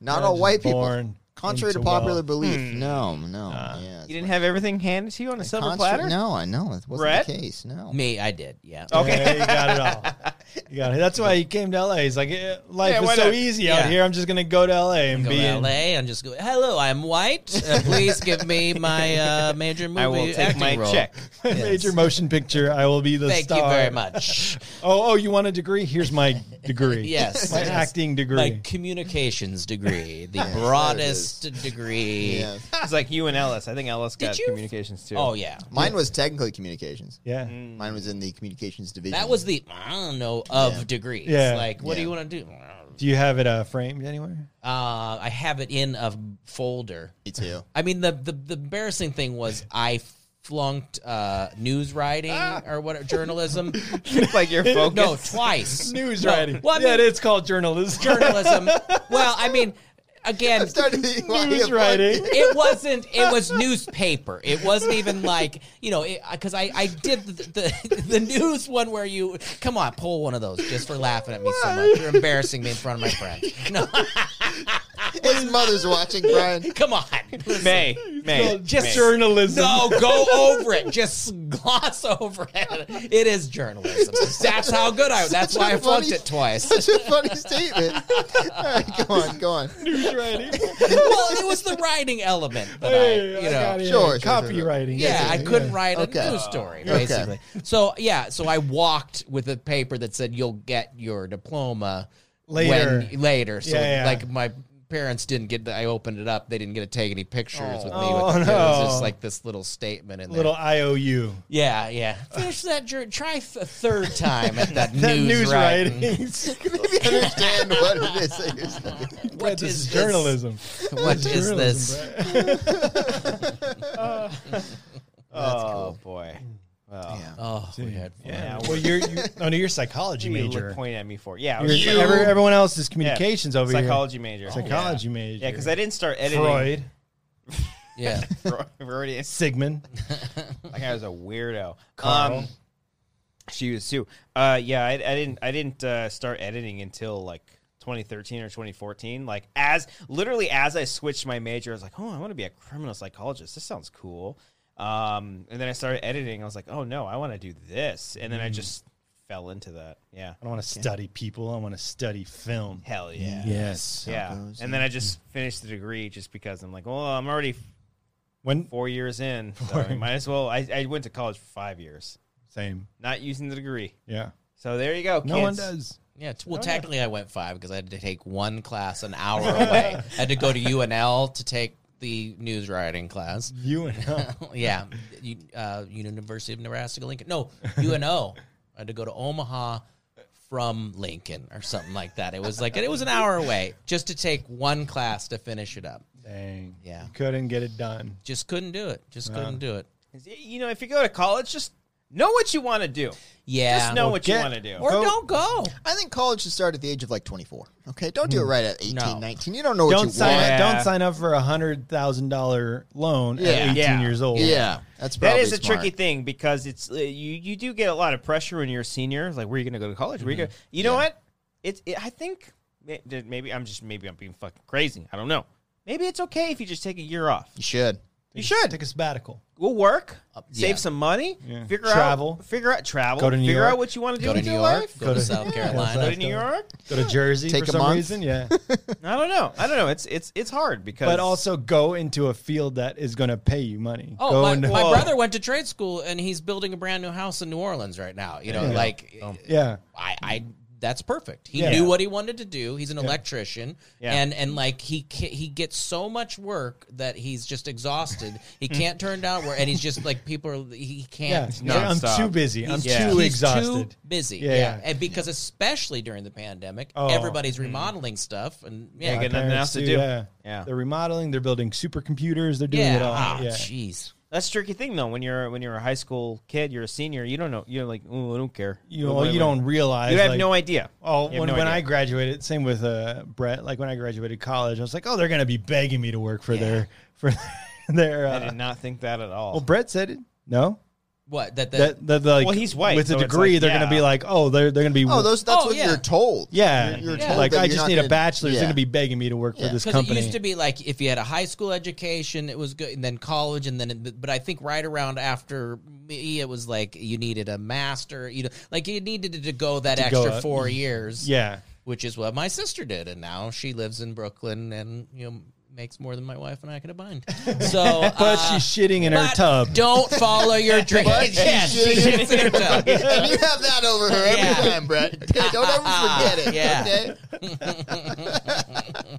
Not all white people.
Born
Contrary to
into
popular
wealth.
belief, no, no. yeah,
Hmm. Uh, You didn't have everything handed to you on a silver
Contra-
platter.
No, I know it wasn't
Brett?
the case. No,
me? I did. Yeah.
Okay.
Yeah, you got it all. You got it. That's why he came to LA. He's like, eh, life
Yeah,
is
why
so
not?
easy
Yeah.
out here. I'm just gonna go to LA and
Go
be.
to
in-
LA and just go. Hello, I'm white. Uh, please give me my uh, major movie
I will take
acting
my
role.
check.
Major motion picture. I will be the
Thank
star.
you very much.
Oh, oh, you want a degree? Here's my degree.
Yes,
my
yes.
acting degree.
My communications degree, the
there it
broadest degree.
Yeah.
It's like you and Ellis. I think Ellis
Did
got
you-
communications too.
Oh yeah,
mine was technically communications.
yeah.
Hmm.
Mine was in the communications division.
that was the I don't know of degrees.
Yeah.
Like, what do
Yeah.
you want to do?
Do you have it uh, framed anywhere?
Uh, I have it in a folder.
me too.
I mean, the the, the embarrassing thing was I flunked uh, news writing
Ah.
or what journalism.
like your focus.
no, twice
News
No,
writing.
Well, I
yeah, it
mean,
is called journalism.
journalism. well, I mean, again,
Started the
News writing.
it wasn't it was newspaper it wasn't even like you know because I, I did the, the the news one where you come on pull one of those just for laughing at me so much you're embarrassing me in front of my friends no
His mother's watching, Brian.
come on
May. May.
just
May.
journalism.
no go over it just gloss over it it is journalism that's how good I that's
Such
why
a
I flunked
funny-
it twice
Such a funny statement. All right, go on, go on.
News writing.
well it was the writing element that
Hey,
I
I
you know
got it.
Sure, sure, sure.
Copywriting.
Yeah, I couldn't write a
Okay.
news story,
Okay.
basically. So yeah, so I walked with a paper that said you'll get your diploma
Later.
When, later. So
Yeah, yeah.
like my parents didn't get. The, I opened it up. They didn't get to take any pictures with me.
Oh,
with the, It was
no.
just like this little statement in
Little
there.
IOU.
Yeah, yeah. Finish that. Jour- try f- a third time at that,
That
news, writing.
Maybe understand what it is. that you're saying.
What
this
is
is
this?
journalism.
What is this?
Oh boy. Well,
Yeah.
Oh, we had fun.
yeah.
Well, you're. You, oh no, you're a psychology
you
major.
look point at me for yeah. I
You're,
was-
every- everyone else is communications
yeah,
over
psychology major.
here. Psychology major.
Yeah, because I didn't start editing.
Freud,
yeah.
Freud already
Sigmund.
like I was a weirdo.
Carl.
Um, she was too. Uh, yeah, I, I didn't. I didn't uh, start editing until like 2013 or 2014. Like as literally as I switched my major, I was like, oh, I want to be a criminal psychologist. This sounds cool. Um, and then I started editing. I was like, oh no, I want to do this. And then I just fell into that. Yeah.
I don't want to study people. I want to study film.
Hell yeah.
Yes.
oh, Yeah.
goes,
And then I just finished the degree just because I'm like, well, I'm already
When
four years in. So I might as well. I, I went to college for five years,
same.
not using the degree.
Yeah.
So there you go.
No
kids.
one does.
Yeah, t- well, technically I went five because I had to take one class an hour away. I had to go to UNL to take the news writing class.
You and I.
yeah, you, uh, University of Nebraska Lincoln. No, UNO. I had to go to Omaha from Lincoln or something like that. It was like it was an hour away just to take one class to finish it up.
Dang.
Yeah.
You couldn't get it done.
Just couldn't do it. Just couldn't do it.
You know, if you go to college, just Know what you want to do.
Yeah.
Just know what you
get-
want to do.
or
Go-
don't go.
I think college should start at the age of like 24. Okay, don't
Hmm.
do it right at 18,
No.
19. You don't know what
Don't
you
sign,
want.
Yeah.
don't sign up for a hundred thousand dollar loan at
Yeah.
eighteen
Yeah.
years old.
Yeah, that's
That
probably
is a
smart.
tricky thing because it's uh, you you do get a lot of pressure when you're a senior. Like, where are you going to go to college? Where you going?
Mm-hmm.
You know what? It's it, I think may- that maybe I'm just maybe I'm being fucking crazy. I don't know. Maybe it's okay if you just take a year off.
You should.
You should
Take a sabbatical.
go work, save
yeah.
some money, figure
Uh, Travel.
out figure out travel,
Go to New
figure
York.
out what you want to do
Go to
with
New
your
York.
life.
Go to South
Go to
Carolina.
New York.
Go to Jersey
Take
for
a
some
month.
reason. Yeah.
I don't know. I don't know. It's it's it's hard because
but also go into a field that is going to pay you money.
Oh,
go
my,
into-
my
Whoa.
brother went to trade school and he's building a brand new house in New Orleans right now. You know, like uh,
yeah.
I, I that's perfect. He
Yeah.
knew what he wanted to do. He's an electrician,
Yeah.
and and like he ca- he gets so much work that he's just exhausted. he can't turn down work, and he's just like people are. He
Yeah.
can't.
no,
I'm
stop.
too busy. I'm
He's-
Yeah.
too
he's
exhausted.
too busy.
Yeah,
Yeah,
yeah.
and because especially during the pandemic,
Oh.
everybody's remodeling stuff, and
I
yeah, yeah,
get nothing else to do.
Yeah.
Yeah.
They're remodeling, they're building supercomputers, they're doing it all.
ah,
yeah.
jeez.
that's a tricky thing though. When you're when you're a high school kid, you're a senior. You don't know. You're like, oh, I don't care.
You
What-
know,
what-
you don't realize.
You have
like-
no idea.
Oh,
You have
when,
no
when
idea.
I graduated, same with uh, Brett. Like when I graduated college, I was like, "Oh, they're gonna be begging me to work for their for their."
I
Uh,
did not think that at all.
well, Brett said it. No,
What that, that
that, that, like,
Well, he's white,
With
so
a
it's
degree,
like,
they're gonna
yeah.
be like, "Oh, they're they're gonna be
Oh, those. That's
Oh,
what
yeah.
you're told.
yeah."
You're, you're
Yeah.
told
Like
that
I
you're
just
not
need
gonna-
a bachelor's.
Yeah.
They're gonna be begging me to work
Yeah.
for this
Because it
company.
used to be like if you had a high school education, it was good, and then college, and then but I think right around after me, it was like you needed a master, you know, like you needed to go that
go
extra
up.
four years,
yeah,
which is what my sister did, and now she lives in Brooklyn, and you know makes more than my wife and I could have bind. So, uh, but
but
Ah.
she's shitting in her tub.
Don't follow your dreams. yes, she
shitting
shits in her tub.
and you have that over her every
Yeah.
time, Brett. Okay, don't ever forget it.
Yeah.
Okay?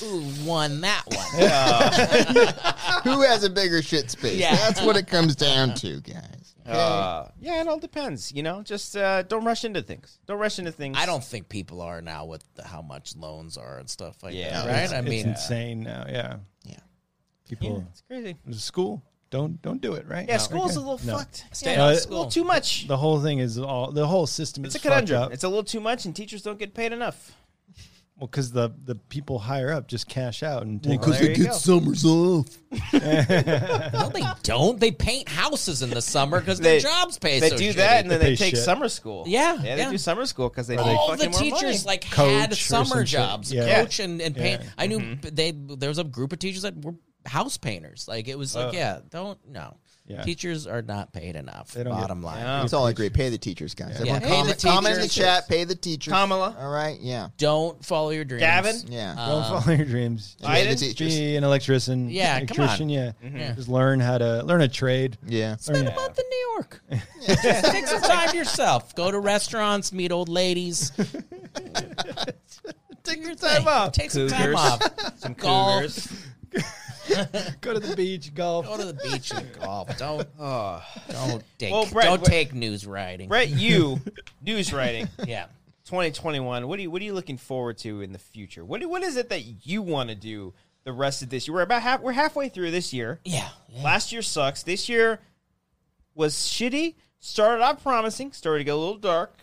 Who won that one?
Who has a bigger shit space?
Yeah.
That's what it comes down to, guys.
Uh, yeah, it all depends. You know, just uh, don't rush into things. Don't rush into things.
I don't think people are now with how much loans are and stuff like
Yeah.
that, right? I
it's
mean,
insane now. Yeah,
Yeah.
people.
It's crazy.
School, don't don't do it. Right?
Yeah,
No.
school's a
Okay.
little
No.
fucked.
Stay
yeah,
out of
Uh,
it's a
school.
little too much.
The whole thing is all the whole system
it's a
is fucked
conundrum.
up.
It's a little too much, and teachers don't get paid enough.
Well, because the the people higher up just cash out and take.
Well, there you go.
summers off.
No, they don't. They paint houses in the summer because their
They-
jobs pay.
They
so
do
shitty.
that, and then
They
they,
pay
take
shit.
summer school.
Yeah,
yeah,
yeah.
they do summer school because they make
all the
fucking more money.
teachers like
Coach
had
or
summer
some shit.
jobs,
Yeah. Mm-hmm.
coach and and paint. I knew they there was a group of teachers that were house painters. Like it was like yeah, don't no.
Yeah.
Teachers are not paid enough.
don't get-
Bottom line,
Yeah.
It's all I agree. Pay the teachers, guys. Everyone
Pay the
comment, comment in the
teachers.
chat. Pay the teachers.
Kamala.
All right. Yeah.
don't follow your dreams,
Gavin?
Yeah.
Uh,
Don't follow your dreams.
pay the
Biden?
teachers.
Be an electrician.
Yeah, come on. Mm-hmm.
electrician. Yeah.
Yeah.
just learn how to learn a trade.
Yeah.
Spend a month in New York. Just take some time yourself. Go to restaurants, meet old ladies.
take some
Hey, Take some time off.
Some
Golf.
cougars.
Go to the beach, golf.
Go to the beach and golf. Don't don't take
Well, Brett,
don't
what-
take news writing.
Brett, you news writing
Yeah.
2021. What are you What are you looking forward to in the future? What What is it that you want to do the rest of this year? We're about half. We're halfway through this year.
Yeah.
Last year sucks. This year was shitty. Started out promising. Started to get a little dark.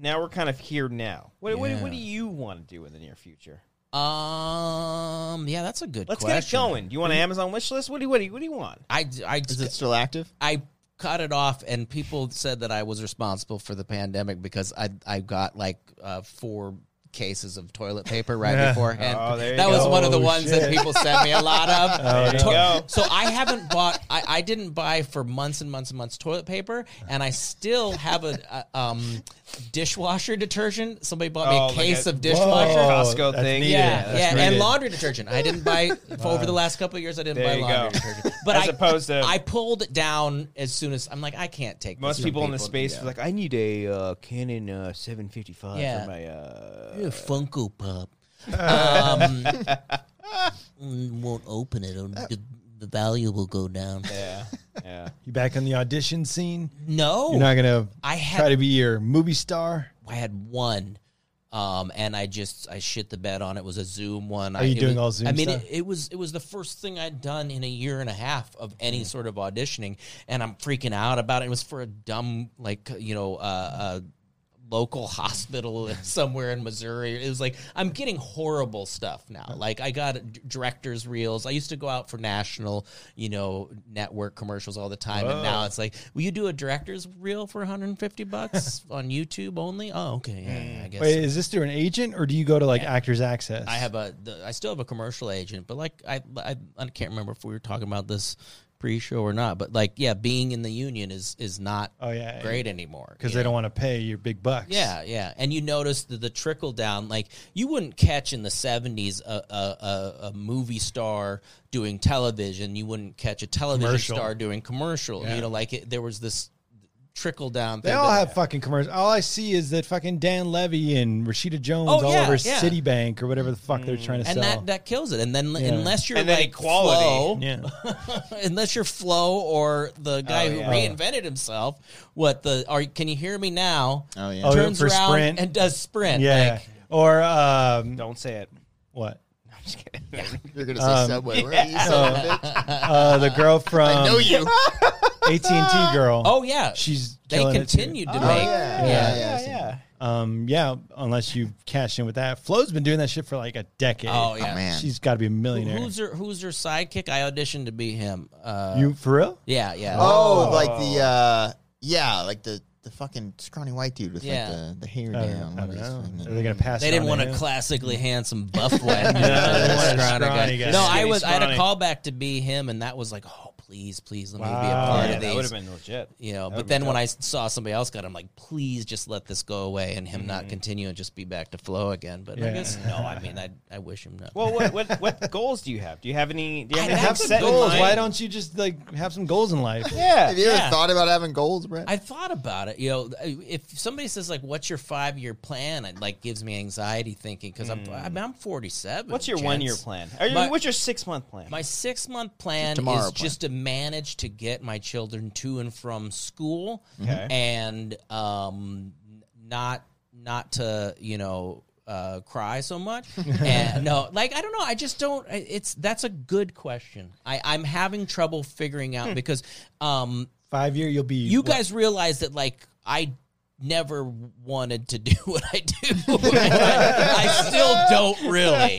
Now we're kind of here now. What, what, what do you want to do in the near future?
Um. Yeah, that's a good.
Let's get it
question.
going. Do you want an Amazon wish list? What do you, what do you, what do you want?
I I
Is it still active?
I cut it off, and people said that I was responsible for the pandemic because I I got like uh, four cases of toilet paper right beforehand.
Oh, there you
that was
go.
one of the
Oh,
ones that
shit.
people sent me a lot of.
There you go.
So I haven't bought. I, I didn't buy for months and months and months toilet paper, and I still have a, uh um dishwasher detergent. Somebody bought me
Oh,
a
like
case
a-
of
Like
dishwasher.
your Costco
Oh, that's
thing.
needed.
Yeah,
That's
yeah, and
needed.
laundry detergent. I didn't buy for over the last couple of years. I didn't
There
buy
you
laundry
go.
detergent, but
As
I,
opposed to-
I pulled it down as soon as I'm like, I can't take
Most
this from
people, in the space
Yeah.
were like, I need a uh, Canon uh, 755
Yeah.
for my. Uh...
You're a Funko Pop. Um, mm, won't open it. It'll- The, the value will go down.
Yeah. Yeah.
You back on the audition scene?
No,
You're not gonna
I had-
try to be your movie star.
I had one Um, and I just I shit the bed on it. It was a Zoom one. Are
you
it
doing
was-
all Zoom
I mean,
stuff?
It, it was it was the first thing I'd done in a year and a half of any sort of auditioning, and I'm freaking out about it. It was for a dumb like you know uh, uh, local hospital somewhere in Missouri. It was like I'm getting horrible stuff now. Like I got d- directors reels. I used to go out for national you know network commercials all the time, and now it's like, will you do a directors reel for 150 bucks on YouTube only? Oh, okay, yeah, I guess.
Mm. Wait, is this through an agent or do you go to like Actors Access?
I have a, the, I still have a commercial agent, but like I, I, I can't remember if we were talking about this pre-show or not. But like, yeah, being in the union is is not
Oh, yeah.
great anymore
because
you
they
know?
don't want to pay your big bucks.
Yeah, yeah, and you notice the, the trickle down. Like you wouldn't catch in the seventies a, a, a, a movie star doing television. You wouldn't catch a television
Commercial.
star doing commercial. You know, like it, there was this trickle down.
They
thing
all
that-
have fucking commercials. All I see is that fucking Dan Levy and Rashida Jones
Oh,
all
yeah,
over
yeah.
Citibank or whatever the fuck they're trying to
and
sell.
that, that kills it. And then unless you're
And then
like
equality.
Flo,
yeah. Oh,
unless you're Flo or the guy who reinvented himself. What the are? Can you hear me now?
Oh, yeah.
Oh,
Turns
for
around
Sprint.
and does sprint.
Yeah.
like,
or um,
Don't say it.
what?
I'm just kidding.
You're gonna say Subway, right? You son of a bitch.
Uh, the girl from
I know
AT
you.
and T girl.
oh yeah,
she's
they
killing it too.
continued to
Oh,
make.
yeah,
yeah.
yeah, yeah.
Um, yeah, unless you cash in with that. Flo's been doing that shit for like a decade.
Oh yeah.
Oh, man.
she's got to be a millionaire.
Who's her Who's her sidekick? I auditioned to be him. Uh,
you for real?
yeah, yeah.
Oh, like the uh, yeah, like the the fucking scrawny white dude with
Yeah.
like the, the hair
I
down.
don't
What is
know.
his name?
Are they gonna pass?
They
it
didn't
on
want
to
a
him?
classically handsome buff one.
they wanted a
Scrawny
scrawny
guy.
guy.
No, I
Skinny,
was. I had a
scrawny.
callback to be him, and that was like, oh, please, please, let me be a
Wow.
part
yeah,
of
that would
Oh, these.
have been legit.
you know,
That
but
would've
then
been
when
dope.
I saw somebody else got, it, I'm like, please just let this go away and him
Mm-hmm.
not continue and just be back to flow again. But I
Yeah.
guess no. I mean, I I wish him nothing.
well, what, what what goals do you have? Do you have any? Do you have,
I
any
have some
set in
goals.
mind?
Why don't you just like have some goals in life?
Yeah,
Have you ever
Yeah.
thought about having goals, Brett?
I thought about it. You know, if somebody says like, "What's your five-year plan?" it like gives me anxiety thinking because I'm I mean, I'm 47.
Hmm. What's your
gents.
one year plan? Or your-
My-
what's your six month plan?
My six month plan
Tomorrow
is
plan.
just to manage to get my children to and from school,
Okay.
and um, n- not not to you know. Uh, cry so much and no like i don't know i just don't I- it's that's a good question i i'm having trouble figuring
Hmm.
out because um
Five year, you'll be.
you
what-
guys realize that like I never wanted to do what I do. I still don't really.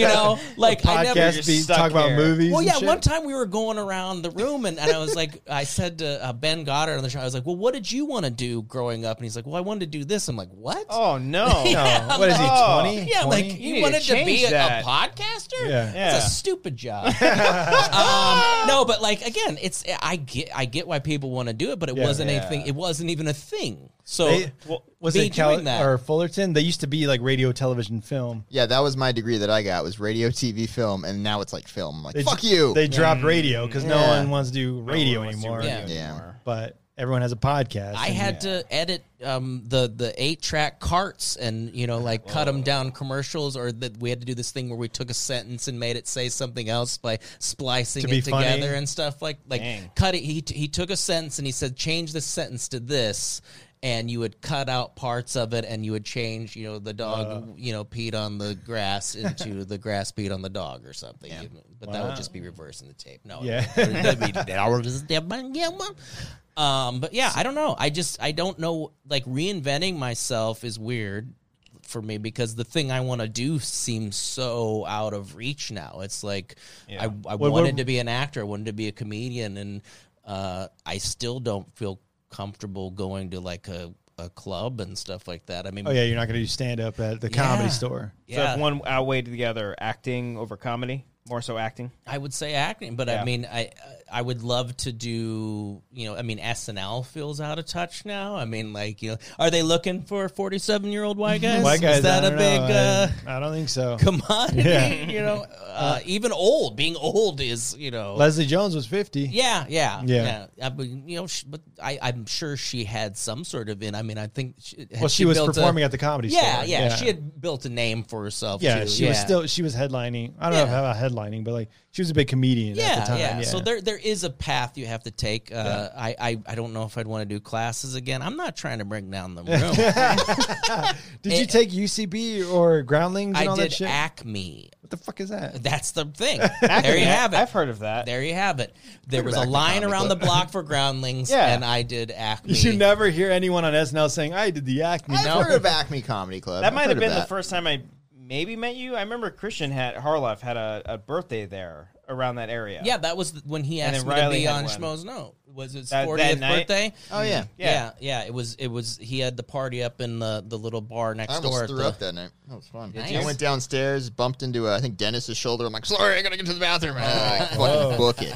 You know, like I never
podcast, be,
stuck
talk about
here.
movies.
well,
and
yeah.
shit?
One time we were going around the room, and, and I was like, I said to uh, Ben Goddard on the show, I was like, "Well, what did you want to do growing up?" And he's like, "Well, I wanted to do this." I'm like, "What?"
oh no,
No, what is he?
Oh.
Twenty?
Yeah, like
You
you,
need to
wanted to, be
change
a, a
that.
podcaster?
Yeah.
It's
Yeah.
a stupid job. um, no, but like again, it's I get I get why people want to do it, but it
Yeah.
wasn't
Yeah.
anything it wasn't even a thing. So
They-
Well,
was
be
it Cal-
doing that.
or Fullerton? They used to be like radio, television, film.
yeah, that was my degree that I got was radio, TV, film, and now it's like film. I'm like
They
fuck
ju-
you.
They dropped radio because no
Yeah.
one wants to do
No
radio
one wants to do
anymore.
radio
Yeah.
anymore.
But everyone has a podcast.
I
and-
had to edit um, the the eight track carts and you know like cut 'em cut them down commercials, or that we had to do this thing where we took a sentence and made it say something else by splicing
To
it
be
together
funny.
and stuff like like
Dang.
cut it. He he took a sentence and he said change this sentence to this. And you would cut out parts of it, and you would change, you know, the dog,
Uh.
you know, peed on the grass into the grass peed on the dog or something. But that would just be reversing the tape. No,
Yeah.
um, but yeah, I don't know. I just I don't know. Like reinventing myself is weird for me because the thing I want to do seems so out of reach now. It's like I, I
What-
wanted
what-
to be an actor, I wanted to be a comedian, and uh, I still don't feel comfortable going to like a, a club and stuff like that. I mean,
Oh yeah, you're not going to do stand up at the comedy
Yeah.
store.
So
yeah.
if one outweighed the other, acting over comedy, more so acting.
I would say acting, but I
Yeah.
mean, I I would love to do. You know, I mean, SNL feels out of touch now. I mean, like you know, are they looking for forty seven year old white guys?
White guys,
Is that
I
a
don't
big
know,
uh,
I, I don't think so.
commodity?
Yeah.
You know, uh, even old being old is you know.
Leslie Jones was 50.
yeah, yeah,
Yeah.
I mean, you know, she, but I, I'm sure she had some sort of in. I mean, I think. She, had
Well, she, was
built a-
performing at the comedy
Yeah,
store.
yeah, She had built a name for herself.
Yeah,
too.
she was still she was headlining. I don't know
Yeah.
if headlining, but like she was a big comedian
yeah,
at the time.
yeah,
Yeah.
So there there is a path you have to take. Uh, I, I I don't know if I'd want to do classes again. I'm not trying to bring down the room.
did you take UCB or Groundlings and
I
all that
did
shit?
Acme.
what the fuck is that?
That's the thing. there you have it.
I've heard of that.
There you have it. There was a
Acme
line
comic
around the
book.
block for groundlings,
Yeah.
and I did Acme.
You should never hear anyone on SNL saying I did the Acme.
I've
No.
heard of Acme Comedy Club.
That
I've
might
heard
have
of
been the
that.
first time I maybe met you. I remember Christian had Harloff had a, a birthday there around that area.
Yeah, that was when he
And
asked
then
me
Riley
to be
had
on
one.
Schmo's Note. Was his
That- that
fortieth
night?
birthday?
Oh yeah,
Yeah.
Yeah.
yeah, It was. It was. He had the party up in the, the little bar next
I
door.
almost
at
threw
the-
up that night. That was fun.
you?
I went downstairs, bumped into uh, I think Dennis's shoulder. I'm like, sorry, I gotta get to the bathroom. And I fucking book it.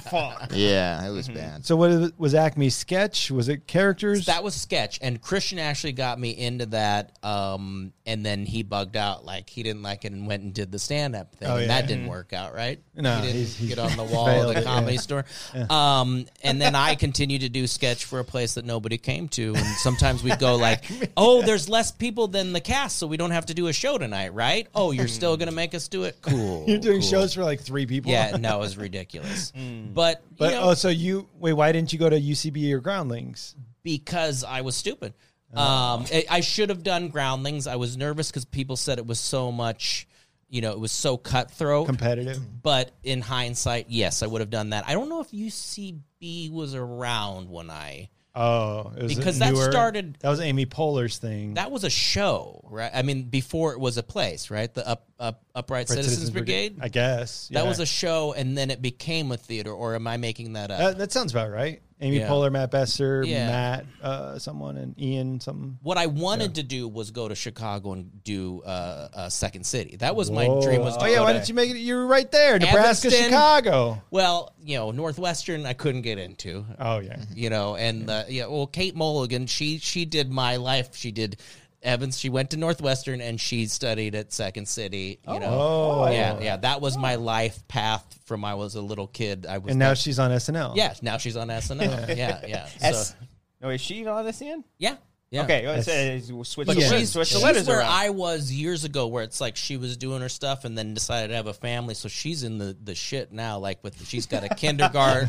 Yeah, it was
Mm-hmm.
bad.
So what is- was Acme sketch? Was it characters?
That was sketch, and Christian actually got me into that. Um, and then he bugged out, like he didn't like it, and went and did the stand up thing,
Oh,
and
yeah.
that didn't work out, right?
No,
he didn't
he's- he's
get on the wall of
failed
the
it,
comedy store. Um, and then I continued to do sketch for a place that nobody came to, and sometimes we'd go like, "Oh, there's less people than the cast, so we don't have to do a show tonight, right? Oh, you're still gonna make us do it? Cool.
You're doing
cool.
shows for like three people.
Yeah, no, it was ridiculous. But you
But
know,
oh, so you wait? Why didn't you go to UCB or Groundlings?
because I was stupid.
Oh.
Um, I, I should have done groundlings. I was nervous because people said it was so much, you know, it was so cutthroat.
Competitive.
but in hindsight, yes, I would have done that. I don't know if UCB was around when I.
Oh, it was
Because
a
that
newer-
started-
That was Amy Poehler's thing.
That was a show, right? I mean, before it was a place, right? The up, up, upright
Right,
Citizens, Brigade.
I guess
That
yeah.
was a show, and then it became a theater. Or am I making that up?
That, that sounds about right. Amy
Yeah.
Poehler, Matt Besser,
Yeah.
Matt, uh, someone, and Ian, something.
what I wanted to do was go to Chicago and do uh, uh, Second City. That was my
Whoa.
dream. Was to
oh yeah,
go
why
to-
didn't you make it? You were right there, Nebraska,
Evanston.
Chicago.
Well, you know, Northwestern I couldn't get into.
Oh yeah,
You know, and uh, yeah, well, Kate Mulligan, she she did my life. She did Evans. She went to Northwestern and she studied at Second City. You know,
Oh.
yeah, yeah, that was my life path from I was a little kid. I was
and now
that-
she's on SNL.
yeah, now she's on SNL. yeah, yeah,
S-
So,
No, Oh, is she on this end?
yeah, yeah.
Okay, well,
Yes.
it's, uh, switch,
But
the,
she's-
words, switch the
She's
letters
where
around.
I was years ago, where it's like she was doing her stuff and then decided to have a family. So she's in the, the shit now. Like with she's got a kindergarten,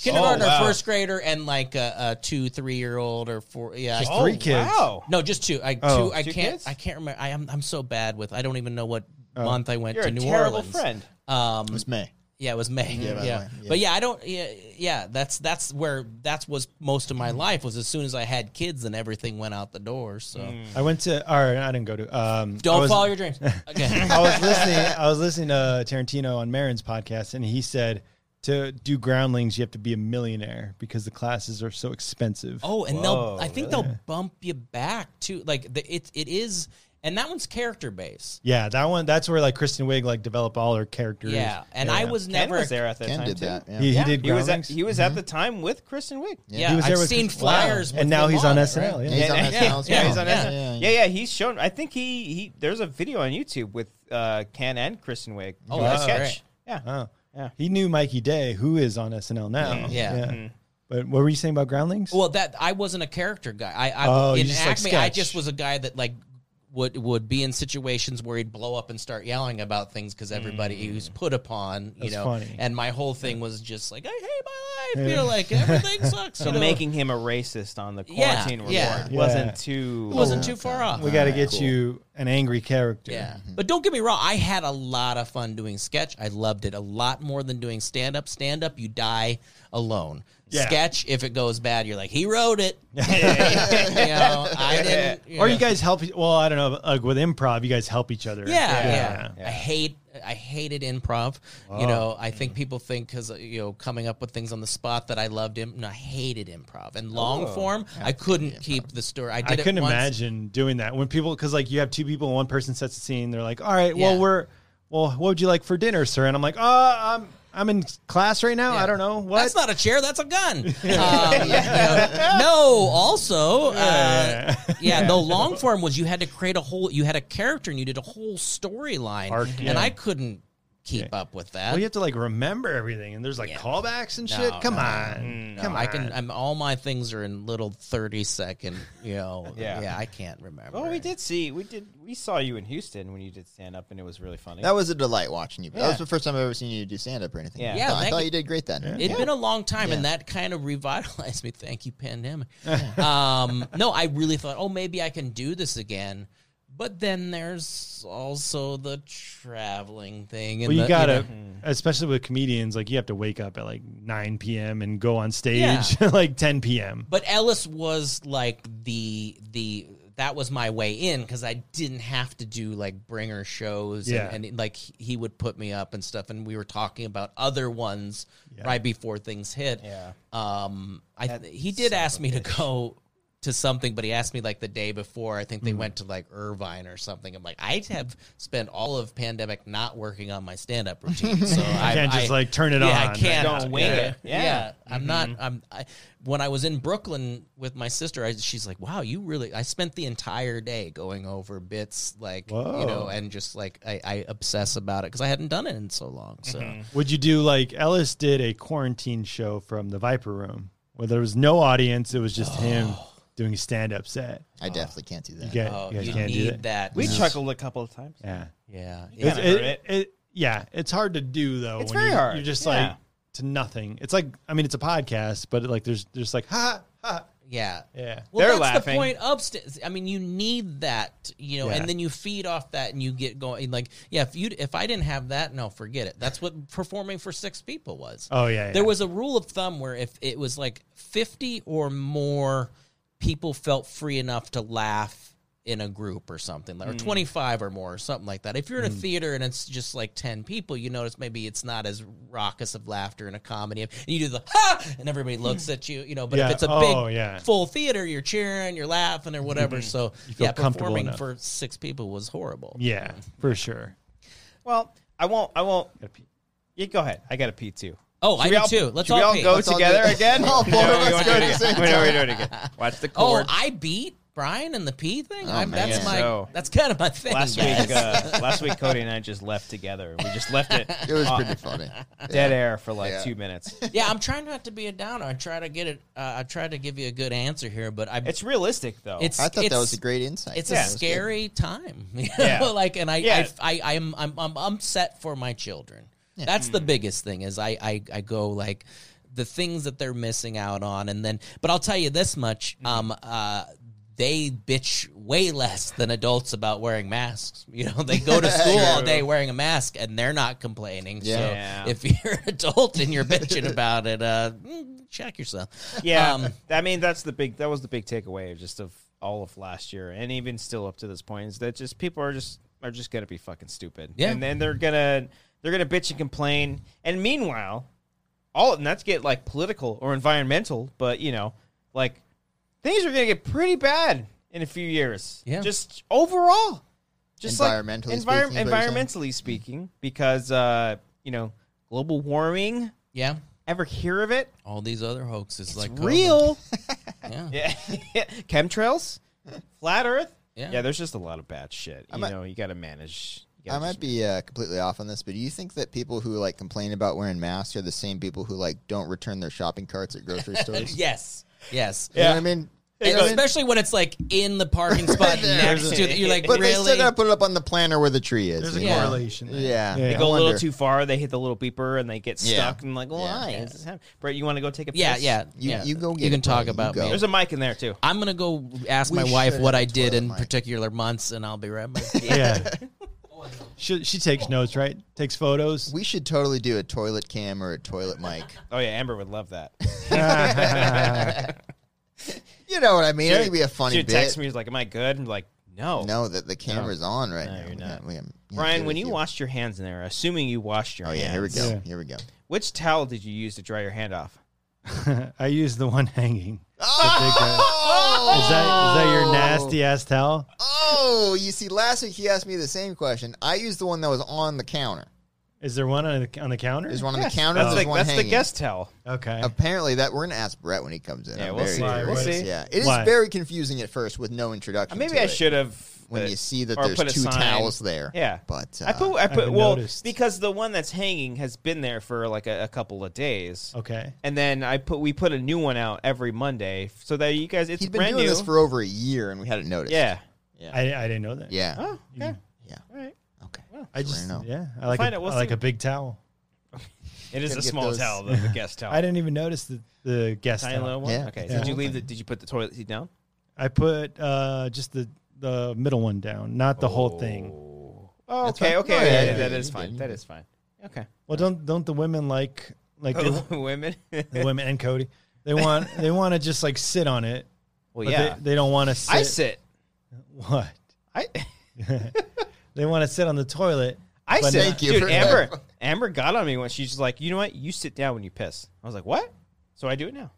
kindergarten
Oh, wow.
or first grader, and like a, a two three year old or four. Yeah, I- Oh,
three kids.
Wow.
no, just two. I
Oh.
two. I
Two
can't.
kids?
I can't remember. I am. I'm so bad with. I don't even know what month I went
You're
to
a
New
terrible
Orleans.
friend.
Um,
It was May.
yeah, it was May. Yeah,
by the way, yeah.
but yeah, I don't. Yeah, yeah, that's that's where that was most of my life. Was as soon as I had kids, and everything went out the door. So.
I went to. Or I didn't go to. Um, I
Don't
was-
follow your dreams. Okay.
I was listening. I was listening to Tarantino on Marin's podcast, and he said to do Groundlings, you have to be a millionaire because the classes are so expensive.
Oh, and
Whoa,
they'll. I think they'll bump you back to like the, it. It is, and that one's character based.
yeah, that one. That's where like Kristen Wiig like developed all her characters.
Yeah, and I was
Ken
never.
was there at that
Ken
time
did
too.
that. Yeah.
He, he
Yeah.
did
He was at,
Groundlings.
he was at the time with Kristen Wiig.
Mm-hmm. Yeah,
He was there
I've
with-
seen
wow.
flyers, with
and now
him
he's
on
on
it,
SNL. Yeah.
right?
He's on
yeah,
SNL as
yeah,
well.
he's on SNL.
Yeah.
Yeah,
Yeah,
yeah.
yeah, He's shown. I think he he. There's a video on YouTube with uh, Ken and Kristen Wiig.
Oh,
doing a
that's
sketch. Yeah.
Oh.
Yeah.
He knew Mikey Day, who is on SNL now.
Yeah.
But what were you saying about Groundlings?
Well, that I wasn't a character guy. I, I
Oh, you
in
just, like,
Acme, I
sketch.
just was a guy that like would would be in situations where he'd blow up and start yelling about things because everybody he was put upon, you
Mm. That's
know.
funny.
And my whole thing was just like I hate my life. You know, like everything sucks.
So
you know?
making him a racist on the
Yeah,
quarantine report
yeah. Yeah.
wasn't too.
it wasn't too far off.
we got to get you an angry character.
Yeah. But don't get me wrong, I had a lot of fun doing sketch. I loved it a lot more than doing stand up. Stand up, you die alone.
Yeah.
Sketch, if it goes bad, you're like, he wrote it. you know, I didn't.
Or you
know.
guys help. e, Well, I don't know. Like with improv, you guys help each other.
Yeah, yeah.
Yeah.
I hate I hated improv. You know, I think people think cuz you know coming up with things on the spot that I loved him. No, I hated improv. And long form, I couldn't keep the story. I did
I
it
couldn't
once.
imagine doing that when people because like you have two people and one person sets a scene. They're like, "All right, well,
Yeah.
we're well, what would you like for dinner, sir?" And I'm like, "Uh, I'm I'm in class right now.
Yeah.
I don't know what."
That's not a chair. That's a gun. Um, you know, no. Also, uh, yeah, The long form was you had to create a whole. You had a character and you did a whole storyline,
Arc,
and
yeah.
I couldn't keep up with that.
Well, you have to like remember everything, and there's like
Yeah.
callbacks and
No,
shit. Come
no, Mm,
on,
No,
come on.
I can. I'm all my things are in little thirty second. You know.
Yeah.
yeah. I can't remember.
Well, Oh, we did see we did we saw you in Houston when you did stand up, and it was really funny.
That was a delight watching you. That
Yeah.
was the first time I've ever seen you do stand up or anything.
Yeah.
I
Yeah,
thought, I
that
thought
could-
you did great then.
It'd been a long time, and that kind of revitalized me. Thank you, pandemic. um, no, I really thought, oh, maybe I can do this again. But then there's also the traveling thing. And
Well,
the,
you gotta,
know-
especially with comedians, like you have to wake up at like 9 p.m. and go on stage
Yeah.
at like 10 p.m.
but Ellis was like the the that was my way in because I didn't have to do like bringer shows.
Yeah.
And, and like he would put me up and stuff, and we were talking about other ones right before things hit.
Yeah.
Um, I he did ask me to go to something, but he asked me like the day before. I
Mm.
think they went to like Irvine or something. I'm like, I have spent all of pandemic not working on my stand up routine, so I
can't just,
I-
like, turn it
yeah,
on.
I can't
Don't wing
yeah.
it. Yeah.
Yeah, I'm not.
Mm-hmm.
I'm. I, when I was in Brooklyn with my sister, I, she's like, "Wow, you really." I spent the entire day going over bits, like
Whoa.
you know, and just like I, I obsess about it because I hadn't done it in so long. So
Would you do like Ellis did a quarantine show from the Viper Room where there was no audience? It was just him doing a stand up set.
I definitely can't do that.
You, get,
oh,
you guys
you
can't
need
do
that.
that.
we
No.
chuckled a couple of times.
Yeah.
Yeah, yeah.
Kinda
It's-
hurt it.
it- yeah, it's hard to do though.
It's
when
very
you,
hard,
You're just
yeah.
like to nothing. It's like I mean, it's a podcast, but like there's just like ha ha.
Yeah.
Yeah.
Well,
They're
that's
laughing.
the point upstairs. I mean, you need that, you know,
Yeah.
and then you feed off that and you get going. Like, yeah, if you if I didn't have that, no, forget it. That's what performing for six people was.
Oh, yeah, yeah.
There was a rule of thumb where if it was like 50 or more people felt free enough to laugh in a group or something,
Mm.
like or 25 or more or something like that. If you're in a theater and it's just like 10 people, you notice maybe it's not as raucous of laughter in a comedy. And you do the ha and everybody looks at you, you know, but
Yeah.
if it's a
Oh,
big
yeah. Mm-hmm.
full theater, you're cheering, you're laughing or whatever. So
feel
yeah,
comfortable
performing
enough.
for six people was horrible.
Yeah, for sure.
Well, I won't. I won't. Yeah, go ahead. I got to pee too.
Oh,
Should
I
we
do
all-
too. Let's
should we
all
all
pee.
go
Let's all do
together
it.
again?
All four of
we
us
won't
go
do
at
it
the
again.
same
Wait, no, we
time.
do it again. Watch the
Oh,
cord.
I beat Brian in the pee thing.
Oh,
I'm, that's
man.
my.
So-
that's kind of my thing.
last
guys.
week, uh, last week, Cody and I just left together. We just left it.
It was
uh,
pretty funny.
dead air for like
Yeah.
two minutes.
yeah, I'm trying not to be a downer. I try to get it. Uh, I try to give you a good answer here, but I.
It's realistic though.
It's.
I thought that
it's-
was a great insight.
It's
Yeah.
a
That was good.
scary time. You
Yeah.
know, like, and I,
Yeah.
I, I, I'm, I'm, I'm upset for my children. That's
Mm.
the biggest thing. Is I, I, I go like the things that they're missing out on, and then. But I'll tell you this much.
Mm-hmm.
Um. Uh. They bitch way less than adults about wearing masks. You know, they go to school all day wearing a mask and they're not complaining.
Yeah.
So if you're an adult and you're bitching about it, uh, mm, check yourself.
yeah.
Um,
I mean, that's the big. That was the big takeaway, just of all of last year, and even still up to this point, is that just people are just are just gonna be fucking stupid.
Yeah.
and then they're gonna they're gonna bitch and complain, and meanwhile, all not to get like political or environmental, but you know, like things are gonna get pretty bad in a few years.
Yeah.
just overall, just like-
Environmentally
envir-
speaking, is what you're saying?
environmentally speaking, because uh, you know, global warming.
yeah.
Ever hear of it?
All these other hoaxes like COVID.
Real.
Yeah.
Yeah. Chemtrails, flat Earth.
Yeah.
yeah, there's just a lot of bad shit. You
might-
know, you got to manage. you
I
gotta
might
just-
be uh, completely off on this, but do you think that people who like complain about wearing masks are the same people who like don't return their shopping carts at grocery stores?
Yes. Yes.
You know
Yeah.
what I mean?
And
You know what I mean?
especially when it's like in the parking spot
there.
next to the, you're like
But they uh,
really
still gotta put it up on the planner where the tree is.
There's a
you
Yeah.
know?
correlation. there.
Yeah.
Yeah.
They
I
go a little
wonder.
too far. They hit the little beeper and they get
Yeah.
stuck. And like, why?
Yeah.
Is this happening? Brett, you want to go take a piss?
yeah yeah
You-
yeah.
you go get
you can
it,
talk
Tony. You
about
go.
me
There's a mic in there too.
I'm gonna go ask
We
my wife
should
what
have
I
a
did
toilet
in
mic.
particular months and I'll be right back
Yeah. she, she takes notes, right? Takes photos.
We should totally do a toilet cam or a toilet mic.
Oh yeah, Amber would love that.
You know what I mean? I think
She'd-
it'd be a funny
She
bit.
would text me. She's like, "Am I good?" I'm like, Oh. "No."
No, that the camera's on right now.
you're
We
not.
got- we got- we got to
Brian,
do
when
with
you washed your hands in there, assuming you washed your
Oh
hands,
yeah, here we go.
Yeah.
Here we go.
Which towel did you use to dry your hand off?
I use the one hanging.
Oh,
Is that is that your nasty ass towel?
Oh, you see, last week he asked me the same question. I used the one that was on the counter.
Is there one on the on the counter?
There's one on the counter.
That's,
there's
the,
one
that's the
hanging.
guest towel.
Okay.
Apparently, that we're gonna ask Brett when he comes in.
Yeah,
I'm
we'll
very
see. We'll
curious.
see.
Yeah, it is
Why?
very confusing at first with no introduction.
Maybe
to
I
it.
should have uh,
when you see that
or
there's
put a
two
sign.
towels there.
Yeah,
but uh,
I put I put
I've
well
noticed.
because the one that's hanging has been there for like a, a couple of days.
Okay.
and then I put we put a new one out every Monday so that you guys it's
he'd been
brand
doing
new.
this for over a Mm. year and we hadn't noticed.
yeah,
I, I didn't know that.
yeah,
oh, okay,
yeah.
all right.
Okay,
I just
know.
yeah. I like
find
a,
it, we'll
I like
see.
a big towel.
It is
Gotta
a
get
small
those-
towel, though, the guest towel.
I didn't even notice the the guest
tiny little
towel.
one.
Yeah,
okay,
yeah.
did you leave the? Did you put the toilet seat down?
I put uh, just the the middle one down, not the whole thing.
Oh,
That's
okay,
fine.
okay,
No, yeah,
yeah,
yeah,
that
yeah,
is
you
fine.
did,
That
you
is fine. Okay,
Well, don't don't the women like like they,
Oh, women.
the women and Cody? They want they want to just like sit on it.
well,
But
yeah,
they, they don't want to sit.
I sit.
What?
I
They want to sit on the toilet.
I
But
sit.
Thank you
Dude,
for
Amber.
that.
Amber got on me when she's just like, you know what? You sit down when you piss. I was like, what? So I do it now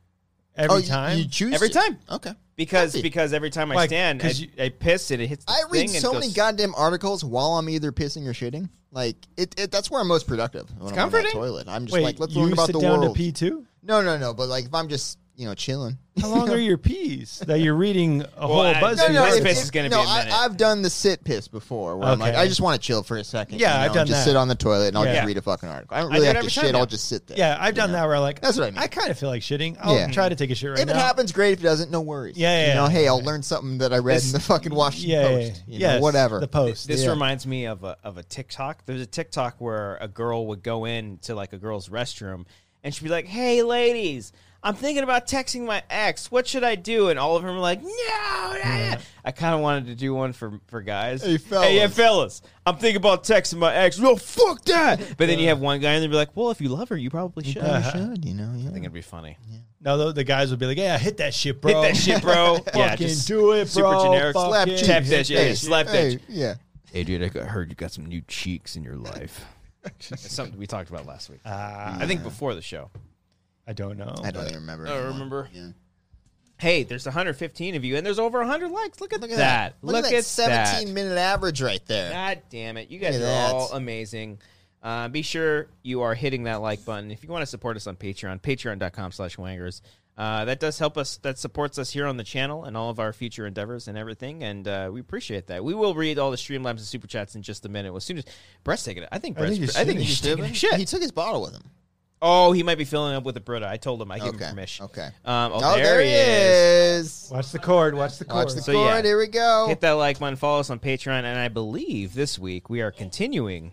Every
oh, you-
time
you choose
every
to.
time.
Okay.
because
Happy.
because every time I
Why?
stand, I,
'Cause you-
I piss and it hits. The
I read
thing and
so
goes-
many goddamn articles while I'm either pissing or shitting. Like it, it that's where I'm most productive. When I'm
comforting.
on that toilet. I'm just
wait,
like, let's
you
learn about
sit
the
down
world.
to pee too.
No, no, no. But like if I'm just you know chilling.
How long are your pees that you're reading a whole
I-
BuzzFeed?
No, no,
article?
it's- piss is gonna
no,
be a minute.
I, I've done the sit piss before, where I'm like,
Okay.
I just want to chill for a second.
Yeah,
you know,
I've done
Just
that.
sit on the toilet and I'll
Yeah.
just read a fucking article. I don't
I do
really
it
have to
every time
shit.
now.
I'll just sit there.
yeah, I've done that where I like
That's what I mean.
I kind of feel like shitting. I'll
Yeah.
try to take a shit right
If
now.
it happens, great. If it doesn't, no worries.
Yeah, yeah,
You know,
yeah.
hey, I'll learn something that I read in the fucking Washington
yeah, yeah,
Post.
yeah.
You know,
Yes,
whatever.
The post.
This
yeah.
reminds me of a of a TikTok. There's a TikTok where a girl would go in to like a girl's restroom and she'd be like, "Hey, ladies, I'm thinking about texting my ex. What should I do?" And all of them were like, "No." nah, nah." I kind of wanted to do one for for guys.
Hey, fellas.
yeah, fellas, I'm thinking about texting my ex. No, fuck that. But then you have one guy and they'd be like, "Well, if you love her, you probably should." I
You
Uh-huh.
think
should, you know. Yeah.
it'd be funny.
No, the, the guys would be like, "Yeah, hit that shit, bro.
Hit that shit, bro. yeah,
Fucking
just
do it,
Super
bro.
generic.
Fuck
Slap
it.
cheeks.
Tap that shit.
Hey,
Yeah, slap that
hey,
shit.
Yeah.
Hey, dude, I got- heard you got some new cheeks in your life.
It's something we talked about last week.
Ah,
I think before the show.
I don't know.
I don't even remember.
I
anymore.
remember.
Yeah.
Hey, there's 115 of you, and there's over 100 likes. Look at,
Look at
that.
that.
Look,
at
at,
that 17
that.
minute average right there.
God damn it. You guys
Look
are
at that.
all amazing. Uh, be sure you are hitting that like button. If you want to support us on Patreon, patreon.com slash wangers. Uh, that does help us. That supports us here on the channel and all of our future endeavors and everything. And uh, we appreciate that. We will read all the Streamlabs and Super Chats in just a minute. As soon as Brett's taking it. I think
I think
Brett's.
he's
I think
shitting.
he's taking a
He
shit.
took his bottle with him.
Oh, he might be filling up with a Brita. I told him. I gave
Okay,
him permission.
okay.
Um, oh,
Oh,
there, he is.
is. Oh.
Watch the cord. Watch the cord.
Watch the
So,
cord.
yeah.
Here we go.
Hit that like button, follow us on Patreon, and I believe this week we are continuing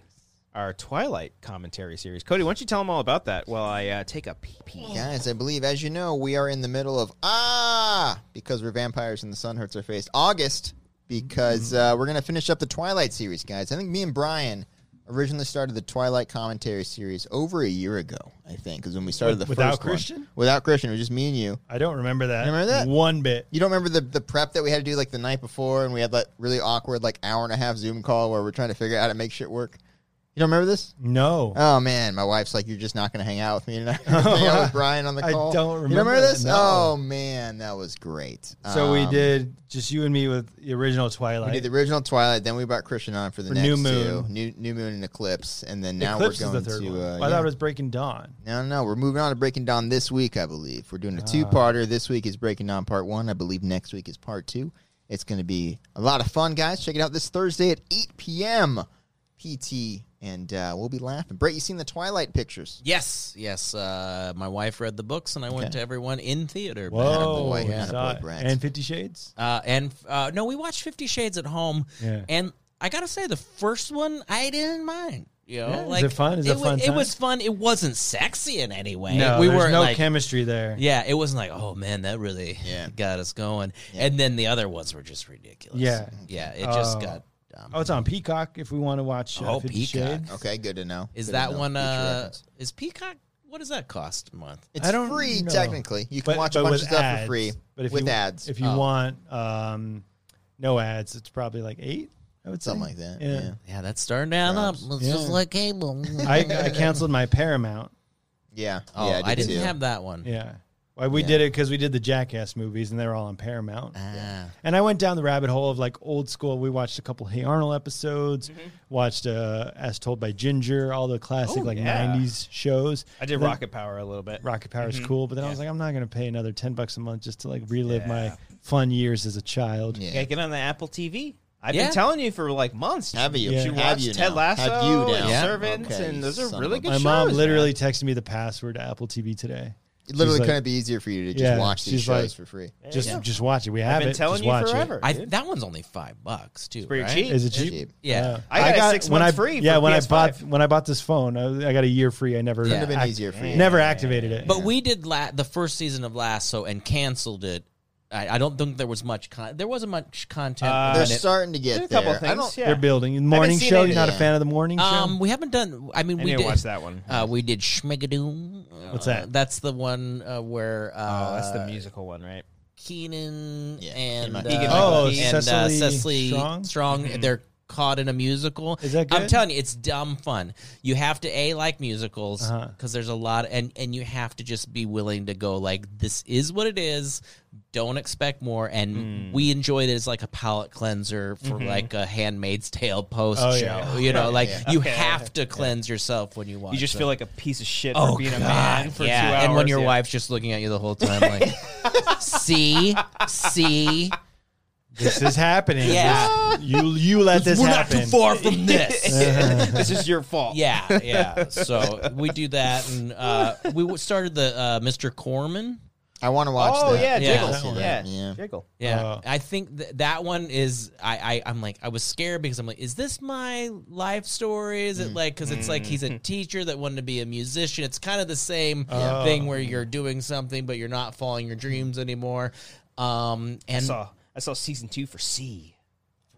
our Twilight commentary series. Cody, why don't you tell them all about that while I uh, take a pee pee?
Guys, I believe, as you know, we are in the middle of Ah! Because we're vampires and the sun hurts our face. August, because
Mm-hmm.
uh, we're going to finish up the Twilight series, guys. I think me and Brian originally started the Twilight commentary series over a year ago, I think, is when we started
With-
the
without
first one.
Christian?
Without Christian. It was just me and you.
I don't remember that.
You remember that?
one bit.
You don't remember the, the prep that we had to do like the night before, and we had that really awkward like hour and a half Zoom call where we're trying to figure out how to make shit work. You don't remember this?
No.
Oh man, my wife's like, you're just not going to hang out with me tonight. hang out with Brian on the
I
call.
don't
You
remember
remember
that,
this?
no.
Oh man, that was great.
so we
Um,
did just you and me with the original
We
Twilight.
did the original Twilight, then we brought Christian on for the
For
next
New Moon.
two, New, New Moon and Eclipse, and then now
Eclipse
we're
is
going
the third
to.
one.
Uh,
I
yeah.
thought it was Breaking Dawn.
No, no, we're moving on to Breaking Dawn this week, I believe. We're
Ah.
doing a two-parter. This week is Breaking Dawn Part 1. I believe next week is Part 2. It's going to be a lot of fun, guys. Check it out this Thursday at 8 p.m. PT, and uh, we'll be laughing. Brett, you seen the Twilight pictures?
Yes, yes. Uh, my wife read the books, and I went
Okay.
to everyone in theater.
Whoa.
Attaboy,
yeah.
attaboy, Brad.
And Fifty Shades.
Uh, and uh, no, we watched Fifty Shades at home.
Yeah.
And I gotta say, the first one I didn't mind. You know,
Yeah, is
like
it fun? Is it
wa-
fun
It
time?
was fun. It wasn't sexy in any way.
No,
we
there's
were
no
like,
chemistry there.
yeah, it wasn't like, oh man, that really
Yeah.
got us going. And then the other ones were just ridiculous.
Yeah.
yeah, it just
Oh.
got dumb.
Oh, it's on Peacock if we want to watch uh,
Oh,
50
Peacock.
Shades.
Okay, good to know.
Is
Good to
that
know.
one?
Future
Uh,
reference.
is Peacock? What does that cost a month?
It's
I don't
free,
know.
technically. You can
But-
watch
but
a bunch
with
of stuff
ads.
for free
But if
with
you,
ads.
if you
Oh,
want um, no ads, it's probably like eight. I would say
Something like that. Yeah. yeah.
Uh, Yeah, that's starting down up. It's
Yeah.
just like cable.
I, I canceled my Paramount.
Yeah.
oh,
I,
I,
did
didn't
too.
have that one.
Yeah, why we
Yeah. Uh-huh.
did it because we did the Jackass movies and they're all on Paramount.
Ah.
And I went down the rabbit hole of like old school. We watched a couple Hey Arnold episodes, watched uh, As Told by Ginger, all the classic
Mm-hmm. Oh,
like
yeah.
'90s shows.
I did Mm-hmm.
Then-
Rocket Power a little bit.
Rocket Power is cool, but then I was like, I'm not going to pay another ten bucks a month just to like relive my fun years as a child.
Yeah.
Yeah, get on the Apple TV. I've
Yeah.
been telling you for like months.
Have you?
You
Have
should watch
you
Ted
now?
Lasso
Have you
and
now? Yeah.
Servants,
Okay,
and those are
son
really
of
good
a-
My
shows.
mom literally
man.
texted me the password to Apple TV today.
It literally
She's like-
couldn't be easier for you to just
Yeah,
watch these
she's
shows
like-
for free.
Just just watch it. We have
I've been
it.
telling
just
you
watch
forever.
I,
dude.
that one's only five bucks too.
pretty
right?
cheap.
It. Is it cheap?
Cheap.
Yeah.
I got it six
when
months
I,
free
Yeah,
for
when I
PS5.
bought when I bought this phone, I, I got a year free. I never
Yeah. Could've
been
act-
easier for you.
Never activated it.
But we did la- the first season of Lasso and canceled it. I, I don't think there was much con- there wasn't much content.
Uh,
on
They're
it.
starting to
There's
get
a couple
there. I
things.
don't.
Yeah.
they're building the morning
seen
show.
it
You're not a
yet.
fan of the morning show.
um, we haven't done. I mean,
I
we
need
did
to watch that one.
Uh, we did Schmigadoon.
What's
Uh,
that?
that's the one uh, where uh,
oh, that's the musical one, right?
Keenan
Yeah,
and
Keegan
uh,
Michael
Oh,
and
Key.
uh,
Cecily
Cecily Strong.
Strong?
They're caught in a musical.
Is that
I'm
good?
telling you, it's dumb fun. You have to a like musicals because
Uh-huh.
there's a lot, and and you have to just be willing to go like this is what it is. Don't expect more, and we enjoy it as like a palate cleanser for like a Handmaid's Tale post
Oh,
show.
yeah.
You know, like you have to cleanse yourself when you watch.
You just
it.
feel like a piece of shit
Oh,
for being
God.
a man for
yeah.
two hours.
And when your
yeah.
wife's just looking at you the whole time, like, see, see,
this is happening.
Yeah.
This- you you let this
we're
happen.
not too far from this.
this is your fault.
yeah, yeah. So we do that, and uh, we w- started the uh, Mr. Corman.
I want to watch.
Oh
that.
yeah,
Yeah.
jiggle.
That
one.
Yeah,
Yeah.
jiggle.
Yeah,
Uh-huh.
Oh.
I think th- that one is. I, I I'm like I was scared because I'm like, is this my life story? Is
Mm.
it like because it's like he's a teacher that wanted to be a musician. It's kind of the same
Oh.
Yeah.
thing where you're doing something but you're not following your dreams anymore. Um, and
I saw I saw season two for C.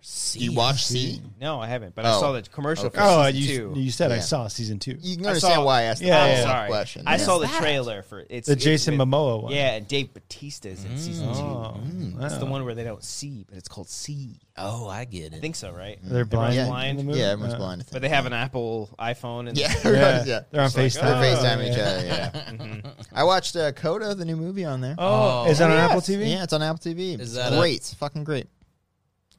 see,
You watch C.
No, I haven't, but I
Oh.
saw the commercial for
Oh,
season
you
two.
you said I
Yeah.
saw season two.
You can
I
understand
saw-
why I asked the
Yeah,
follow-up
yeah.
I'm sorry.
question.
I
Yeah.
saw the trailer for it's
The
it's
Jason
with-
Momoa one.
Yeah, and Dave Batista is in season two. Mm.
Oh,
It's the
wow.
one where they don't see, but it's called C.
Oh, I get
I
it.
think so, right?
They're blind.
Yeah,
blind.
in the movie?
yeah, everyone's
Uh,
blind. I
But
think.
they have an Apple iPhone and
Yeah,
Yeah,
everyone's- yeah.
they're on
It's
FaceTime.
like,
They're FaceTiming each
Yeah.
other. Yeah. I watched uh, Coda, the new movie, on there.
Oh,
Is that on
yes.
Apple TV?
Yeah, it's on Apple TV.
Is
Is
that
that
a-
great? It's fucking great.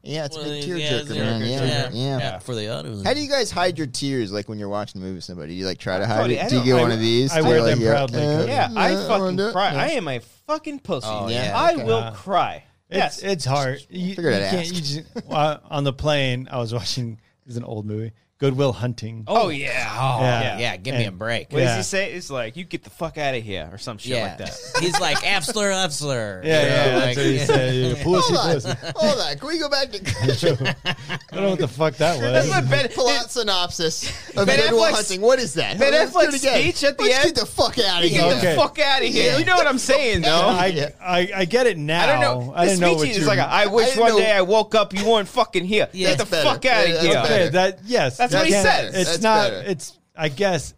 Yeah, it's a big tearjerker, man. Yeah, yeah.
For the other,
How do you guys hide your tears like when you're watching the movie with somebody? Do you like try to hide
Cody, I
it? Do you
don't-
get
I-
one of these?
I
Do
wear
you, like,
them
yell,
proudly, Cody.
Yeah, I
wanna
fucking
do it.
cry.
Yeah.
I am a fucking pussy.
Oh,
yeah.
I
okay.
will
Yeah.
cry.
Uh, It's,
Yes.
it's hard. You,
Figured I'd
you
ask.
You just, well, on the plane, I was watching. It's an old movie, Goodwill Hunting.
oh yeah. Oh,
yeah.
Yeah.
give me a
And-
break.
What does
Yeah.
he say? It's like you get the fuck out of here or some shit
yeah,
like that.
he's like Epsler, Epsler.
yeah, yeah,
You know,
that's what he
like-
said. Yeah, Pussy,
Hold
pussy.
on, hold on. Can we go back to
I don't know what the fuck that
That's
was.
what Ben.
plot synopsis of
Ben
Good Will
Affleck's-
Hunting? What is that?
Ben
Let's do it
Affleck's
again.
speech at the
Let's
end?
Get the fuck out
Get
of here!
Okay.
the fuck out of here.
Yeah.
You know what I'm saying, though.
I,
Yeah.
I, I get it now.
I don't know.
I
this
didn't know what
speech is
you-
like. A, I wish
didn't
one
know-
day I woke up, you weren't fucking here.
Yeah.
Get the
That's better.
fuck out of
Yeah, that's
here.
better.
Okay, that yes.
That's what he
again,
says.
It's
That's
not.
better.
It's. I guess.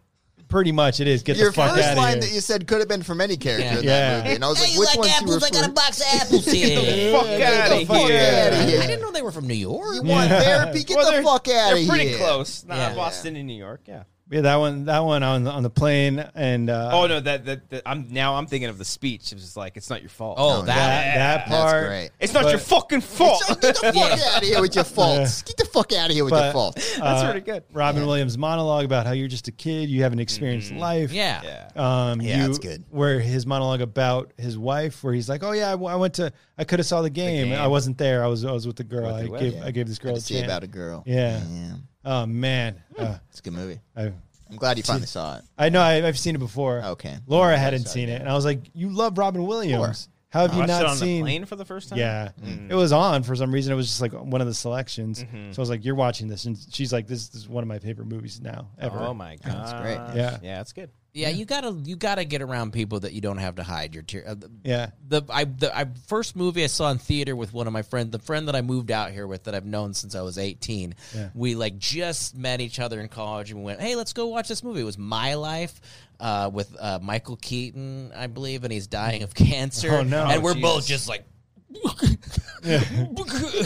Pretty much, it is. Get
Your
the fuck
first
out
line
of
that
here.
you said could have been from any character
Yeah.
in that
Yeah.
movie, and I was
Hey,
like,
you
which
like
ones you
apples? I got a
referred-
box of apples here.
fuck out
the
of
fuck
here.
outta here.
I didn't know they were from New York.
You want therapy? Get
Well,
the
they're-
fuck out of
They're
here!
pretty close. Nah,
Yeah.
Boston and New York. Yeah.
Yeah, that one. That one on on the plane and. Uh,
Oh no, that, that that I'm now I'm thinking of the speech. It was just like it's not your fault.
Oh, that.
that that
That's
part.
great.
it's not
but-
your fucking fault.
So get the fuck out of here with your faults. Get the fuck out of here with your
But-
faults.
That's
uh,
pretty good.
Robin Williams' monologue about how you're just a kid, you haven't experienced life.
Yeah.
Mm-hmm. Yeah.
Um,
Yeah,
you,
that's good.
Where his monologue about his wife, where he's like, "Oh yeah, I, w- I went to, I could have saw the game. I wasn't there. I was, I was with the girl. I
the
gave,
web,
I gave this girl a
Let's see
chance.
about a girl.
Yeah.
yeah,
Oh man, uh,
it's a good movie.
I,
I'm glad you finally saw it.
I know I, I've seen it before.
Okay.
Laura
Yeah,
hadn't
so,
seen
yeah.
it, and I was like, "You love Robin Williams? How have
Oh, I
you
watched
not
it on
seen?"
the plane for the first time.
Yeah, it was on for some reason. It was just like one of the selections. So I was like, "You're watching this," and she's like, "This is one of my favorite movies now ever."
Oh my god.
That's great.
Yeah.
Yeah, it's good.
Yeah, you gotta you gotta get around people that you don't have to hide your tear. Uh, the-
Yeah.
the I the I first movie I saw in theater with one of my friends, the friend that I moved out here with that I've known since I was eighteen.
Yeah.
We like just met each other in college and we went, hey, let's go watch this movie. It was My Life. Uh, with uh, Michael Keaton, I believe, and he's dying of cancer.
Oh, no.
And
Oh,
we're both
Jesus.
just like,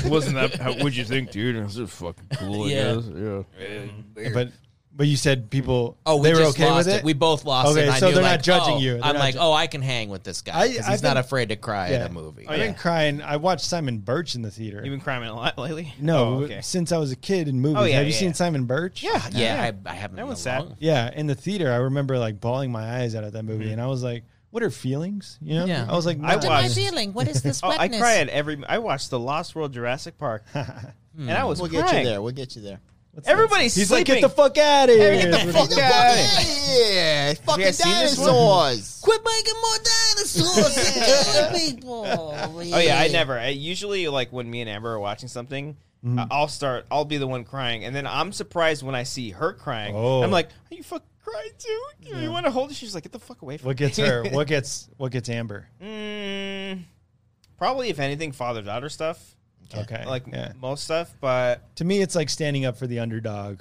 Wasn't that? How, what'd you think, dude? This is fucking cool. I
Yeah.
guess. Yeah.
But but you said people
oh, we
they were
just
okay
lost
with it.
We both lost it.
Okay,
and I
so
knew,
they're not
like,
judging
oh,
you. They're
I'm
not
like,
ju-
oh, I can hang with this guy
I-
because
I've
he's not
been-
afraid to cry
Yeah. Oh,
in a movie.
I've been crying. I watched Simon Birch in the theater.
You've Oh, been crying a lot lately.
no,
Oh, okay.
since I was a kid in movies.
Oh, yeah,
Have you
yeah,
seen
yeah.
Simon Birch?
Yeah.
yeah, I, I haven't.
That
in
one's
a
sad.
long-
Yeah, in the theater, I remember like bawling my eyes out at that movie, and I was like, "What are feelings?" You know,
Yeah.
I was like,
Mm-hmm. I
no.
watched.
feeling? What is this
Oh, I
wetness?
Hmm.
cry at every. I watched the Lost World Jurassic Park and I was
We'll
crying.
get you there. We'll get you there.
Everybody's
He's like,
sleeping.
get the fuck out of here.
Hey, get the fuck out of here.
Yeah, fucking
guys seen this one?
dinosaurs.
Quit making more dinosaurs and killing people.
Oh yeah, I never. I usually like when me and Amber are watching something,
Mm-hmm.
I- I'll start. I'll be the one crying, and then I'm surprised when I see her crying.
Oh.
I'm like, are you fucking crying too? You, want to hold it? She's like, get the fuck away from
What
me.
gets her? What gets what gets Amber?
Mm, probably if anything, father daughter stuff,
Okay.
like
yeah.
most stuff. But
to me it's like standing up for the underdog.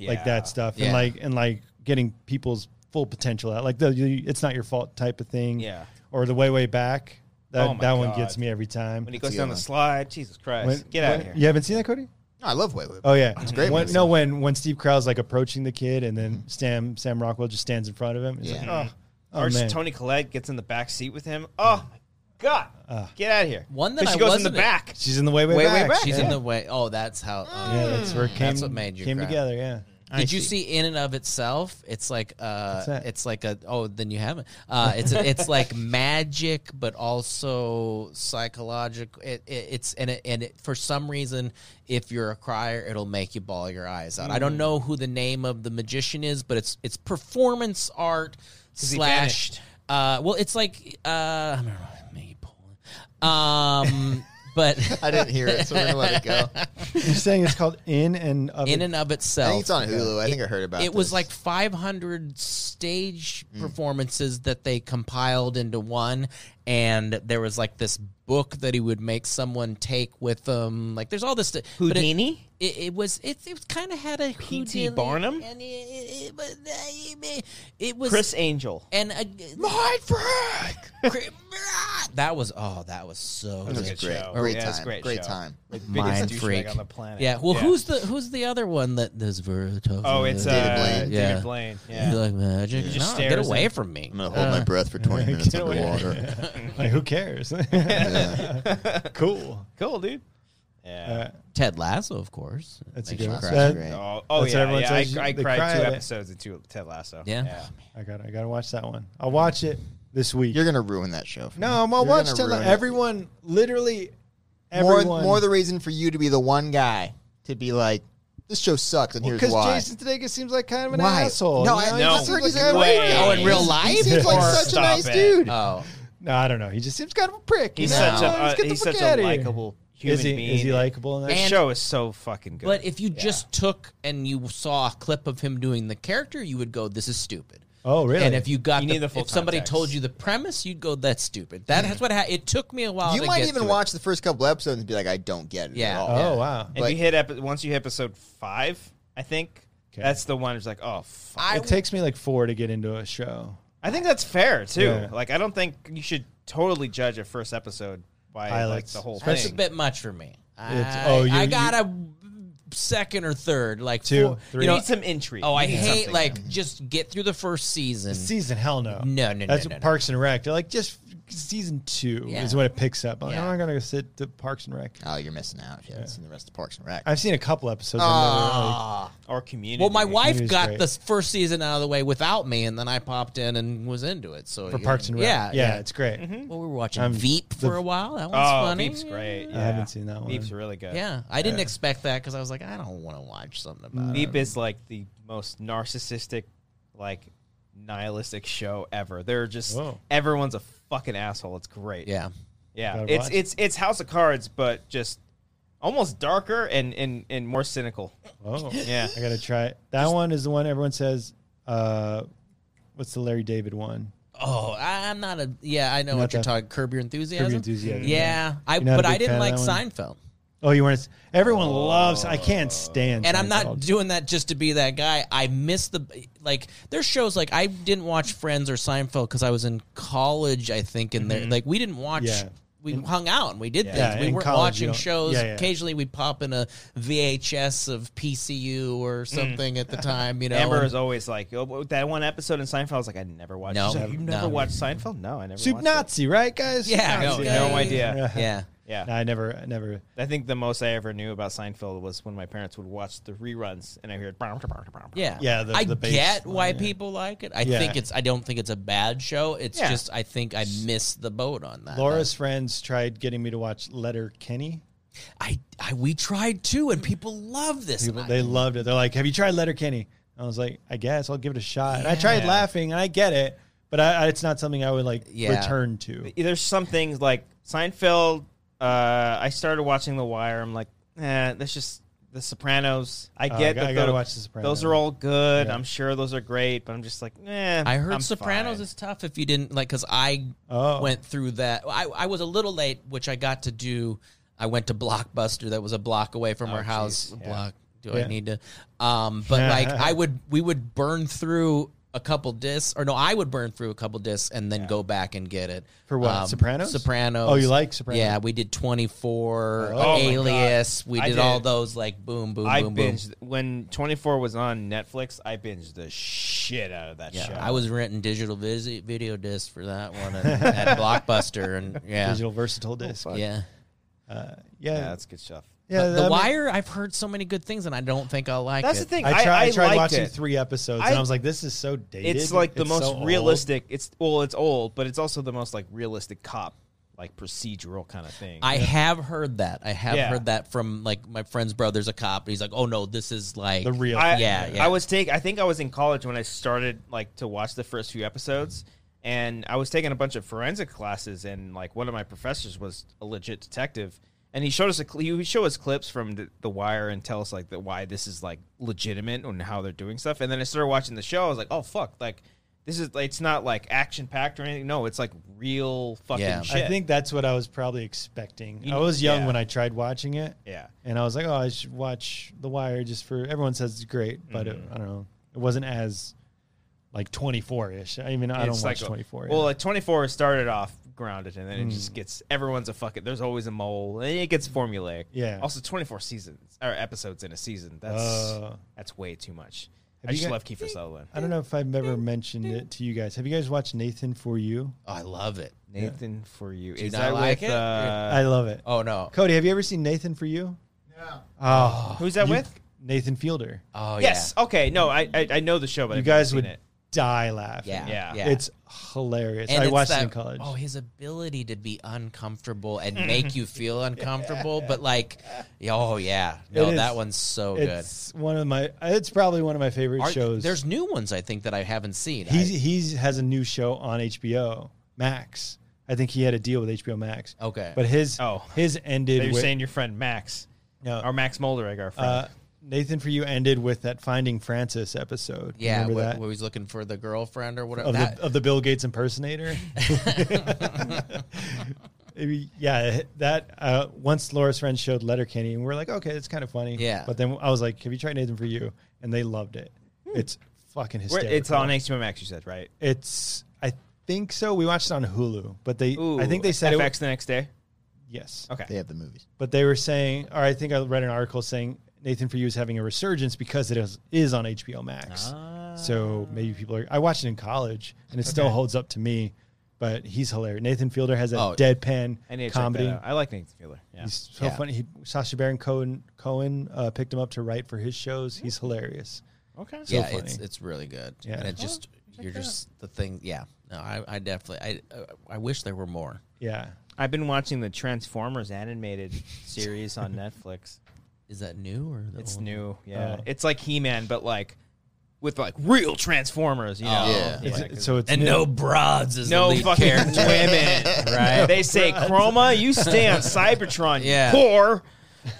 Like
Yeah.
that stuff.
Yeah.
And like and like getting people's full potential out. Like the you, it's not your fault type of thing.
Yeah.
Or the way way back. That
Oh my
that one
God.
gets me every time.
when he goes
a good
down the
one.
slide, Jesus Christ,
When-
get out of
when-
here.
You haven't seen that, Cody?
I love Wait Wait.
Oh yeah,
It's a great
When,
movie.
no, when when Steve Crowell's like approaching the kid, and then Sam Sam Rockwell just stands in front of him. He's
Yeah.
like, oh, oh,
or
man. Mm.
just Mm. Tony Collette gets in the back seat with him. Oh my god,
Uh.
get out of here.
One that
'Cause she
I
goes in the
wasn't-
back.
she's in the way way,
Way, way
back.
back.
She's
yeah.
in the way. Oh, that's how. oh,
yeah, that's where it came,
That's what made you
came
cry.
together. Yeah,
Did you see in and of itself? It's like uh,
What's that?
it's like a oh, then you haven't. Uh, it's it's like magic, but also psychological. It, it, it's and it, and it, for some reason, if you're a crier, it'll make you ball your eyes out. I don't know who the name of the magician is, but it's it's performance art
he
slash.
vanished.
Uh, well, it's like uh, I don't know, maybe Poland. Um, but.
I didn't hear it, so we're gonna let it go.
you're saying it's called in and of
In
It-
and of
I
itself,
think it's on Hulu. I think I heard about
it was
this.
like 500 stage performances that they compiled into one and there was like this book that he would make someone take with them like there's all this st- but it-
Houdini?
it, it was it, it kind of had a Houdini
Barnum?
and it, it, it, but, uh, it was
Chris Angel.
and uh, my Frank that was oh that was so
It was
good.
good
great.
show. Oh,
Great
Yeah, it's a
time.
great
Great,
show.
time.
Like
Mind
douchebag
freak.
on the planet.
yeah well who's the who's the other one that there's very tough
Oh, it's uh,
David
David
Blaine.
Blaine.
Yeah.
Yeah.
like magic
just
no,
stares
get
at
away
him.
from me
I'm gonna hold my breath for 20 minutes
uh, away.
underwater.
like, who cares? cool.
Cool, dude. Yeah.
Ted Lasso, of course.
That's a
Makes
good
you
one.
cry.
That-
Great.
oh, oh
That's what
yeah.
everyone
yeah. I,
says.
I
They
cried
cry
two
at it.
episodes of two Ted Lasso.
Yeah.
I got I got to watch that one. I'll watch it this week.
You're gonna ruin that show. For me.
no, I'm gonna
You're
watch
gonna
till
ruin it.
everyone. Literally,
More,
everyone.
more the reason for you to be the one guy to be like, this show sucks, and here's
because
why.
Jason Sudeikis seems like kind of an
why?
asshole.
No,
you know?
I,
He
No.
seems
just think
like
he's
a
a
way.
great guy.
Oh, in
real
He
life?
seems like
Or
such a
stop
nice
it.
dude.
Oh,
No, I don't know. He just seems kind of a prick.
He's
you know?
such a
Let's
uh,
Oh, get the
he's
fuck
such
outta
a
here.
likable human
Is he
being.
is he likable in
The
that?
show is so fucking good.
but if you just took and you saw a clip of him doing the character, you would go, "This is stupid."
Oh, really?
And if you got
You
the,
need the full
if somebody
context.
told you the premise, you'd go, "That's stupid." That, That's what ha- it took me a while.
You
to
might
get
even
to it.
watch the first couple episodes and be like, I don't get it.
Yeah.
At all.
oh wow.
if
like-
you hit epi- once you hit episode five, I think
Okay.
that's the one. It's like, oh, fuck.
I
it takes me like four to get into a show.
I think that's fair too.
Yeah.
Like, I don't think you should totally judge a first episode by
Pilots.
like the whole
That's a
thing.
bit much for me.
It's-
I,
oh, you-
I
you-
got a second or third, like
Two,
four-
three.
You
you
know,
need some intrigue.
oh, I
You need
hate
something.
like just get through the first season.
Season hell no.
No, no, no,
That's
no, no.
Parks and Rec. They're like just season two
Yeah.
is when it picks up. I'm like,
Yeah.
oh, I gotta go sit to Parks and Rec.
Oh, you're missing out. You haven't seen the rest of Parks and Rec.
I've seen a couple episodes. I've never
Ah,
really-
or community.
Well, my
It
wife
was
got
great.
the first season out of the way without me, and then I popped in and was into it. So
for Parks and Rec.
yeah,
yeah, it's great.
Mm-hmm.
Well, we were watching
Um,
Veep for
the-
a while. That one's
Oh,
funny.
Veep's great.
I haven't seen that one.
Veep's really good.
Yeah, I didn't expect that because I was like, I don't want to watch something about
Veep Uh, is like the most narcissistic, like nihilistic show ever. They're just
Whoa.
everyone's a fucking asshole. It's great.
it. Yeah,
yeah.
Gotta
It's
watch.
it's it's House of Cards, but just almost darker and and and more cynical.
Oh,
Yeah.
I gotta try it. That one is the one everyone says. Uh, what's the Larry David one?
Oh, I- I'm not a. Yeah, I know what
not
you're
that-
talking. Curb your enthusiasm.
Curb Your Enthusiasm,
Yeah, I.
You're not a
But I
big
didn't
fan
like
of that
Seinfeld,
Oh, you weren't. Everyone loves. I can't stand.
and I'm not
Seinfeld.
doing that just to be that guy. I miss the like. There's shows like I didn't watch Friends or Seinfeld because I was in college. I think in there, like we didn't watch.
Mm-hmm. Yeah.
We hung out and we did
Yeah,
things. We
in
weren't
college, you
watching
don't-
shows.
yeah, yeah.
Occasionally, we'd pop in a VHS of PCU
Mm.
or something at the time. You know,
Amber
and-
is always like oh, but that one episode in Seinfeld. I was like, I never watched.
No.
She's like, you never
No.
watched Seinfeld? No, I never.
Soup
watched
Nazi, right, guys?
Yeah,
It.
no,
No idea.
yeah.
Yeah.
No, I never, I never.
I think the most I ever knew about Seinfeld was when my parents would watch the reruns and I heard.
Yeah,
Yeah, the-
I
the bass
get
line,
why
yeah.
people like it. I
Yeah.
think it's. I don't think it's a bad show. It's
Yeah.
just I think I missed the boat on that.
Laura's friends tried getting me to watch Letter Kenny,
I, I we tried too, and people love this.
People,
I-
they loved it. They're like, "Have you tried Letterkenny?" I was like, "I guess I'll give it a shot." And I tried
Yeah.
laughing, and I get it, but I, I, it's not something I would like
Yeah.
return to.
There's some things like Seinfeld. Uh, I started watching The Wire. I'm like, eh, that's just The Sopranos. I
Oh,
get
I
that
gotta
tho-
watch The Sopranos.
Those are all good.
Yeah.
I'm sure those are great, but I'm just like, eh.
I heard
I'm
Sopranos
fine.
is tough if you didn't like because I
Oh.
went through that. I, I was a little late, which I got to do. I went to Blockbuster that was a block away from our house. Block. Do
Oh, Yeah.
I need to? Um, but like I would, we would burn through a couple discs, or no, I would burn through a couple discs and then go back and get it Um,
For what, Sopranos?
Sopranos.
Oh, you like Sopranos.
Yeah, we did Twenty Four,
Oh my
Alias. We
I
did, all
did.
those like boom, boom,
I
boom, boom.
binged when 24 was on Netflix. I binged the shit out of that
Yeah,
show.
I was renting digital visi- video discs for that one at, at Blockbuster, and yeah,
Digital versatile disc. yeah,
yeah.
yeah,
yeah, that's good stuff.
yeah,
the
I mean,
Wire, I've heard so many good things, and I don't think I'll like
That's
it.
the thing.
I, tried, I tried
liked
watching
it.
three episodes,
I-
and I was like, "This is so dated."
It's like the most
so old."
realistic. It's well, it's old, but it's also the most like realistic cop, like procedural kind of thing.
I have heard that. I have
Yeah.
heard that from like my friend's brother's a cop. And he's like, "Oh no, this is like
The real.
I,
yeah, yeah.
I was take. I think I was in college when I started like to watch the first few episodes, and I was taking a bunch of forensic classes, and like one of my professors was a legit detective, and he showed us a cl- he would show us clips from the, the Wire and tell us like the, why this is like legitimate and how they're doing stuff, and then I started watching the show. I was like, oh fuck, like. This is it's not like action packed or anything. No, it's like real fucking
Yeah. I
shit.
I think that's what I was probably expecting.
You-
I was young
yeah.
when I tried watching it.
Yeah.
And I was like, oh, I should watch The Wire just for everyone says it's great, but it,
Mm-hmm.
I don't know. It wasn't as like 24 ish. I mean, I don't
It's
watch
like a-
24.
Well,
yeah. Mm.
like 24 started off grounded, and then it just gets everyone's a fucking. There's always a mole, and it gets formulaic.
Yeah.
Also, 24 seasons or episodes in a season. That's
Uh.
that's way too much.
Have
I
you
just
got-
love Kiefer Sutherland.
I don't know if I've ever mentioned it to you guys. Have you guys watched Nathan for You?
Oh, I love it.
Nathan for you.
you
Is
not
that
like
with
it?
I
uh,
love it.
Oh no.
Cody, have you ever seen Nathan for You?
No.
Oh,
who's that
you-
with?
Nathan Fielder.
Oh
Yes. Okay. No, I, I I know the show, but
you
I've never
guys
seen
would
it.
die laughing.
yeah,
Yeah.
yeah,
It's hilarious.
And
I
it's
watched it in
that-
college.
Oh, his ability to be uncomfortable and make you feel uncomfortable, but like, oh yeah, no,
It is-
that one's so good.
it's one of my. It's probably one of my favorite
Are-
shows.
There's new ones I think that I haven't seen. I-
He's he's has a new show on HBO Max. I think he had a deal with HBO Max.
Okay.
but his
Oh.
his ended.
That You're
with,
saying your friend Max,
No.
or Max Molderig, our friend.
uh, Nathan for you ended with that Finding Francis episode.
yeah,
Remember
where,
that?
where he's looking for the girlfriend or whatever.
of
That-
the of the Bill Gates impersonator. Maybe- yeah, that uh, once Laura's friends showed Letterkenny, and we are like, okay, that's kind of funny.
Yeah.
but then I was like, have you tried Nathan for you? And they loved it.
Hmm.
It's fucking
Where-
hysterical.
it's on HBO Max. You said right.
It's I think so. We watched it on Hulu, but they
Ooh,
I think they said
FX
it.
the next day.
Yes.
Okay.
They have the movies.
But they were saying, or I think I read an article saying Nathan for You is having a resurgence because it is, is on HBO Max.
Ah.
So maybe people are. I watched it in college, and it still holds up to me. But he's hilarious. Nathan Fielder has a
Oh.
deadpan
I need to
comedy.
Check that out. I like Nathan Fielder. Yeah.
He's so
Yeah.
funny. He, Sasha Baron Cohen Cohen uh, picked him up to write for his shows. He's hilarious.
Okay.
yeah,
funny.
it's it's really good.
Yeah.
and it
Oh,
just you're just the thing. Yeah, no, I, I definitely I uh, I wish there were more.
Yeah,
I've been watching the Transformers animated series on Netflix.
Is that new or the
It's
old?
new, yeah.
Oh.
It's like He Man, but like with like real Transformers, you know.
Yeah.
It's-
Like,
so it's
And
new.
no broads is
no
the lead
fucking
character.
women, right? They say Chroma, you stay on Cybertron, yeah.
Yeah.
whore.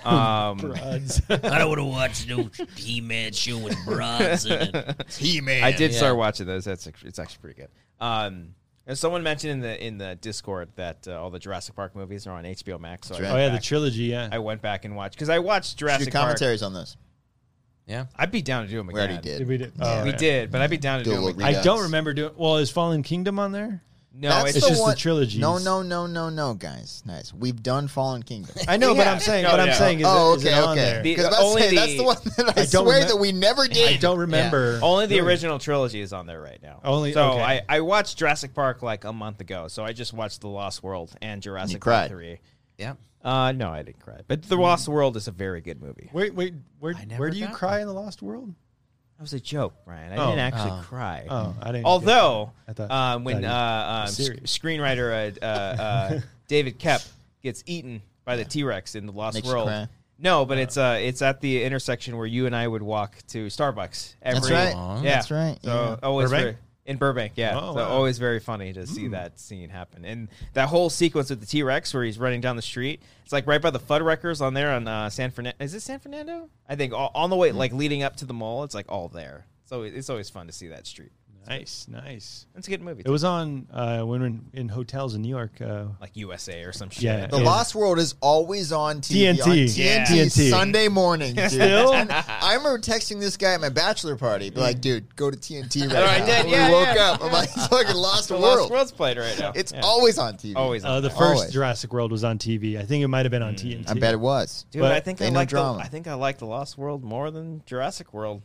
Um,
Oh,
I don't want to watch no He-Man show with broads in it.
He man.
I did
Yeah.
start watching those. That's act- it's actually pretty good. Um, and someone mentioned in the in the Discord that uh, all the Jurassic Park movies are on HBO Max. So I,
right.
Oh
went
yeah, the
back,
trilogy. Yeah,
I went back and watched because I watched
Do
Jurassic Park.
commentaries on this.
Yeah,
I'd be down to do them again.
We already did.
did we do?
Yeah.
oh,
We
yeah.
did, but I'd be down to
Do
do,
a
them
little
again.
re-
I don't
Yes.
remember doing. Well, is Fallen Kingdom on there?
No, it's
the
just
one- trilogies.
No, no, no, no, no, guys. Nice. We've done Fallen Kingdom.
I know, but
Yeah.
I'm saying
No,
what
yeah.
I'm saying is,
oh,
it- is
okay,
it on
okay.
there?
The-
Because I'm about to
only
say, that's
the-
the one that I,
I don't
swear
remem-
that we never
I
did.
don't remember.
Only the
Really?
original trilogy is on there right now.
Only-
so
okay.
I, I watched Jurassic Park like a month ago, so I just watched The Lost World and Jurassic Park
cried.
Three.
yeah.
Uh, no, I didn't cry, but The Lost
Mm.
World is a very good movie.
Wait, wait, where
I never
where do you
got
cry in the Lost World?
That was a joke, Brian. I
Oh.
didn't actually
Oh.
cry.
Oh, I didn't.
Although,
I thought-
uh, when
thought
uh,
you-
um,
serious.
sc- screenwriter uh, uh, uh, David Kep gets eaten by the T Rex in the Lost
Makes you
World.
cry.
No, but it's uh it's at the intersection where you and I would walk to Starbucks every
That's right.
Yeah.
That's right.
So
yeah.
always
Burbank?
very- in Burbank, yeah.
Oh,
so
wow. Hmm.
always very funny to see that scene happen. And that whole sequence with the T Rex where he's running down the street. It's like right by the Fuddruckers on there on uh, San Fernando. Is it San Fernando? I think all, on the
Hmm.
way, like leading up to the mall, it's like all there. So it's always fun to see that street.
Nice, nice.
It's a good movie.
It was on uh, when we were in hotels in New York. Uh,
like USA or some shit.
yeah,
The
it-
Lost World is always on TV.
TNT.
On TNT,
Yeah.
TNT.
Sunday morning, dude.
Still?
And I remember texting this guy at my bachelor party, be like, dude, go to TNT
Oh,
right now.
I did.
We
Yeah,
woke
yeah.
up. I'm like, fucking Lost
The
World.
Lost World's played right now.
It's
Yeah.
always on TV.
always
uh,
on
the
there.
first
Always.
Jurassic World was on TV. I think it might have
Mm.
been on TNT.
I bet it was.
Dude,
But
I think
they
I
know
like the,
drama.
I think I like the Lost World more than Jurassic World.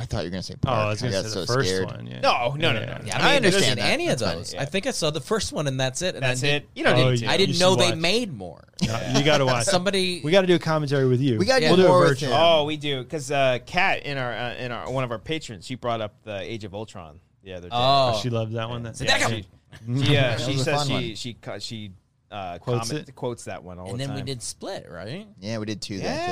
I thought you were going to say
Oh,
Park.
I was gonna
got
say
so
the first
scared.
one. Yeah.
No, no, no, no. no.
Yeah.
Yeah, I don't understand
understand that.
any of
That's fine.
those.
Yeah.
I think I saw the first one and that's it. And
That's
I didn't-
it. You don't
Oh,
need to.
yeah.
I didn't
You
know
should
they
watch.
made more.
Uh, you got to watch.
Somebody
we got to do a commentary with you.
We got
Yeah.
to do
do
We'll
a
more with
virtual.
him.
Oh, we do because uh, Kat in our uh, in our one of our patrons, she brought up the Age of Ultron the other day.
Oh,
She loved that one. That's
yeah,
back
she, she, uh, she
was a
says
fun
she
one.
she co- she uh,
Quotes
comment-
it?
quotes that one all
and
the
then
time.
we did split, right?
Yeah, we did two
Yeah.
that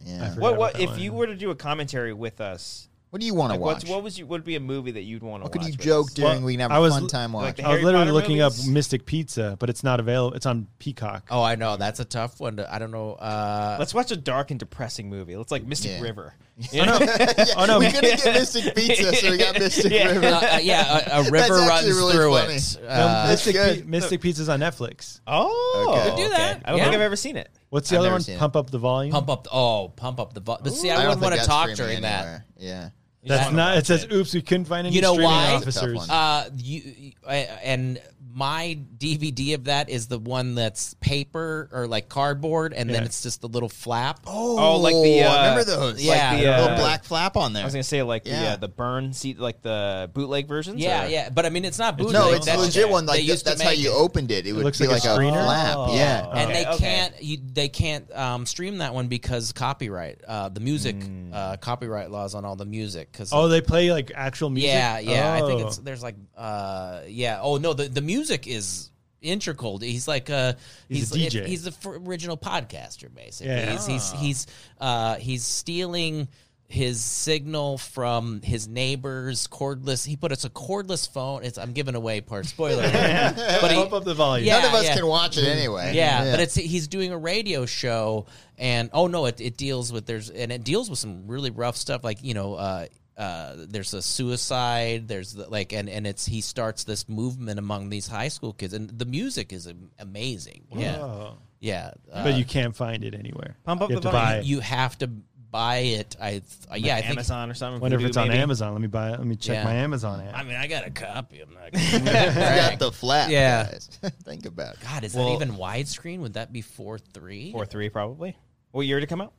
day. Yeah.
forgot
What
about
what
that
if
one.
you were to do a commentary with us?
What do you want to
Like what's,
watch?
what was you would be a movie that you'd want to
What
watch?
could you
with
joke
us?
doing?
Well,
we can have
I was-
a fun time
Like the
watching.
I was
Harry
literally
Potter
looking
movies?
up Mystic Pizza, but it's not available. It's on Peacock.
Oh, I know that's a tough one. to I don't know. Uh,
Let's watch a dark and depressing movie. Let's like Mystic
Yeah.
River.
yeah,
Oh, no.
we couldn't get Mystic Pizza, so we got Mystic
Yeah.
River.
uh, yeah, a, a river
actually
runs
really
through
funny.
it.
No,
Uh,
Mystic,
Oh, that's
Pi-
good.
Mystic Pizza's on Netflix.
Oh,
Okay. Could
do
okay.
that.
I don't
Yeah.
think I've ever seen it.
What's the
I've
other
never
one?
seen it.
Pump up the volume.
pump up. The, oh, pump up the. Vo- but see, I,
don't
wouldn't
think
want to
that's
talk
streaming
during
anywhere. Yeah.
That's
That-
not. It says, "Oops, we couldn't find any
You know
streaming
why?
That's a tough
officers."
one.
that. Uh, you uh, and my DVD of that is the one that's paper or like cardboard, and then
Yeah.
it's just the little flap.
Oh, like the,
I
uh,
remember those?
yeah.
like
the,
the,
uh,
little black flap on there.
I was gonna say like the
Yeah.
uh, the burn seat, like the bootleg versions.
yeah,
or-
yeah. But I mean, it's not bootleg.
no, it's a
That's-
legit one.
they
Like
used to
that's how
make
you
it.
opened it. It would
looks
be
like
like,
a
a,
screener?
flap.
Oh.
Yeah.
and
Okay,
they
okay.
can't you, they can't um, stream that one because copyright uh, the music uh, copyright laws on all the music because
Hmm. Oh, they play like actual music.
yeah yeah I think
Oh.
it's there's like uh, yeah oh no the, the music is integral he's like uh
He's
he's
a DJ.
he's the fir- original podcaster basically
Yeah. Ah.
he's he's he's uh, he's stealing his signal from his neighbor's cordless he put it's a cordless phone it's I'm giving away part spoiler but
Pump up the volume.
Yeah.
None of us can watch it anyway.
yeah, but it's he's doing a radio show, and oh no, it, it deals with there's and it deals with some really rough stuff, like you know, uh, uh, there's a suicide, there's the, like, and and it's he starts this movement among these high school kids, and the music is am- amazing. Yeah,
Oh.
yeah, uh,
But you can't find it anywhere.
Pump up
you have
the
to
volume.
buy it.
you have to buy it. I th- yeah, I think.
Amazon or something.
wonder if
Vudu,
it's on
maybe.
Amazon. Let me buy it. Let me check
Yeah.
my Amazon app.
I mean, I got a copy. I'm not.
it's got the flap.
Yeah.
guys. Think about it.
God, is that
Well-
even widescreen? Would that be four three?
Four three probably. What year did it come out?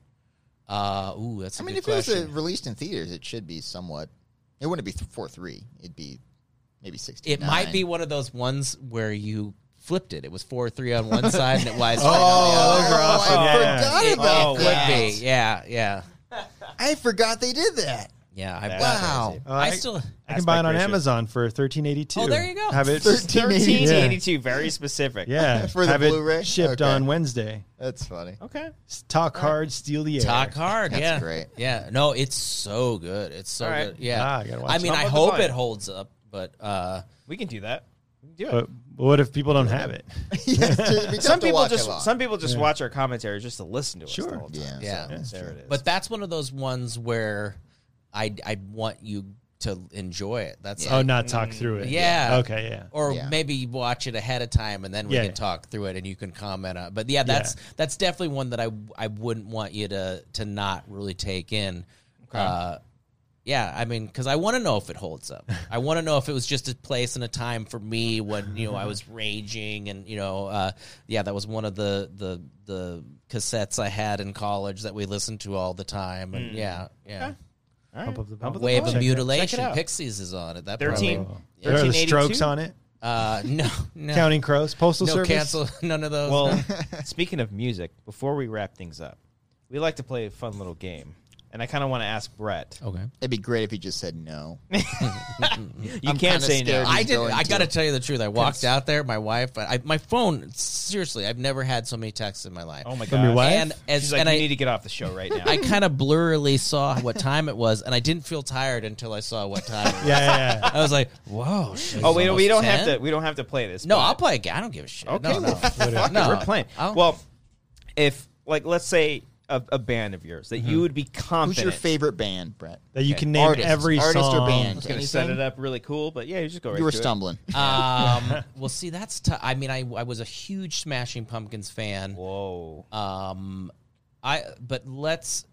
Uh, ooh, that's.
I
a
mean,
good
if it was uh,
question.
released in theaters, it should be somewhat. It wouldn't be th- four three. It'd be maybe sixty.
It might be one of those ones where you flipped it. It was four three on one side and it was oh,
Oh,
on the other.
Yeah.
I forgot
It,
about
it
that.
could be. Yeah, yeah,
I forgot they did that.
yeah. I,
Wow.
I, still.
I can buy it on
Aspect ratio.
Amazon for thirteen eighty two.
Oh, there you go.
Have it.
1380.
Eighteen
Yeah.
eighty two. Very specific.
Yeah,
For the
have it
Blu-ray?
shipped
Okay.
on Wednesday.
That's funny.
Okay.
S- Talk hard, steal the air.
Talk hard,
That's
yeah,
great.
yeah. No, it's so good. It's so
All right.
good. Yeah,
Ah, I gotta watch
I
it.
mean,
How
I
about the
hope
volume?
it holds up, but uh,
We can do that. We can do it.
But Uh, what if people don't have it?
Yes, it'd be tough
some
to
people
watch
just
along.
some people just watch our commentary just to listen to us.
Sure.
The whole time.
yeah,
Yeah.
so-
There it is.
but that's one of those ones where I I want you to enjoy it. That's
Oh, not talk through it.
Yeah.
Okay. Yeah.
or
Yeah.
maybe you watch it ahead of time and then we
Yeah.
can talk through it and you can comment on. But yeah, that's that's definitely one that I I wouldn't want you to to not really take in. Uh, yeah, I mean, because I want to know if it holds up. I want to know if it was just a place and a time for me when you know I was raging and you know, uh, yeah, that was one of the the the cassettes I had in college that we listened to all the time.
Hmm.
And yeah, yeah,
All right.
Pump up the
Pump up the
Wave
volume.
of
Check it-
Mutilation,
check it out.
Pixies is on it. That
13.
probably-
There are the
1382?
strokes on it.
uh, no, no,
Counting Crows, Postal
no
Service.
cancel none of those.
Well, speaking of music, before we wrap things up, we like to play a fun little game and I kind of want to ask Brett.
Okay.
It'd be great if he just said no.
You
I'm
can't
kinda
say no.
scared.
I did.
going
I
to.
got to tell you the truth. I walked out there. My wife. I, my phone. Seriously, I've never had so many texts in my life.
Oh my
From your
god!
wife?
And as
She's like,
and
you
I
need to get off the show right now.
I kind of blurrily saw what time it was, and I didn't feel tired until I saw what time. it was.
Yeah, yeah, yeah.
I was like, "Whoa!" she's
oh, we don't, we
almost
don't have to.
10?
We don't have to play this.
No,
but-
I'll play again. I don't give a shit.
Okay,
no, no.
Fuck it,
No.
we're playing.
I'll-
Well, if like let's say a, a band of yours that you would be confident.
Who's your favorite band, Brett?
That you can name
Artist.
every
Artist or
song.
band?
I was gonna set
Anything?
it up really cool, but yeah, you just go right.
You were
to it.
stumbling.
um, well, see, that's. T- I mean, I I was a huge Smashing Pumpkins fan.
Whoa.
Um, I but let's.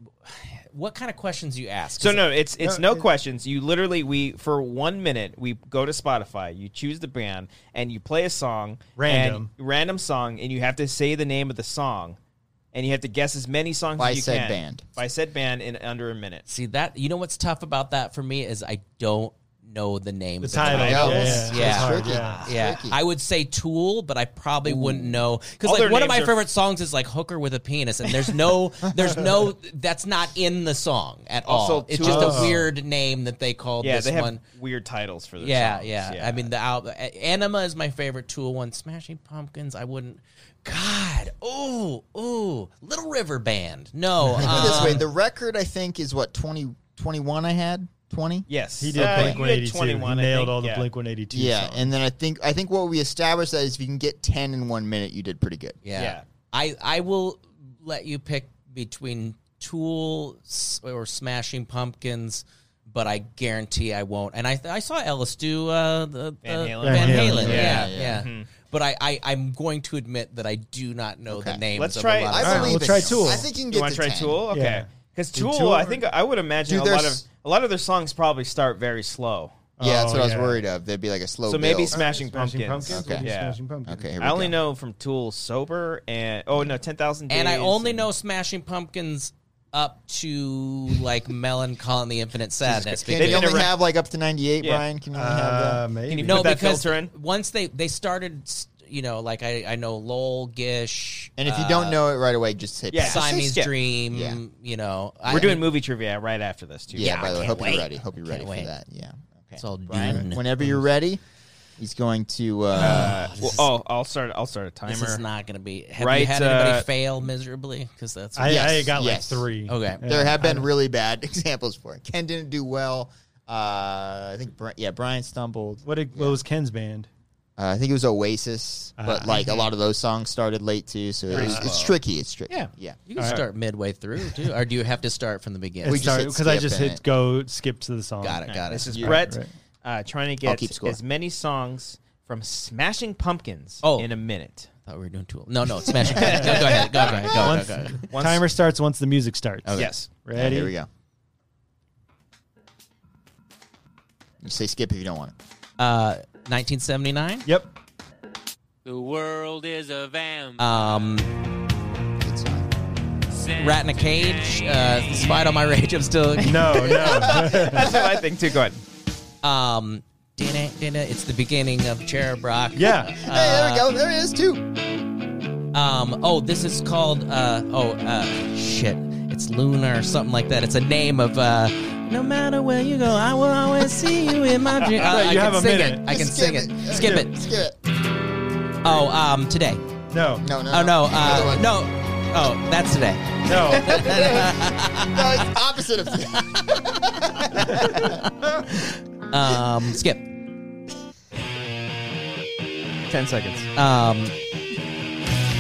What kind of questions you ask?
so
Is it-
no, it's it's
No,
no,
it-
questions. You literally we for one minute we go to Spotify, you choose the band, and you play a song,
Random.
and, random song, and you have to say the name of the song, and you have to guess as many songs
By
as you
said
can
band.
by said band in under a minute.
See that you know what's tough about that for me is I don't know the name.
The title.
Yeah,
Yeah,
it's-
yeah.
yeah.
It's hard,
tricky.
yeah.
Yeah,
Tricky.
I would say Tool, but I probably wouldn't know because
All
like
their
one of
names
my
are-
favorite songs is like "Hooker with a Penis," and there's no, there's no, that's not in the song at all.
Also,
it's just a
Tool-
weird name that they called
Yeah,
this
they have
one.
weird titles for their
Yeah,
songs.
yeah, I mean the album "Anima" is my favorite Tool one. Smashing Pumpkins, I wouldn't. God, ooh, ooh, Little River Band. No,
Put it this way,
um,
the record I think is what 20, 21 I had twenty.
yes,
He did
Uh,
Blink
you had
182.
21,
he
I
nailed
think,
all the
yeah.
Blink 182.
Yeah,
songs.
and then I think I think what we established that is if you can get ten in one minute, you did pretty good.
Yeah.
Yeah.
I I will let you pick between Tool s- or Smashing Pumpkins, but I guarantee I won't. And I th- I saw Ellis do uh, the
Van
uh,
Halen. Mm-hmm.
Van
Van
Halen.
Halen,
Yeah, yeah.
yeah,
But I, I I'm going to admit that I do not know the
Okay.
names.
Let's
of
try-
A lot
I
of
right,
believe
songs.
we'll
in
try
you.
Tool.
I think you can get
You want to
to
try
10.
Tool? Okay,
Yeah.
because
Dude,
Tool,
Tool-
I think I would imagine
Dude,
a lot of
there's-
a lot of their songs probably start very slow.
Yeah, that's
Oh,
what I was
yeah.
worried of. There'd be like a slow.
So maybe
build.
Smashing,
Smashing
Pumpkins.
Pumpkins.
Oh, Okay.
we'll do
Yeah.
Smashing Pumpkins.
Okay, here we
I only
go.
know from Tool "Sober" and oh no, Ten Thousand Days.
And I only know Smashing Pumpkins up to like Melancholy and the Infinite Sadness.
Can
because-
you
been
only
around-
have like up to ninety eight,
Yeah.
Brian? Can you only have that?
Uh, maybe.
you
no,
put that
because
filter in?
once they they started, s- you know, like I I know Lowell Gish.
And if you don't know it right away, just hit.
uh, yeah.
pass.
So say
Siamese
skip.
Dream.
Yeah.
You know,
We're doing movie trivia right after this too.
Yeah,
Yeah, I
by the way,
can't
hope
wait.
you're ready. Hope you're
Can't
ready
wait.
for that. Yeah. Okay.
It's all
Brian,
done.
whenever you're ready, he's going to. Uh,
Well, oh, I'll start. I'll start a timer.
This is not going to be. Have
Right,
you had anybody
uh,
fail miserably? Because that's
I, I
Yes,
got
yes.
like three.
Okay.
there have been really bad examples for it. Ken didn't do well. Uh, I think. Bri- Yeah, Brian stumbled.
What, did- what was Ken's band?
Uh, I think it was Oasis, but
Ah.
like a lot of those songs started late too, so it was,
Uh,
it's tricky. It's tricky.
Yeah.
yeah.
you can start midway through too, or do you have to start from the beginning?
We just hit
because I
skip
just
in
hit
it.
go skip to the song.
got it. Got it.
This is
You-
Brett
right.
uh, trying to
I'll
get
keep score.
as many songs from Smashing Pumpkins
Oh.
in a minute.
I thought we were doing Tool. No, no, smash it. go, go ahead. Go, go ahead. Go,
Once,
go, go, go.
Once-
timer starts once the music starts.
Yes.
Ready?
Here we go. You say skip if you don't want it.
Uh, 1979.
Yep.
The world is a vampire.
Um,
It's fine.
Rat in a Cage. Uh, Spite on my rage. I'm still.
No, no.
That's what I think too. Go ahead.
Um, dinna, dinna, it's the beginning of Cherub Rock.
yeah.
hey, there we go. There it is too.
Um, oh, this is called, uh, oh, uh, shit. It's Lunar or something like that. It's a name of, uh, no matter where you go, I will always see you in my dream. Uh, I
you
can
have a
sing
minute.
it. I can
Skip
sing it.
it.
Skip it.
Skip it.
Oh, um, today.
No.
No, no.
Oh, no,
Another
uh,
one.
no. Oh, that's today.
No.
No, it's opposite of that.
Um, skip.
Ten seconds.
Um,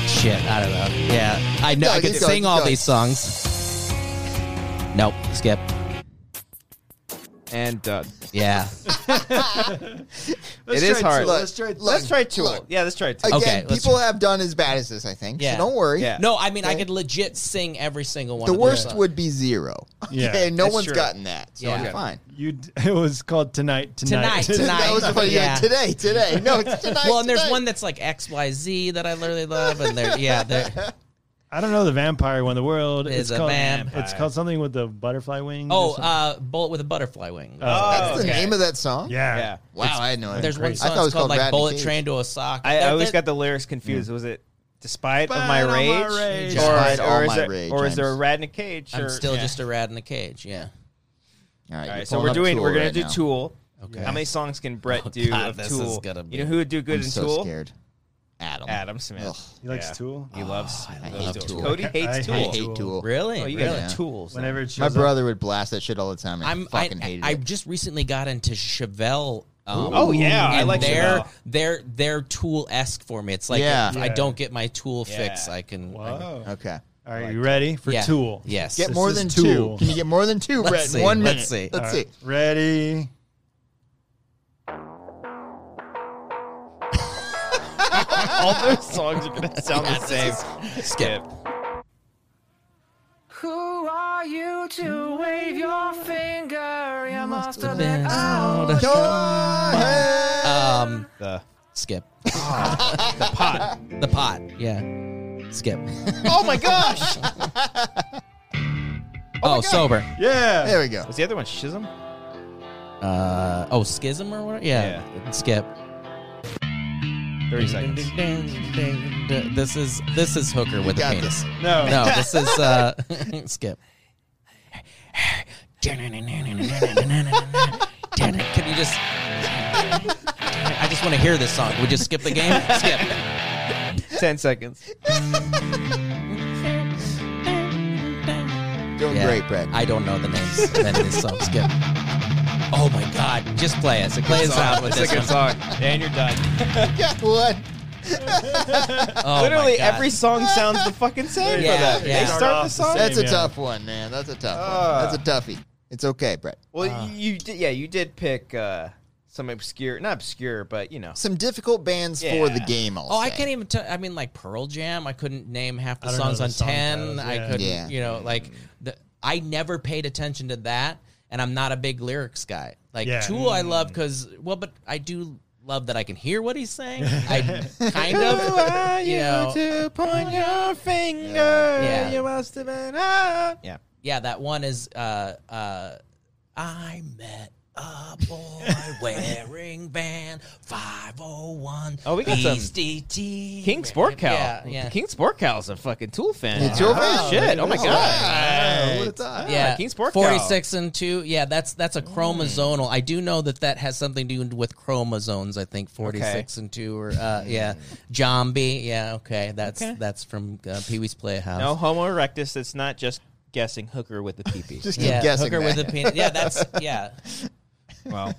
shit, I don't know. Yeah, I know.
Go,
I
keep
could
going,
sing
keep
all
going.
these songs. Nope, skip.
And uh,
Yeah.
it is hard.
Look,
let's try.
look,
Let's try Tool.
look.
Yeah, let's try Tool.
Again,
Okay, let's
people have done as bad as this, I think.
Yeah.
So don't worry.
Yeah.
No, I mean I
Okay.
could legit sing every single one.
The
of
worst
those.
would be zero.
Yeah.
Okay, no
That's
one's
true.
gotten that. So
Yeah.
it's fine.
You. d- It was called tonight. Tonight.
Tonight, tonight.
That was the funny.
Yeah.
Yeah. Today, today. No, it's tonight.
Well, and there's
tonight.
one that's like X Y Z that I literally love, and there, yeah, there.
I don't know the vampire one. The world
Is
it's
a
called,
vampire.
It's called something with the butterfly wings. or
Oh,
something.
uh, bullet with a butterfly
Oh,
wing.
That's the
okay.
name of Oh, that song.
yeah.
Yeah.
Wow, I had no idea.
There's one
I
song
thought it
that's
was
called
called
like
Rat in a
Bullet
Cage.
Train to Osaka.
I, I
That-
always
that-
Hmm.
got the lyrics confused. Was it Despite, of my
Despite all
rage,
my rage.
Or,
Despite
or
all
is
my
there,
rage,
or is
I'm
there a
s-
rat in a cage?
I'm
or-
still
yeah.
just a rat in a cage. Yeah.
All right,
All
you're
right, Oh, so
pulling
we're
up
doing.
Tool
we're gonna
right
do
now.
Tool.
Okay.
How many songs can Brett do
God,
of
this is
Tool?
gonna be-
You know who would do good
I'm
in
so
Tool?
scared. Adam.
Adam Smith.
Ugh.
He likes
Yeah.
Tool.
He loves.
I
loves
hate
Tool.
Tool.
Cody hates
I
Tool.
I hate Tool.
Really?
Oh, you
really?
guys are tools. then.
Whenever it shows
My
up-
brother would blast that shit all the time. And i
I'm
fucking
I,
hated
I
it.
just recently got into Chevelle. Um,
Oh, yeah, I
and
like
their
Chevelle.
their their tool esque for me. It's like
Yeah.
if I
Yeah.
don't get my tool
Yeah.
fix, I can. I can-
Whoa.
okay.
All right, you ready for
yeah.
Tool?
Yes.
Get
This
more
is
than two.
Tool.
Can you get more than two,
Let's
Brett?
see.
in one
Let's
minute.
see.
Let's
All
see.
right, Ready?
All those songs are gonna sound the same. Skip.
Who are you to wave your finger? Oh, You must have been
Out of
Go ahead.
Um,
The
skip. the pot. The pot. Yeah. Skip.
Oh my gosh!
Oh, sober.
Yeah.
There we go.
Was the other one Schism?
Uh, oh, schism or whatever. Yeah. Skip.
Thirty seconds.
This is this is hooker with a
got
penis.
this.
No.
No, this is uh, skip. Can you just? I just want to hear this song. Can we just skip the game. Skip.
Ten seconds.
Doing
Yeah.
great, Brett.
I don't know the names of any of these songs. Skip. Oh my God! Just play us. Play us out with
It's a
this
good
one.
song. And you're done.
got one.
Oh my
Literally
God.
every song sounds the fucking same.
Yeah,
for them.
yeah.
They
Start
start
off
the
the
song.
That's a
yeah.
tough one, man. That's a tough
Ah.
one. That's a toughie. It's okay, Brett.
Well, you you did, yeah, you did pick uh, some obscure, not obscure, but you know.
Some difficult bands for the
Yeah.
game. I'll
Oh, I
say.
can't even. tell I mean, like Pearl Jam. I couldn't name half the
I don't know
songs
the
on
song
ten.
titles,
I
yeah.
couldn't.
Yeah.
You know, like the, I never paid attention to that, and I'm not a big lyrics guy. Like
Yeah.
Tool, I love because well, but I do love that I can hear what he's saying. I kind of. You know,
to point your finger?
Yeah. You
must have been out. Yeah.
yeah, that one is. uh uh I met. A boy wearing van 501.
Oh, we got some
Beastie Teen.
King Sport Cow.
Yeah, yeah.
King Sport Cow's a fucking Tool fan.
It's your
Oh, shit. Oh my god.
yeah,
Ah, King Sport Cow.
forty-six and two. Yeah, that's that's a chromosomal. I do know that that has something to do with chromosomes. I think forty-six and two, or uh, yeah, Jambi. Yeah, okay, that's
Okay.
that's from uh, Pee Wee's Playhouse.
No Homo erectus. It's not just guessing hooker with the peepee.
Just keep
yeah,
guessing.
hooker
that.
with a penis. Yeah, that's yeah.
wow.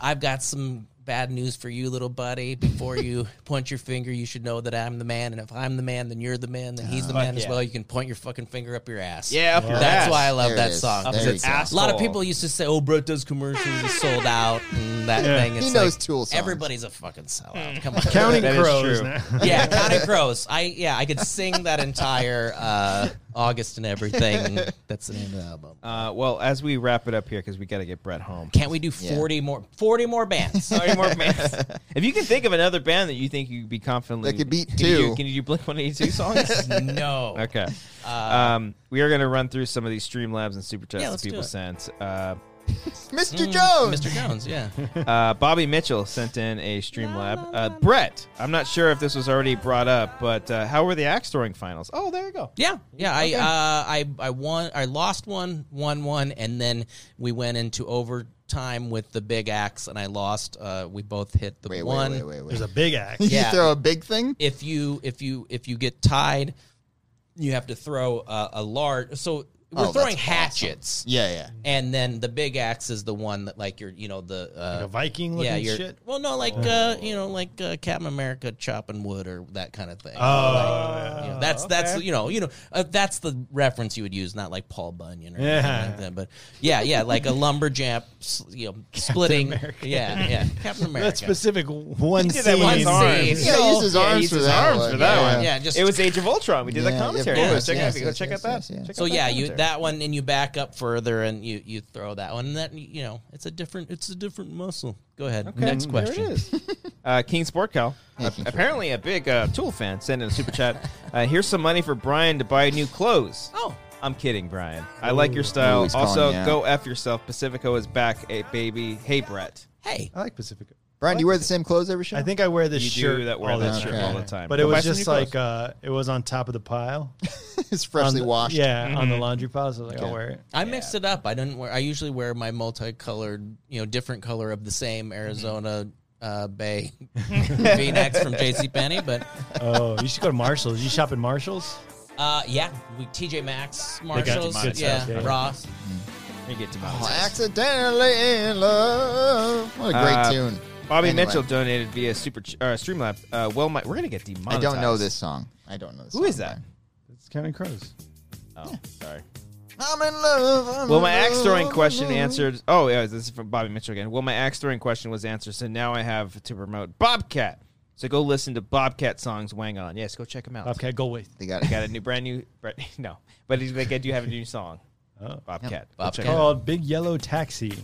I've got some bad news for you, little buddy. Before you point your finger, you should know that I'm the man, and if I'm the man, then you're the man, then he's the man as
Ah. yeah.
well. You can point your fucking finger up your ass.
Yeah. Up your
That's
ass.
why I love
There it
that
is.
song.
There
'cause
you
it's-
go.
A lot of
Asshole.
people used to say, "Oh, Brett does commercials, he's sold out," and that thing. It's
He knows
like,
Tool songs.
Everybody's a fucking sellout. Come on,
Counting
That is
crows.
true.
now.
yeah, Counting Crows. I yeah, I could sing that entire uh, August and everything. That's the name of the album.
Uh, well, as we wrap it up here, because we got to get Brett home.
Can't we do forty more? Forty more bands.
Sorry, more bands. If you can think of another band that you think you'd be confidently
That could beat
can you do-
two.
can you do Blink One Eighty Two songs?
no.
okay. um, we are going to run through some of these Streamlabs and Super Tests
Yeah,
that
let's do
people
it.
sent. Uh,
Mr.
Mm,
Jones.
Mr. Jones. Yeah.
uh, Bobby Mitchell sent in a Streamlab. Uh, Brett, I'm not sure if this was already brought up, but uh, how were the axe throwing finals? Oh, there you go.
Yeah, yeah. I uh, I I won. I lost one, won one, and then we went into overtime with the big axe, and I lost. Uh, we both hit the
Wait,
one.
wait, wait, wait, wait.
There's a big axe.
Yeah.
You throw a big thing?
If you if you if you get tied, you have to throw a, a large. So
Oh,
we're
that's
throwing
awesome.
hatchets,
Yeah, yeah.
and then the big axe is the one that like you're you know the uh,
Like a Viking
yeah
looking
you're
shit.
well no like uh, you know like uh, Captain America chopping wood or that kind of thing.
Oh.
You know, that's that's you know you know uh, that's the reference you would use, not like Paul Bunyan or
Yeah.
anything like that. But yeah, yeah, like a lumberjack, s- you know, splitting. Yeah, yeah, Captain America.
That specific one
did that
scene.
with
One
his arms.
scene.
Yeah, he used his
Yeah, he
arms
used
for
his
that
arms
one.
for that
yeah.
one.
yeah, just
It was Age of Ultron. We did that
Yeah, yeah, of
commentary.
course.
Yeah, check
Yes,
it out. Go
yes,
check
yes,
out that.
yes, yes.
Check
So
out
yeah,
that
you
commentary.
that one, and you back up further, and you you throw that one. And that you know, it's a different, it's a different muscle. Go ahead.
Mm,
Next
Mm, There
question.
it is. uh, King Sportcow, uh, apparently a big uh, Tool fan, sent in a super chat. Uh, here's some money for Brian to buy new clothes.
Oh.
I'm kidding, Brian. I like your style.
Ooh, he's calling
also,
you out.
go F yourself. Pacifico is back, eh, baby. Hey, Brett.
Hey,
I like Pacifica.
Brian, do you wear the same clothes every show?
I think I wear this
You
shirt
do that
all
wear
the
that
time.
shirt all the time.
But it
Go buy
was
some
just
new
like
clothes.
uh, it was on top of the pile,
it's
on
freshly
the-
washed.
Yeah, on the laundry pile. So I was like, I'll wear it.
I mixed it up. I didn't wear. I usually wear my multicolored, you know, different color of
Mm-hmm.
the same Arizona uh, Bay V-necks from J.C. Penney. But
Oh, you should go to Marshalls. You shop in Marshalls?
uh, yeah, we T.J. Maxx,
got
Marshalls,
demonetized.
yeah,
Yeah.
Ross.
You get to
Oh, accidentally in love. What a great
Uh,
tune.
Bobby
Anyway,
Mitchell donated via Super Ch- uh, Streamlab. Uh, well, my, we're gonna get
I
demonetized.
don't know this song. I don't know this
Who
song,
is that?
It's Counting Crows.
Oh, sorry.
Brian. I'm in love. I'm
Well,
in
my axe
love,
throwing
I'm
question
in love.
answered. Oh, yeah, this is from Bobby Mitchell again. Well, my axe throwing question was answered, so now I have to promote Bobcat. So go listen to Bobcat songs Wang on. Yes, go check him out.
Okay, go with.
They got it.
Got a new, brand new, brand, no, but he's like, I do have a new song.
Oh.
Bobcat. Go check
Bobcat.
it out.
Called Big Yellow Taxi.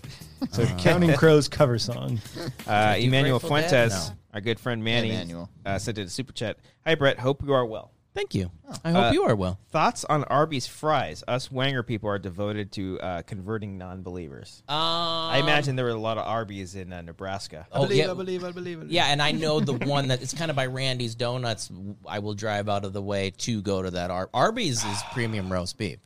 So Counting Crows cover song.
Uh, Emmanuel
Grateful Dead?
Fuentes,
No.
our good friend Manny,
Emmanuel.
uh, sent in a super chat. Hi, Brett. Hope you Uh, are well.
Thank you. I hope you are well.
Thoughts on Arby's fries? Us Wanger people are devoted to uh, converting non-believers.
Um,
I imagine there were a lot of Arby's in uh, Nebraska.
Oh yeah,
believe, I believe.
yeah, and I know the one that it's kind of by Randy's Donuts. I will drive out of the way to go to that. Ar- Arby's is premium roast beef.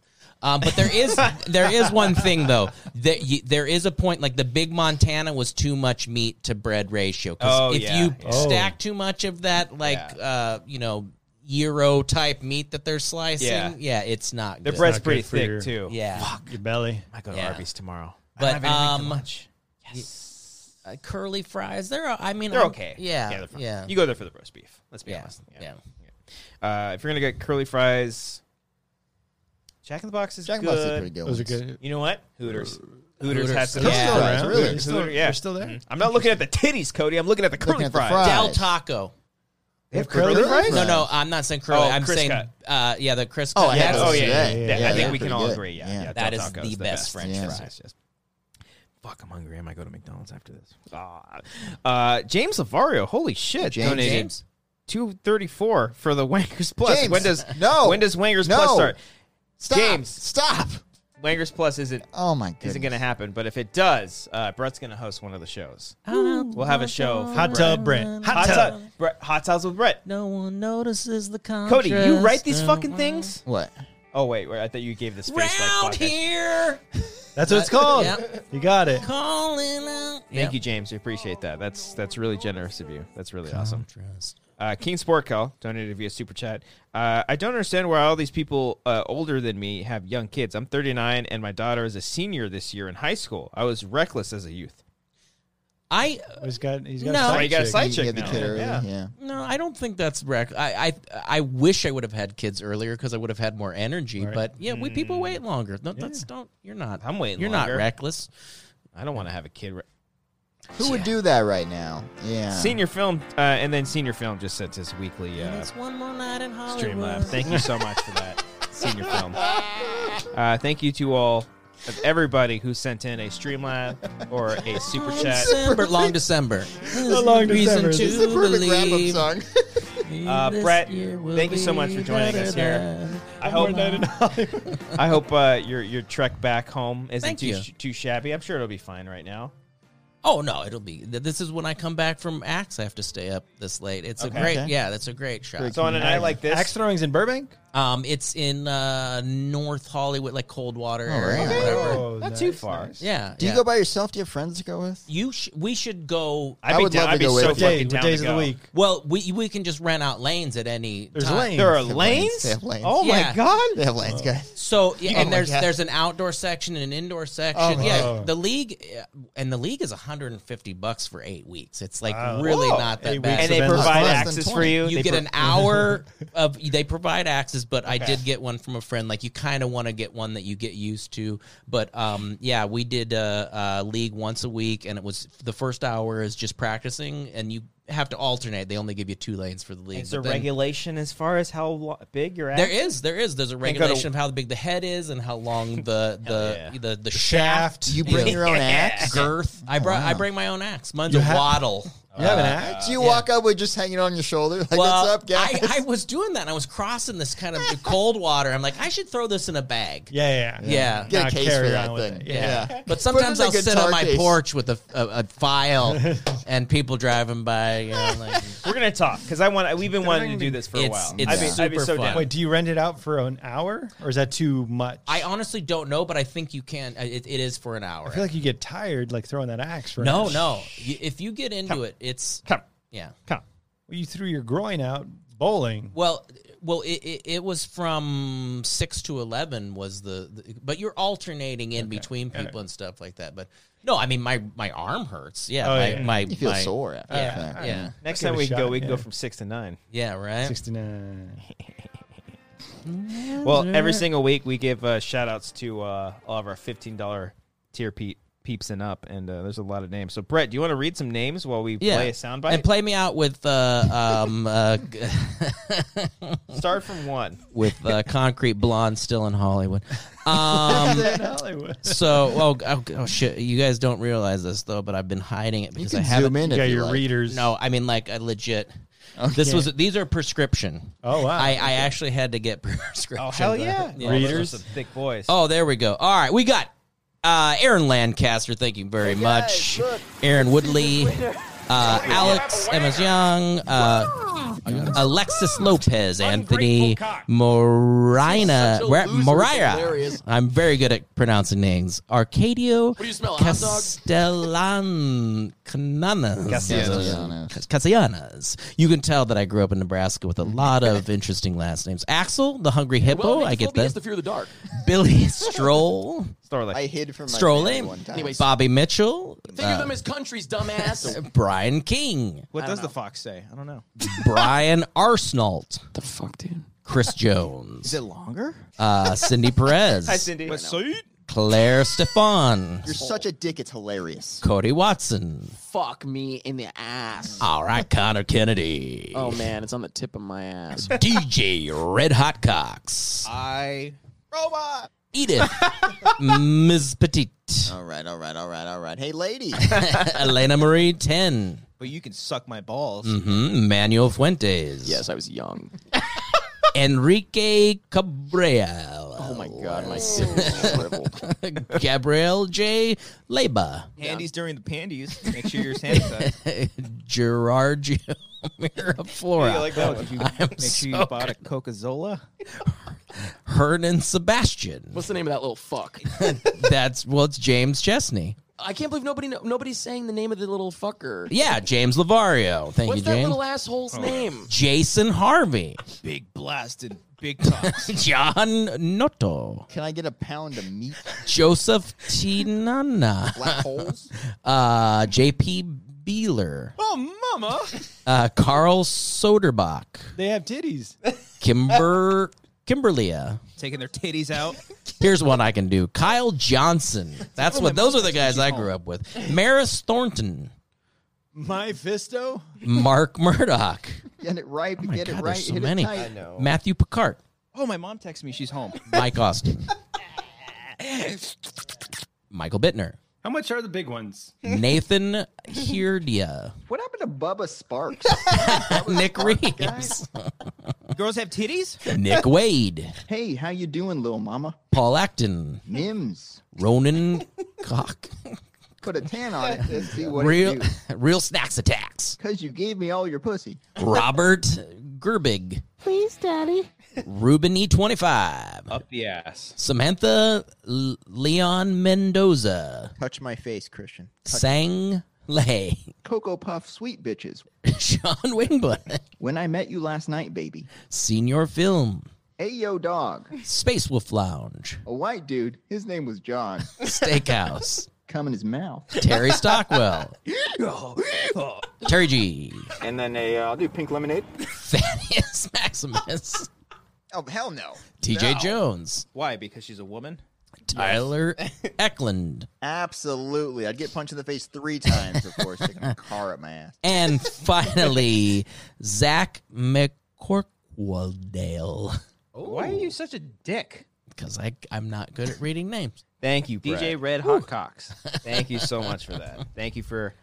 Um, but there is there is one thing though that you, there is a point like the big Montana was too much meat to bread ratio because
Oh,
if
yeah.
you
Oh.
stack too much of that like uh, you know euro type meat that they're slicing
Yeah.
yeah, it's not
Their
good.
bread's
not good
pretty
for
thick
your-
too.
yeah
Your belly.
I go to
Yeah.
Arby's tomorrow.
But,
I don't have anything
um,
for lunch. Yes.
Uh, curly fries they're I mean
They're
I'm-
okay.
um, yeah
they're fine.
yeah
You go there for the roast beef. Let's be
Yeah.
honest.
Yeah.
Yeah. Uh, if you're gonna get curly fries, Jack in the Box is
Jack in
good.
the Box is pretty good.
Those are
ones.
good.
You know what? Hooters. Hooters,
Hooters.
had some.
They're
Yeah.
still
around. Really?
They're still- yeah. Mm-hmm.
They're still there.
I'm not looking at the titties, Cody. I'm looking at the curly
Looking at the
fries.
fries.
Del Taco
They have
Curly
curly
fries?
fries.
No, no, I'm not saying curly.
Oh,
I'm
Chris
saying,
Scott.
uh, yeah, the Chris.
Oh, I had
that's,
those
Oh yeah, yeah,
Yeah,
yeah,
yeah, yeah,
I think
they're
we can
pretty
all
good.
agree. Yeah,
Yeah.
yeah.
That
Del
is
Taco's
the best French
Yes,
fry.
yes, yes. Fuck, I'm hungry. I might go to McDonald's after this. Ah. Uh, James Lavario, holy shit,
James.
donated
James?
two thirty four for the Wangers Plus.
James,
when does
no.
When does Wangers
No.
Plus start?
Stop.
James.
Stop.
Wangers Plus isn't
Oh, my
isn't
goodness.
going to happen. But if it does, uh, Brett's going to host one of the shows. We'll have a show. for
Hot
Brett.
tub Brent.
Hot tub. Brett, hot tubs with Brett.
No one notices the contrast.
Cody, you write these fucking things?
What?
Oh wait, wait, I thought you gave this face
Round
like podcast.
here,
That's what it's called.
Yep.
You got it.
calling out.
Thank you, James. I appreciate that. That's that's really generous of you. That's really awesome.
Contrast.
Uh, King Sport Call donated via super chat. Uh, I don't understand why all these people uh, older than me have young kids. I'm 39 and my daughter is a senior this year in high school. I was reckless as a youth.
I
He's got. He's got.
No.
A
Oh,
side
you got a
chick.
side
You
chick
get the
now.
kid early.
Yeah.
yeah.
no, I don't think that's rec. I I, I wish I would have had kids earlier because I would have had more energy. But yeah, we people wait longer. No, that's don't. You're not.
Hmm. I'm waiting
You're
longer.
not reckless.
I don't want to have a kid. Re-
Who would do that right now? Yeah.
senior film, uh, and then senior film just sent us weekly
And
uh,
it's one more night in Hollywood.
Streamlab. Thank you so much for that, senior film. Uh, thank you to all of everybody who sent in a Streamlab or a super
Long
chat.
December, long December.
long
Reason
December.
to
This is
The perfect
believe.
wrap-up song.
Uh, Brett, thank you so much for joining us here. I hope I hope uh, your your trek back home isn't
Thank
too
you.
sh- too shabby. I'm sure it'll be fine right now.
Oh no, it'll be. th- This is when I come back from Axe. I have to stay up this late. It's
Okay.
a great.
Okay.
Yeah, that's a great shot.
So on a night like this,
Axe throwings in Burbank.
Um, it's in uh, North Hollywood, like Coldwater area.
really?
Whatever.
Oh,
not
nice,
too far.
nice.
Yeah.
Do you
yeah.
go by yourself? Do you have friends to go with?
You sh- we should go.
I'd
I
be
would
down.
love to
I'd be
go with
so
it.
What
fucking
day?
down
What
to
days of the
go.
week?
Well, we we can just rent out lanes at any.
There's
time.
lanes.
There are
They have
lanes.
They have lanes.
Oh my
Yeah.
god!
They have
Uh,
lanes, guys.
So yeah,
Oh
and
my
there's
God.
there's an outdoor section and an indoor section.
Oh my
yeah,
God.
the league uh, and the league is 150 bucks for eight weeks. It's like
Wow.
really
Whoa.
not
Eight
that bad.
And they
So then-
provide
Less than
access
20.
for you.
you
They
get
pro-
an hour of they provide access but i did get one from a friend like you kind of want to get one that you get used to but um yeah we did a, uh league once a week and it was the first hour is just practicing and you have to alternate they only give you two lanes for the league
Is there
but then-
regulation as far as how lo- big your ass?
there is there is there's a
go to-
regulation of how big the head is and how long the the
yeah.
the, the, shaft
You bring your own axe?
girth i brought i bring my own axe mine's a waddle
You have an axe?
Do you walk up with just hanging on your shoulder? Like,
well,
what's up, guys?
I, I was doing that and I was crossing this kind of cold water. I'm like, I should throw this in a bag.
Yeah, yeah, yeah.
Yeah.
Get
Nah,
a case
carry
for
on
that
with
thing.
it.
Yeah.
Yeah.
Put it in
But sometimes
a
I'll sit on
guitar
my
case.
porch with a, a, a file and people driving by. You know, like,
We're gonna talk because I want. We've been wanting to do this for a
It's-
while.
it's
I'd be, I'd be
super
so
fun.
down.
Wait, do you rent it out for an hour or is that too much?
I honestly don't know, but I think you can. I- It, it is for an hour.
I feel like you get tired like throwing that axe for an
no,
hour.
no. You, if you get into it, it's
come,
yeah.
come.
Well, you threw your groin out bowling.
Well, well, it, it, it was from six to eleven was the, the but you're alternating in between people and stuff like that. But no, I mean my my arm hurts. Yeah,
Oh,
my,
yeah.
my
You feel
my-
sore after
Yeah,
that.
yeah,
Next
Give it
time
a
we can go,
shot,
we can
yeah.
go from six to nine.
yeah, right.
69.
Well, every single week we give uh, shout outs to uh, all of our $15 tier pe- peeps and up, and uh, there's a lot of names. So, Brett, do you want to read some names while we
Yeah,
play a soundbite?
and play me out with uh, um uh, g-
Start from one.
with uh, concrete blonde still in Hollywood. Um,
in Hollywood.
so oh, oh oh shit, you guys don't realize this though, but I've been hiding it
You
because I
can
haven't.
zoom in
You got
if you
your
like.
readers.
No, I mean like I legit. This was these are prescription.
Oh, wow.
I, I actually had to get prescription.
Oh, hell yeah.
Readers.
Those are some thick boys.
Oh, there we go. All right, we got uh, Aaron Lancaster. Thank you very much. Aaron Woodley, uh, Alex Emma's Young, uh, Alexis Lopez, Anthony Morina,
She's such a
Ra-
loser. It's
Moreira.
hilarious.
I'm very good at pronouncing names. Arcadio
do you smell, a hot dog?
Castellan Cananas.
Castellanos.
Castellanas. You can tell that I grew up in Nebraska with a lot of interesting last names. Axel, the Hungry Hippo.
Well,
I get
phobia is
that.
the fear of the dark.
Billy Stroll,
Starlight.
I hid from my family
Strolling,
one time.
Anyways.
Bobby Mitchell,
Think of them as countries, dumbass.
Brian King,
what does the fox say? I don't know.
Brian Arsenault,
the fuck, dude?
Chris
Is
Jones,
it longer?
uh, Cindy Perez,
Hi, Cindy.
Claire Stefan,
You're such a dick. It's hilarious.
Cody Watson.
Fuck me in the ass.
All right, Connor Kennedy,
Oh man, it's on the tip of my ass.
DJ Red Hot Cox,
I. Robot!
Edith, Ms. Petit,
All right, all right, all right, all right. Hey, lady.
Elena Marie Ten,
But you can suck my balls.
Mm.
mhm, Manuel Fuentes,
yes, I was young.
Enrique Cabrera.
Oh my god, my dick is shriveled.
Gabrielle J. Leba,
Handies during the panties. Make sure you're sanitized.
Gerard Mira Flora,
that one?
I'm
Make sure you
so
bought a Coca-Cola.
Hernan Sebastian.
What's the name of that little fuck?
That's well, it's James Chesney.
I can't believe nobody kno- nobody's saying the name of the little fucker.
Yeah, James Lavario. Thank
What's
you,
that
James.
little asshole's name?
Jason Harvey,
Big blasted. Big cocks.
John Noto,
Can I get a pound of meat?
Joseph Tinana,
Black holes?
uh, J.P. Beeler,
oh, mama.
uh, Carl Soderbach,
They have titties.
Kimber Kimberlia.
Taking their titties out.
Here's one I can do. Kyle Johnson. That's what those are the guys I grew up with. Maris Thornton.
My fisto?
Mark Murdoch.
Get it right. get
Oh God,
it right.
there's so
hit
many.
It tight.
Matthew Picard.
Oh, my mom texted me. She's home.
Mike Austin. Michael Bittner.
How much are the big ones?
Nathan Heardia.
What happened to Bubba Sparks?
Nick Reeves.
Girls have titties?
Nick Wade.
hey, how you doing, little mama?
Paul Acton.
Nims.
Ronan Cock.
Put a tan on it. Let's see what
Real
you
Real Snacks Attacks.
Because you gave me all your pussy.
Robert Gerbig.
Please, Daddy.
Ruben E25.
Up the ass.
Samantha L- Leon Mendoza
Touch my face, Christian.
sang Lay
Cocoa Puff sweet bitches.
Sean Wingbun
When I met you last night, baby.
Senior Film
Ayo dog.
Space Wolf Lounge
A white dude. His name was John.
Steakhouse
Come in his mouth.
Terry Stockwell Terry G
And then a, uh, I'll do pink lemonade.
Thaddeus Maximus
Oh hell no.
TJ Jones
Why? Because she's a woman?
Tyler Eklund
Absolutely. I'd get punched in the face three times before sticking a car up my ass.
and finally Zach McCorkwadale
Why are you such a dick?
because I I'm not good at reading names
Thank you, DJ Red Hot Cox. Thank you so much for that. Thank you for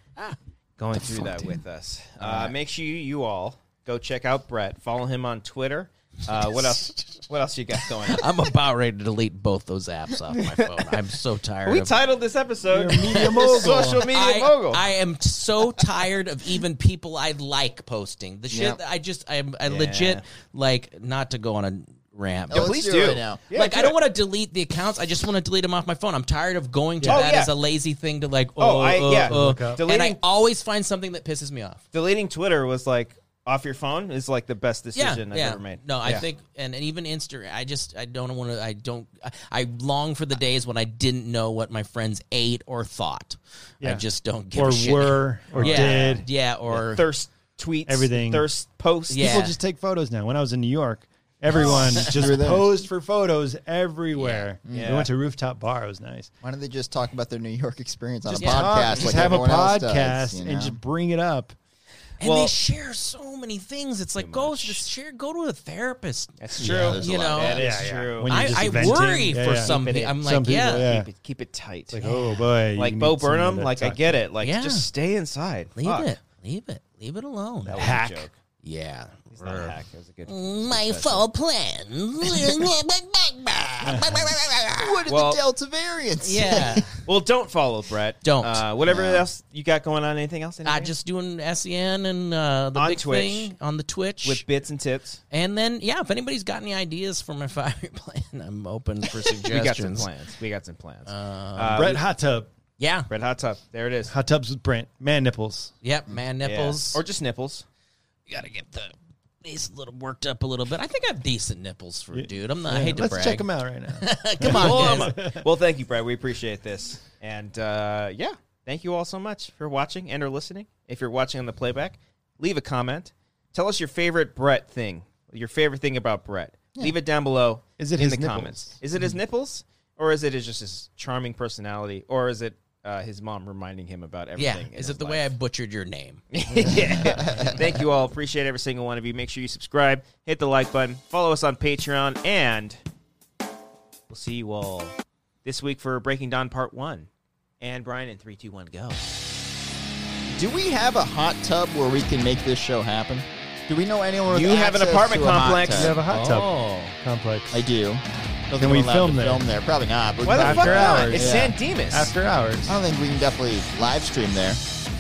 going through that with us. Uh, Make sure you, you all go check out Brett. Follow him on Twitter. Uh, what else? What else you got going? on?
I'm about ready to delete both those apps off my phone. I'm so tired.
We
of
titled this episode
You're a media
"The
mogul."
Social Media
I,
Mogul."
I am so tired of even people I like posting the shit.
Yeah.
That I just I'm I legit like not to go on a rant.
Oh,
but-
let's
please
do,
do.
it right now.
Yeah,
like
do
I don't
it.
want to delete the accounts. I just want to delete them off my phone. I'm tired of going to
Oh,
that
yeah.
as a lazy thing to like.
Oh,
Oh,
I-
uh,
yeah.
uh,
Look up.
and I
Deleting-
always find something that pisses me off.
Deleting Twitter was like off your phone is like the best
Yeah,
decision I've
yeah.
ever made.
No, I
Yeah.
think, and, and even Insta. I just I don't want to. I don't. I, I long for the days when I didn't know what my friends ate or thought. I
Yeah.
just don't give
or
a shit.
were or
yeah,
did.
yeah, or
thirst tweets,
Everything.
thirst posts.
Yeah.
People just take photos now. When I was in New York, everyone just posed for photos everywhere.
Yeah.
We went to rooftop bar. It was nice.
Why don't they just talk about their New York experience on
Just
a
talk.
podcast?
Just
like
have a
everyone else does,
podcast
you know?
and just bring it up.
and they
well-
share so many things. It's like go to the- share, go to a therapist.
That's true.
there's a
you
lot of
know,
that is
Yeah, yeah.
true.
When you- just
I, I
venting.
worry
Yeah,
for
yeah.
some
Keep it
people. I'm
in.
like,
Some people,
yeah,
yeah.
keep, it, keep it tight.
Like,
Like,
oh boy. you
Bo
need someone
Burnham,
to
like I
talk
get
to.
it. Like
Yeah.
just stay inside.
leave
Fuck.
it, leave it, leave it alone.
That was a
Hack.
joke.
Yeah, Mm,
It's not a hack. It was a good.
my full plan.
what is
Well-
the Delta variants?
yeah,
Well, don't follow Brett.
Don't.
Uh, whatever else you got going on. Anything else?
I
Anything?
just doing SEN and uh, the
On
big
Twitch.
thing on the Twitch
with bits and tips.
And then, yeah, if anybody's got any ideas for my five year plan, I'm open for suggestions.
We got some plans. We got some plans. Uh,
Brett
we-
Hot Tub.
Yeah.
Red Hot Tub. There it is.
Hot Tubs with Brent. Man nipples.
Yep. Man
Yeah.
nipples.
or just nipples.
you got to get the face a little worked up a little bit. I think I have decent nipples for a dude. I'm not, I hate to
Let's
brag.
check them out right now.
Come on, guys.
well, thank you, Brad. We appreciate this. And uh, yeah, thank you all so much for watching and or listening. If you're watching on the playback, leave a comment. Tell us your favorite Brett thing. Your favorite thing about Brett. Leave it down below.
Is it
in
his
the
nipples?
comments? Is
Mm-hmm.
it his nipples, or is it his- just his charming personality, or is it uh, his mom reminding him about
Yeah.
everything?
Is it the way I butchered your name?
yeah. Thank you all. Appreciate every single one of you. Make sure you subscribe, hit the like button, follow us on Patreon, and we'll see you all this week for Breaking Dawn Part 1. And Brian in 3, 2, 1, go.
Do we have a hot tub where we can make this show happen? Do we know anyone? With
You have an
access
apartment
to a hot
complex.
tub?
You have a hot tub
Oh.
complex.
I do. Don't
Can
think
we
we're allowed
film
to
there?
Film there? Probably not. but
Why the
we-
fuck not?
hours,
It's
yeah.
San Demas.
After hours.
I don't think we can definitely live stream there.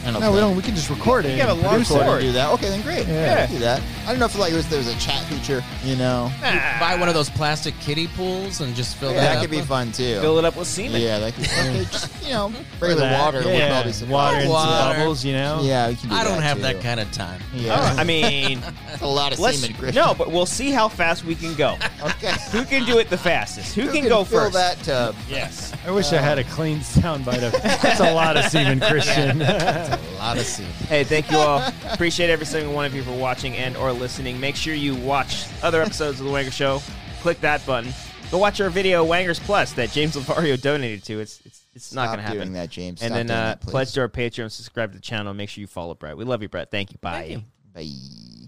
I don't
No, we
think.
don't. We can just record it.
you have a
and
long
produce it.
Record and
Record.
do that. Okay, then great.
Yeah.
Yeah, do that. I don't know if like it was, there was a chat feature. You know,
Ah.
Buy one of those plastic kiddie pools and just fill
that,
that, up
could be
with-
fun too.
Fill it up with semen.
yeah, that could okay, just you know regular
That,
water would
yeah.
probably suffice.
water and some
Water.
bubbles, you know.
Yeah, we can do
I don't
that,
have
too.
that kind of time.
Yeah,
All right. I mean,
That's a lot of
let's
semen, Christian.
no, but we'll see how fast we can go.
okay.
Who can do it the fastest? Who,
Who
can, go
fill
first?
that tub?
Yes.
I wish I had a clean soundbite of that's a lot of semen, Christian.
A lot of semen.
Hey, thank you all. Appreciate every single one of you for watching and or listening. Make sure you watch other episodes of The Wanger Show. Click that button. Go watch our video Wangers Plus that James Lavario donated to. It's it's, it's not
Stop
going to happen.
doing that, James.
And
Stop
then
doing
uh,
that, please.
pledge to our Patreon, subscribe to the channel. Make sure you follow Brett. We love you, Brett. Thank you. Bye.
Bye.